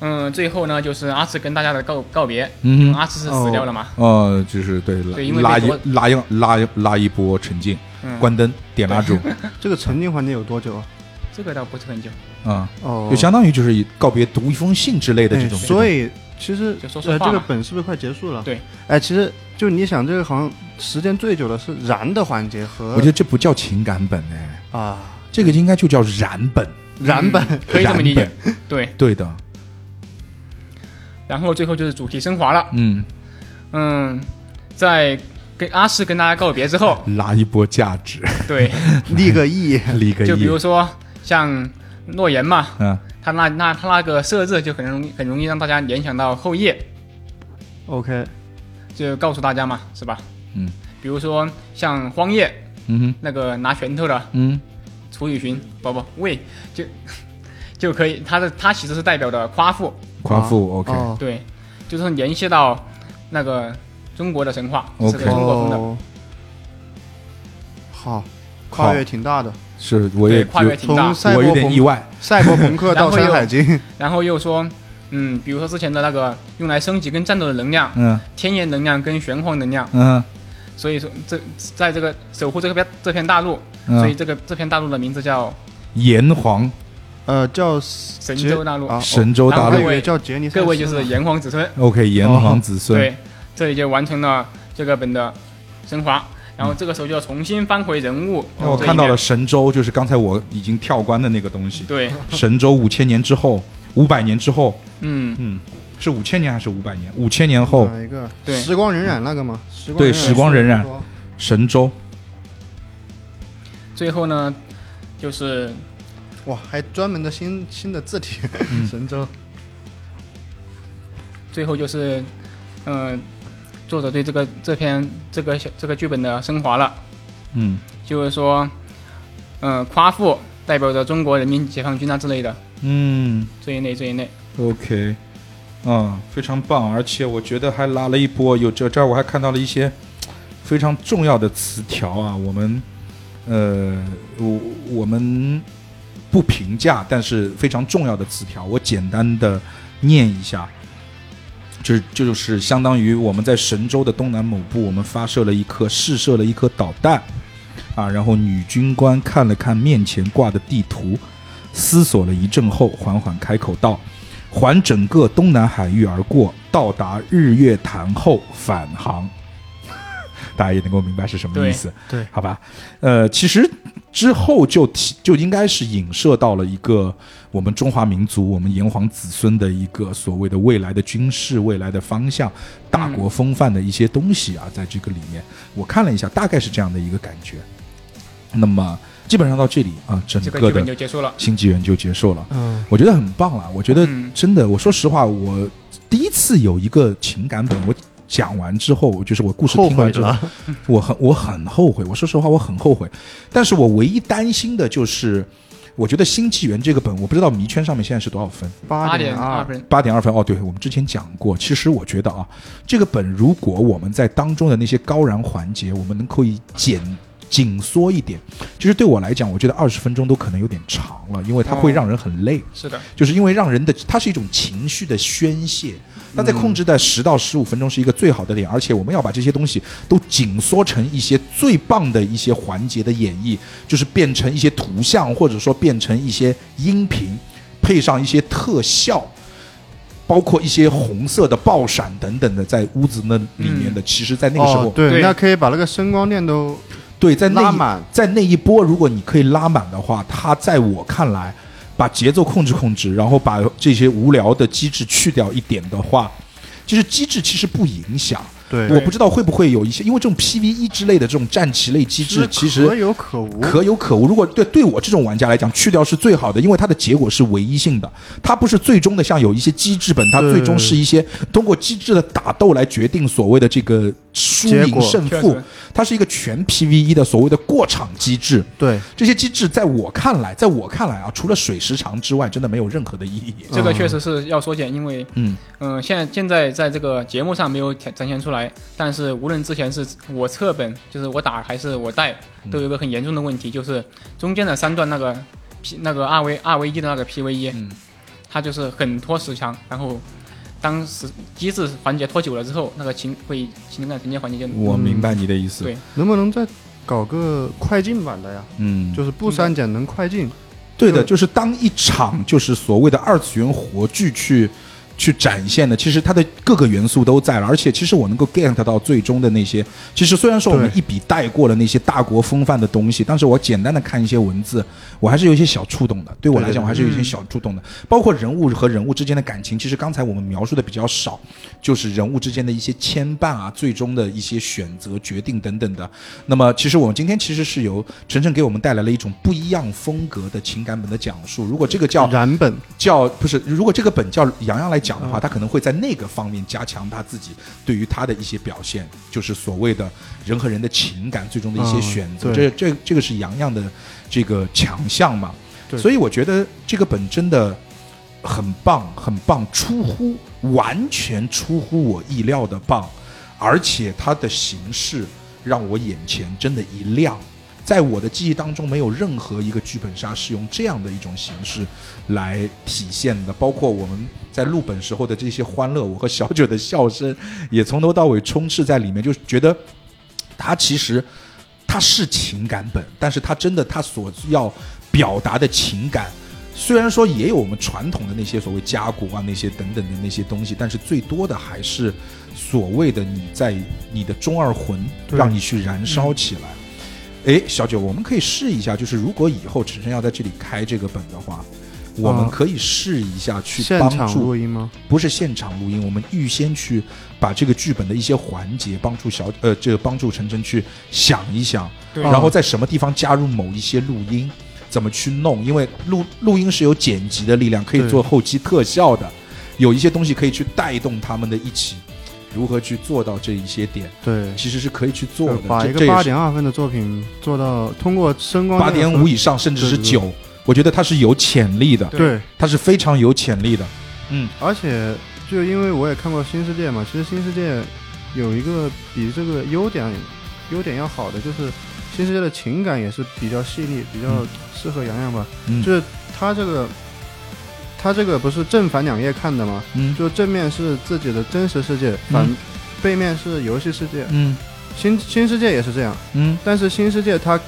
Speaker 4: 嗯，最后呢就是阿斯跟大家的告告别，
Speaker 1: 嗯哼，
Speaker 4: 阿斯是死掉了嘛，
Speaker 1: 呃，就是对
Speaker 4: 对因为
Speaker 1: 拉
Speaker 4: 美
Speaker 1: 一
Speaker 4: 国
Speaker 1: 拉一拉一拉一波沉浸，
Speaker 4: 嗯
Speaker 1: 哦关灯点蜡 烛，
Speaker 5: 这个沉浸环节有多久啊？
Speaker 4: 这个倒不是 很久，
Speaker 1: 啊，
Speaker 5: 哦，
Speaker 1: 就相当于就是以告别读一封信之类的这
Speaker 5: 哎
Speaker 1: 种，
Speaker 5: 所以其实
Speaker 4: 就说实
Speaker 5: 呃，
Speaker 4: 话
Speaker 5: 这个
Speaker 4: 嘛
Speaker 5: 本是不是快结束了？
Speaker 4: 对，
Speaker 5: 哎，其实就你想，这个好像时间最久的是燃的环节和
Speaker 4: 呃
Speaker 1: 我觉得这不叫情感本哎，
Speaker 5: 啊
Speaker 1: 这个应该就叫燃本，
Speaker 5: 燃本
Speaker 4: 嗯可以这么理解
Speaker 1: 燃，
Speaker 4: 对。
Speaker 1: 对的，
Speaker 4: 然后最后就是主题升华了，
Speaker 1: 嗯，
Speaker 4: 嗯，在跟阿斯跟大家告别 之后，
Speaker 1: 拉一波价值，
Speaker 4: 对，
Speaker 5: 立个意，
Speaker 1: 立个
Speaker 4: 就比
Speaker 1: 亿
Speaker 4: 如，说像诺言嘛，
Speaker 1: 嗯。
Speaker 4: 他那那他那个设置就很容易很容易让大家联想到后羿，
Speaker 5: OK，
Speaker 4: 就告诉大家嘛，是吧？
Speaker 1: 嗯，
Speaker 4: 比如说像荒野
Speaker 1: 嗯哼，
Speaker 4: 那个拿拳头的
Speaker 1: 嗯，
Speaker 4: 楚雨荨，不不魏就 就可以，他的他其实是代表的夸父，
Speaker 1: 夸父，OK，
Speaker 5: 哦
Speaker 4: 对，就是联系到那个中国的神话
Speaker 1: OK
Speaker 4: 是个中国风的，
Speaker 5: 哦好，跨越挺大的，
Speaker 1: 是我也
Speaker 4: 对，跨越挺大
Speaker 5: 从。赛
Speaker 1: 我
Speaker 5: 博
Speaker 1: 有点意
Speaker 5: 朋
Speaker 1: 外，
Speaker 5: 赛博朋克
Speaker 4: 然
Speaker 5: 到
Speaker 4: 后又
Speaker 5: 山海经，
Speaker 4: 然后又说，嗯，比如说之前的那个用来升级跟战斗的能量，
Speaker 1: 嗯
Speaker 4: 天然能量跟玄黄能量，
Speaker 1: 嗯
Speaker 4: 所以说这在这个守护这个片这片大陆，所以
Speaker 1: 嗯，
Speaker 4: 这个这片大陆的名字叫
Speaker 1: 炎黄
Speaker 5: 呃，叫
Speaker 4: 神
Speaker 5: 神
Speaker 4: 州大陆。
Speaker 5: 啊，
Speaker 1: 神州大
Speaker 4: 哦然
Speaker 1: 陆
Speaker 4: 后各位
Speaker 5: 叫
Speaker 1: 嗯
Speaker 5: 杰尼赛斯
Speaker 4: 各位就是炎黄子孙，
Speaker 1: ，OK，炎黄子孙，
Speaker 4: 对，这里就完成了这个本的升华。然后这个时候就要重新翻回人物
Speaker 1: 嗯那
Speaker 4: 这一面。
Speaker 1: 我看到了神州，就是刚才我已经跳关的那个东西，
Speaker 4: 对，
Speaker 1: 神州五千年之后，五百年之后，
Speaker 4: 嗯，
Speaker 1: 嗯，是五千年还是五百年？五千年后，
Speaker 5: 呃哪一个？
Speaker 4: 对
Speaker 5: 时光荏苒那个吗？时光
Speaker 1: 对
Speaker 5: 荏苒
Speaker 1: 时光荏苒
Speaker 5: 是说
Speaker 1: 神州，
Speaker 4: 最后呢，就是
Speaker 5: 哇，还专门的新新的字体，
Speaker 1: 嗯
Speaker 5: 神州
Speaker 4: 最后就是，嗯、作者对这个这篇这个小这个剧本的升华了，
Speaker 1: 嗯
Speaker 4: 就是说，嗯、夸父代表着中国人民解放军啊之类的
Speaker 1: 嗯
Speaker 4: 这一类这一类。
Speaker 1: ，OK。嗯，非常棒，而且我觉得还拉了一波。有这这儿我还看到了一些非常重要的词条啊，我们呃，我我们不评价，但是非常重要的词条，我简单的念一下。就是这就是相当于我们在神州的东南某部，我们发射了一颗试射了一颗导弹，啊，然后女军官看了看面前挂的地图，思索了一阵后，缓缓开口道：“环整个东南海域而过，到达日月潭后返航。” 大家也能够明白是什么意思，
Speaker 5: 对对
Speaker 1: 好吧？呃，其实之后就提就应该是影射到了一个我们中华民族、我们炎黄子孙的一个所谓的未来的军事、未来的方向、大国风范的一些东西啊，在这个里面，我看了一下，大概是这样的一个感觉。那么基本上到这里啊，整
Speaker 4: 这个
Speaker 1: 个
Speaker 4: 剧本就
Speaker 1: 的
Speaker 4: 结束了。
Speaker 1: 新纪元就结束了。
Speaker 5: 嗯，
Speaker 1: 我觉得很棒了。我觉得
Speaker 4: 嗯
Speaker 1: 真的，我说实话，我第一次有一个情感本，我讲完之后，就是我故事
Speaker 5: 后
Speaker 1: 听完
Speaker 5: 悔
Speaker 1: 之后
Speaker 5: 了，，
Speaker 1: 我很我很后悔。我说实话，我很后悔。但是我唯一担心的就是，我觉得《新纪元》这个本，我不知道迷圈上面现在是多少分，
Speaker 5: 八
Speaker 4: 八
Speaker 5: 点
Speaker 4: 点二
Speaker 5: 二，
Speaker 4: 分，
Speaker 1: 八点二分哦，对我们之前讲过，其实我觉得啊，这个本如果我们在当中的那些高燃环节，我们能可以减紧缩一点，其实对我来讲，我觉得二十分钟都可能有点长了，因为它会让人很累，
Speaker 4: 是的，
Speaker 1: 就是因为让人的它是一种情绪的宣泄，它在控制在十到十五分钟是一个最好的点，而且我们要把这些东西都紧缩成一些最棒的一些环节的演绎，就是变成一些图像，或者说变成一些音频，配上一些特效。包括一些红色的爆闪等等的，在屋子那里面的，其实，在那个时候，
Speaker 5: 哦，对，
Speaker 4: 对
Speaker 5: 那可以把那个声光电都
Speaker 1: 对，在那
Speaker 5: 拉
Speaker 1: 一
Speaker 5: 满
Speaker 1: 在那一波，如果你可以拉满的话，它在我看来，把节奏控制控制，然后把这些无聊的机制去掉一点的话，就是机制其实不影响。
Speaker 5: 对，
Speaker 1: 我不知道会不会有一些，因为这种 PVE 之类的这种战棋类机制，其实
Speaker 5: 可有可无，
Speaker 1: 可有可无。如果对对我这种玩家来讲，去掉是最好的，因为它的结果是唯一性的，它不是最终的。像有一些机制本，它
Speaker 5: 对
Speaker 1: 最终是一些通过机制的打斗来决定所谓的这个输
Speaker 5: 结
Speaker 1: 赢
Speaker 5: 果
Speaker 1: 胜
Speaker 4: 确
Speaker 1: 负
Speaker 4: 实，
Speaker 1: 它是一个全 PVE 的所谓的过场机制。
Speaker 5: 对，
Speaker 1: 这些机制在我看来，在我看来啊，除了水时长之外，真的没有任何的意义。
Speaker 4: 这个确实是要缩减，因为
Speaker 1: 嗯，
Speaker 4: 嗯，现在现在在这个节目上没有展展现出来，但是无论之前是我侧本，就是我打还是我带，都有一个很严重的问题，就是中间的三段那个 P 那个二 v 二 v 一的那个 PVE，、
Speaker 1: 嗯
Speaker 4: 它就是很拖时长，然后当时机制环节拖久了之后，那个情会情感承接环节就
Speaker 1: 我明白你的意思。
Speaker 4: 对
Speaker 5: 能不能再搞个快进版的呀？
Speaker 1: 嗯，
Speaker 5: 就是不删减能快进，
Speaker 1: 对
Speaker 5: 嗯
Speaker 1: 的，就是当一场就是所谓的二次元活剧去去展现的，其实它的各个元素都在了，而且其实我能够 get 到最终的那些，其实虽然说我们
Speaker 5: 对
Speaker 1: 一笔带过了那些大国风范的东西，但是我简单的看一些文字，我还是有一些小触动的。对我来
Speaker 5: 对嗯
Speaker 1: 讲，
Speaker 5: 对
Speaker 1: 我还是有一些小触动的，包括人物和人物之间的感情，其实刚才我们描述的比较少，就是人物之间的一些牵绊啊，最终的一些选择、决定等等的。那么，其实我们今天其实是由晨晨给我们带来了一种不一样风格的情感本的讲述。如果这个叫
Speaker 5: 燃本，
Speaker 1: 叫不是，如果这个本叫杨洋来讲的话，他可能会在那个方面加强他自己对于他的一些表现，就是所谓的人和人的情感最终的一些
Speaker 5: 嗯
Speaker 1: 选择。这
Speaker 5: 对
Speaker 1: 这这个是杨洋的这个强项嘛？
Speaker 5: 对
Speaker 1: 所以我觉得这个本真的很棒，很棒，出乎完全出乎我意料的棒，而且它的形式让我眼前真的一亮。在我的记忆当中，没有任何一个剧本杀是用这样的一种形式来体现的。包括我们在录本时候的这些欢乐，我和小九的笑声也从头到尾充斥在里面，就是觉得它其实它是情感本，但是它真的它所要表达的情感，虽然说也有我们传统的那些所谓家国啊那些等等的那些东西，但是最多的还是所谓的你在你的中二魂
Speaker 5: 对嗯
Speaker 1: 让你去燃烧起来。诶，小九，我们可以试一下，就是如果以后晨晨要在这里开这个本的话，我们
Speaker 5: 啊
Speaker 1: 可以试一下去
Speaker 5: 现
Speaker 1: 帮
Speaker 5: 场
Speaker 1: 助
Speaker 5: 录音吗？
Speaker 1: 不是现场录音，我们预先去把这个剧本的一些环节帮助小呃，这个帮助晨晨去想一想，
Speaker 4: 对
Speaker 1: 然后在什么地方加入某一些录音，怎么去弄，因为录录音是有剪辑的力量，可以
Speaker 5: 对
Speaker 1: 做后期特效的，有一些东西可以去带动他们的一起如何去做到这一些点，
Speaker 5: 对，
Speaker 1: 其实是可以去做的。
Speaker 5: 把
Speaker 1: 这
Speaker 5: 一
Speaker 1: 这
Speaker 5: 个
Speaker 1: 也
Speaker 5: 八
Speaker 1: 是
Speaker 5: 点二分的作品做到通过声光
Speaker 1: 八
Speaker 5: 电
Speaker 1: 点
Speaker 5: 和
Speaker 1: 五以上，甚至是
Speaker 5: 对对
Speaker 1: 九，我觉得它是有潜力的，
Speaker 5: 对，
Speaker 1: 它是非常有潜力的。嗯，
Speaker 5: 而且就因为我也看过《新世界》嘛，其实《新世界》有一个比这个优点优点要好的，就是《新世界》的情感也是比较细腻，比较
Speaker 1: 嗯
Speaker 5: 适合洋洋吧。
Speaker 1: 嗯
Speaker 5: 就是他这个他这个不是正反两页看的嘛，
Speaker 1: 嗯
Speaker 5: 就正面是自己的真实世界，反、
Speaker 1: 嗯
Speaker 5: 背面是游戏世界。
Speaker 1: 嗯
Speaker 5: 新新世界也是这样，
Speaker 1: 嗯
Speaker 5: 但是新世界它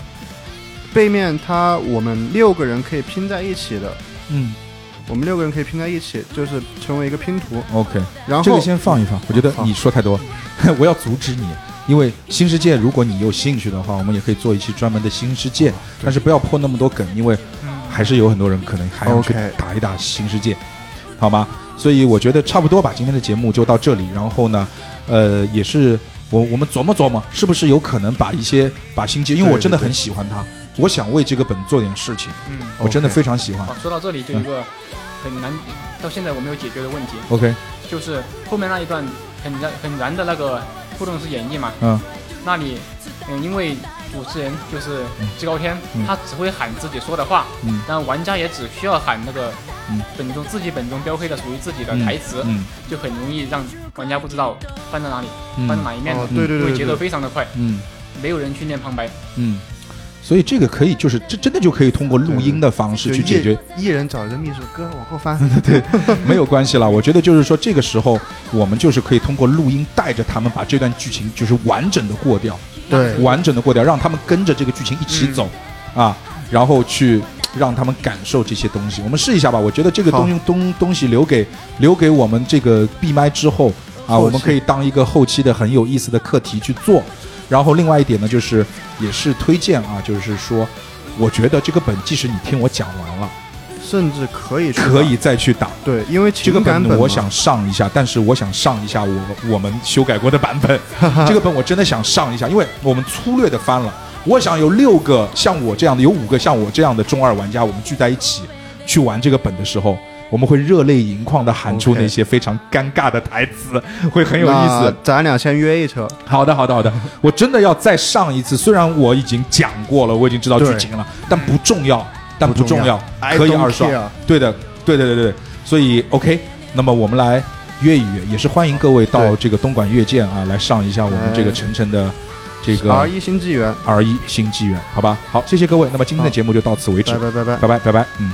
Speaker 5: 背面它我们六个人可以拼在一起的，
Speaker 1: 嗯
Speaker 5: 我们六个人可以拼在一起，就是成为一个拼图。
Speaker 1: ，OK。
Speaker 5: 然后
Speaker 1: 这个先放一放，我觉得你说太多， 我要阻止你。因为新世界，如果你有兴趣的话，我们也可以做一期专门的新世
Speaker 5: 哦
Speaker 1: 界，但是不要破那么多梗，因为
Speaker 4: 嗯
Speaker 1: 还是有很多人可能还要去
Speaker 5: OK
Speaker 1: 打一打新世界，好吗？所以我觉得差不多吧，今天的节目就到这里。然后呢，呃，也是我我们琢磨琢磨，是不是有可能把一些把新界，因为我真的很喜欢它，我想为这个本做点事情，
Speaker 4: 嗯，
Speaker 1: 我真的非常喜欢
Speaker 4: 好。，说到这里就有一个很难到现在我没有解决的问题，
Speaker 1: OK，
Speaker 4: 就是后面那一段很燃很燃的那个互动式演绎嘛，
Speaker 1: 嗯，
Speaker 4: 那里嗯，因为主持人就是制高天，他只会喊自己说的话，
Speaker 1: 嗯
Speaker 4: 然后玩家也只需要喊那个
Speaker 1: 嗯
Speaker 4: 本中自己本中标配的属于自己的台词，
Speaker 1: 嗯
Speaker 4: 就很容易让玩家不知道翻到哪里，
Speaker 1: 嗯
Speaker 4: 翻到哪一面了
Speaker 5: 哦，对对对
Speaker 4: 因为
Speaker 5: 对
Speaker 4: 节奏
Speaker 5: 对
Speaker 4: 非常的快，
Speaker 1: 嗯
Speaker 4: 没有人去练旁白，
Speaker 1: 嗯，所以这个可以就是这真的就可以通过录音的方式去解决，
Speaker 5: 一人找一个秘书，哥往 后翻，
Speaker 1: 没有关系了。 我觉得就是说这个时候我们就是可以通过录音带着他们把这段剧情就是完整的过掉，
Speaker 5: 对嗯
Speaker 1: 完整的过掉，让他们跟着这个剧情一起走、啊，然后去让他们感受这些东西。我们试一下吧，我觉得这个
Speaker 5: 好
Speaker 1: 东西东东西留给留给我们这个闭麦之后啊，
Speaker 5: 后期
Speaker 1: 我们可以当一个后期的很有意思的课题去做。然后另外一点呢，就是也是推荐啊，就是说，我觉得这个本即使你听我讲完了，
Speaker 5: 甚至可以去
Speaker 1: 可
Speaker 5: 打
Speaker 1: 以再去打。
Speaker 5: 对，因为
Speaker 1: 这
Speaker 5: 情
Speaker 1: 个
Speaker 5: 感
Speaker 1: 本
Speaker 5: 本嘛
Speaker 1: 我想上一下，但是我想上一下我我们修改过的版本。这个本我真的想上一下，因为我们粗略的翻了。我想有六个像我这样的，有五个像我这样的中二玩家，我们聚在一起去玩这个本的时候，我们会热泪盈眶的喊出
Speaker 5: OK
Speaker 1: 那些非常尴尬的台词，会很有意
Speaker 5: 那
Speaker 1: 思。
Speaker 5: 咱俩先约一车，
Speaker 1: 好的，好的，好的，我真的要再上一次。虽然我已经讲过了，我已经知道剧
Speaker 5: 对
Speaker 1: 情了，但不重要，但
Speaker 5: 不
Speaker 1: 不
Speaker 5: 重
Speaker 1: 重
Speaker 5: 要
Speaker 1: 要，
Speaker 5: I
Speaker 1: 可以
Speaker 5: don't
Speaker 1: 二刷
Speaker 5: care。
Speaker 1: 对的，对对对对对。所以 OK，那么我们来约一约，也是欢迎各位到
Speaker 5: 对
Speaker 1: 这个东莞阅剑啊，来上一下我们这个
Speaker 5: 哎
Speaker 1: 晨晨的这
Speaker 5: ，R
Speaker 1: 个
Speaker 5: 一新纪元，
Speaker 1: R 一新纪元，好吧？好，谢谢各位。那么今天的节目就到此为止
Speaker 5: 拜，拜拜拜。
Speaker 1: 拜拜拜拜，嗯。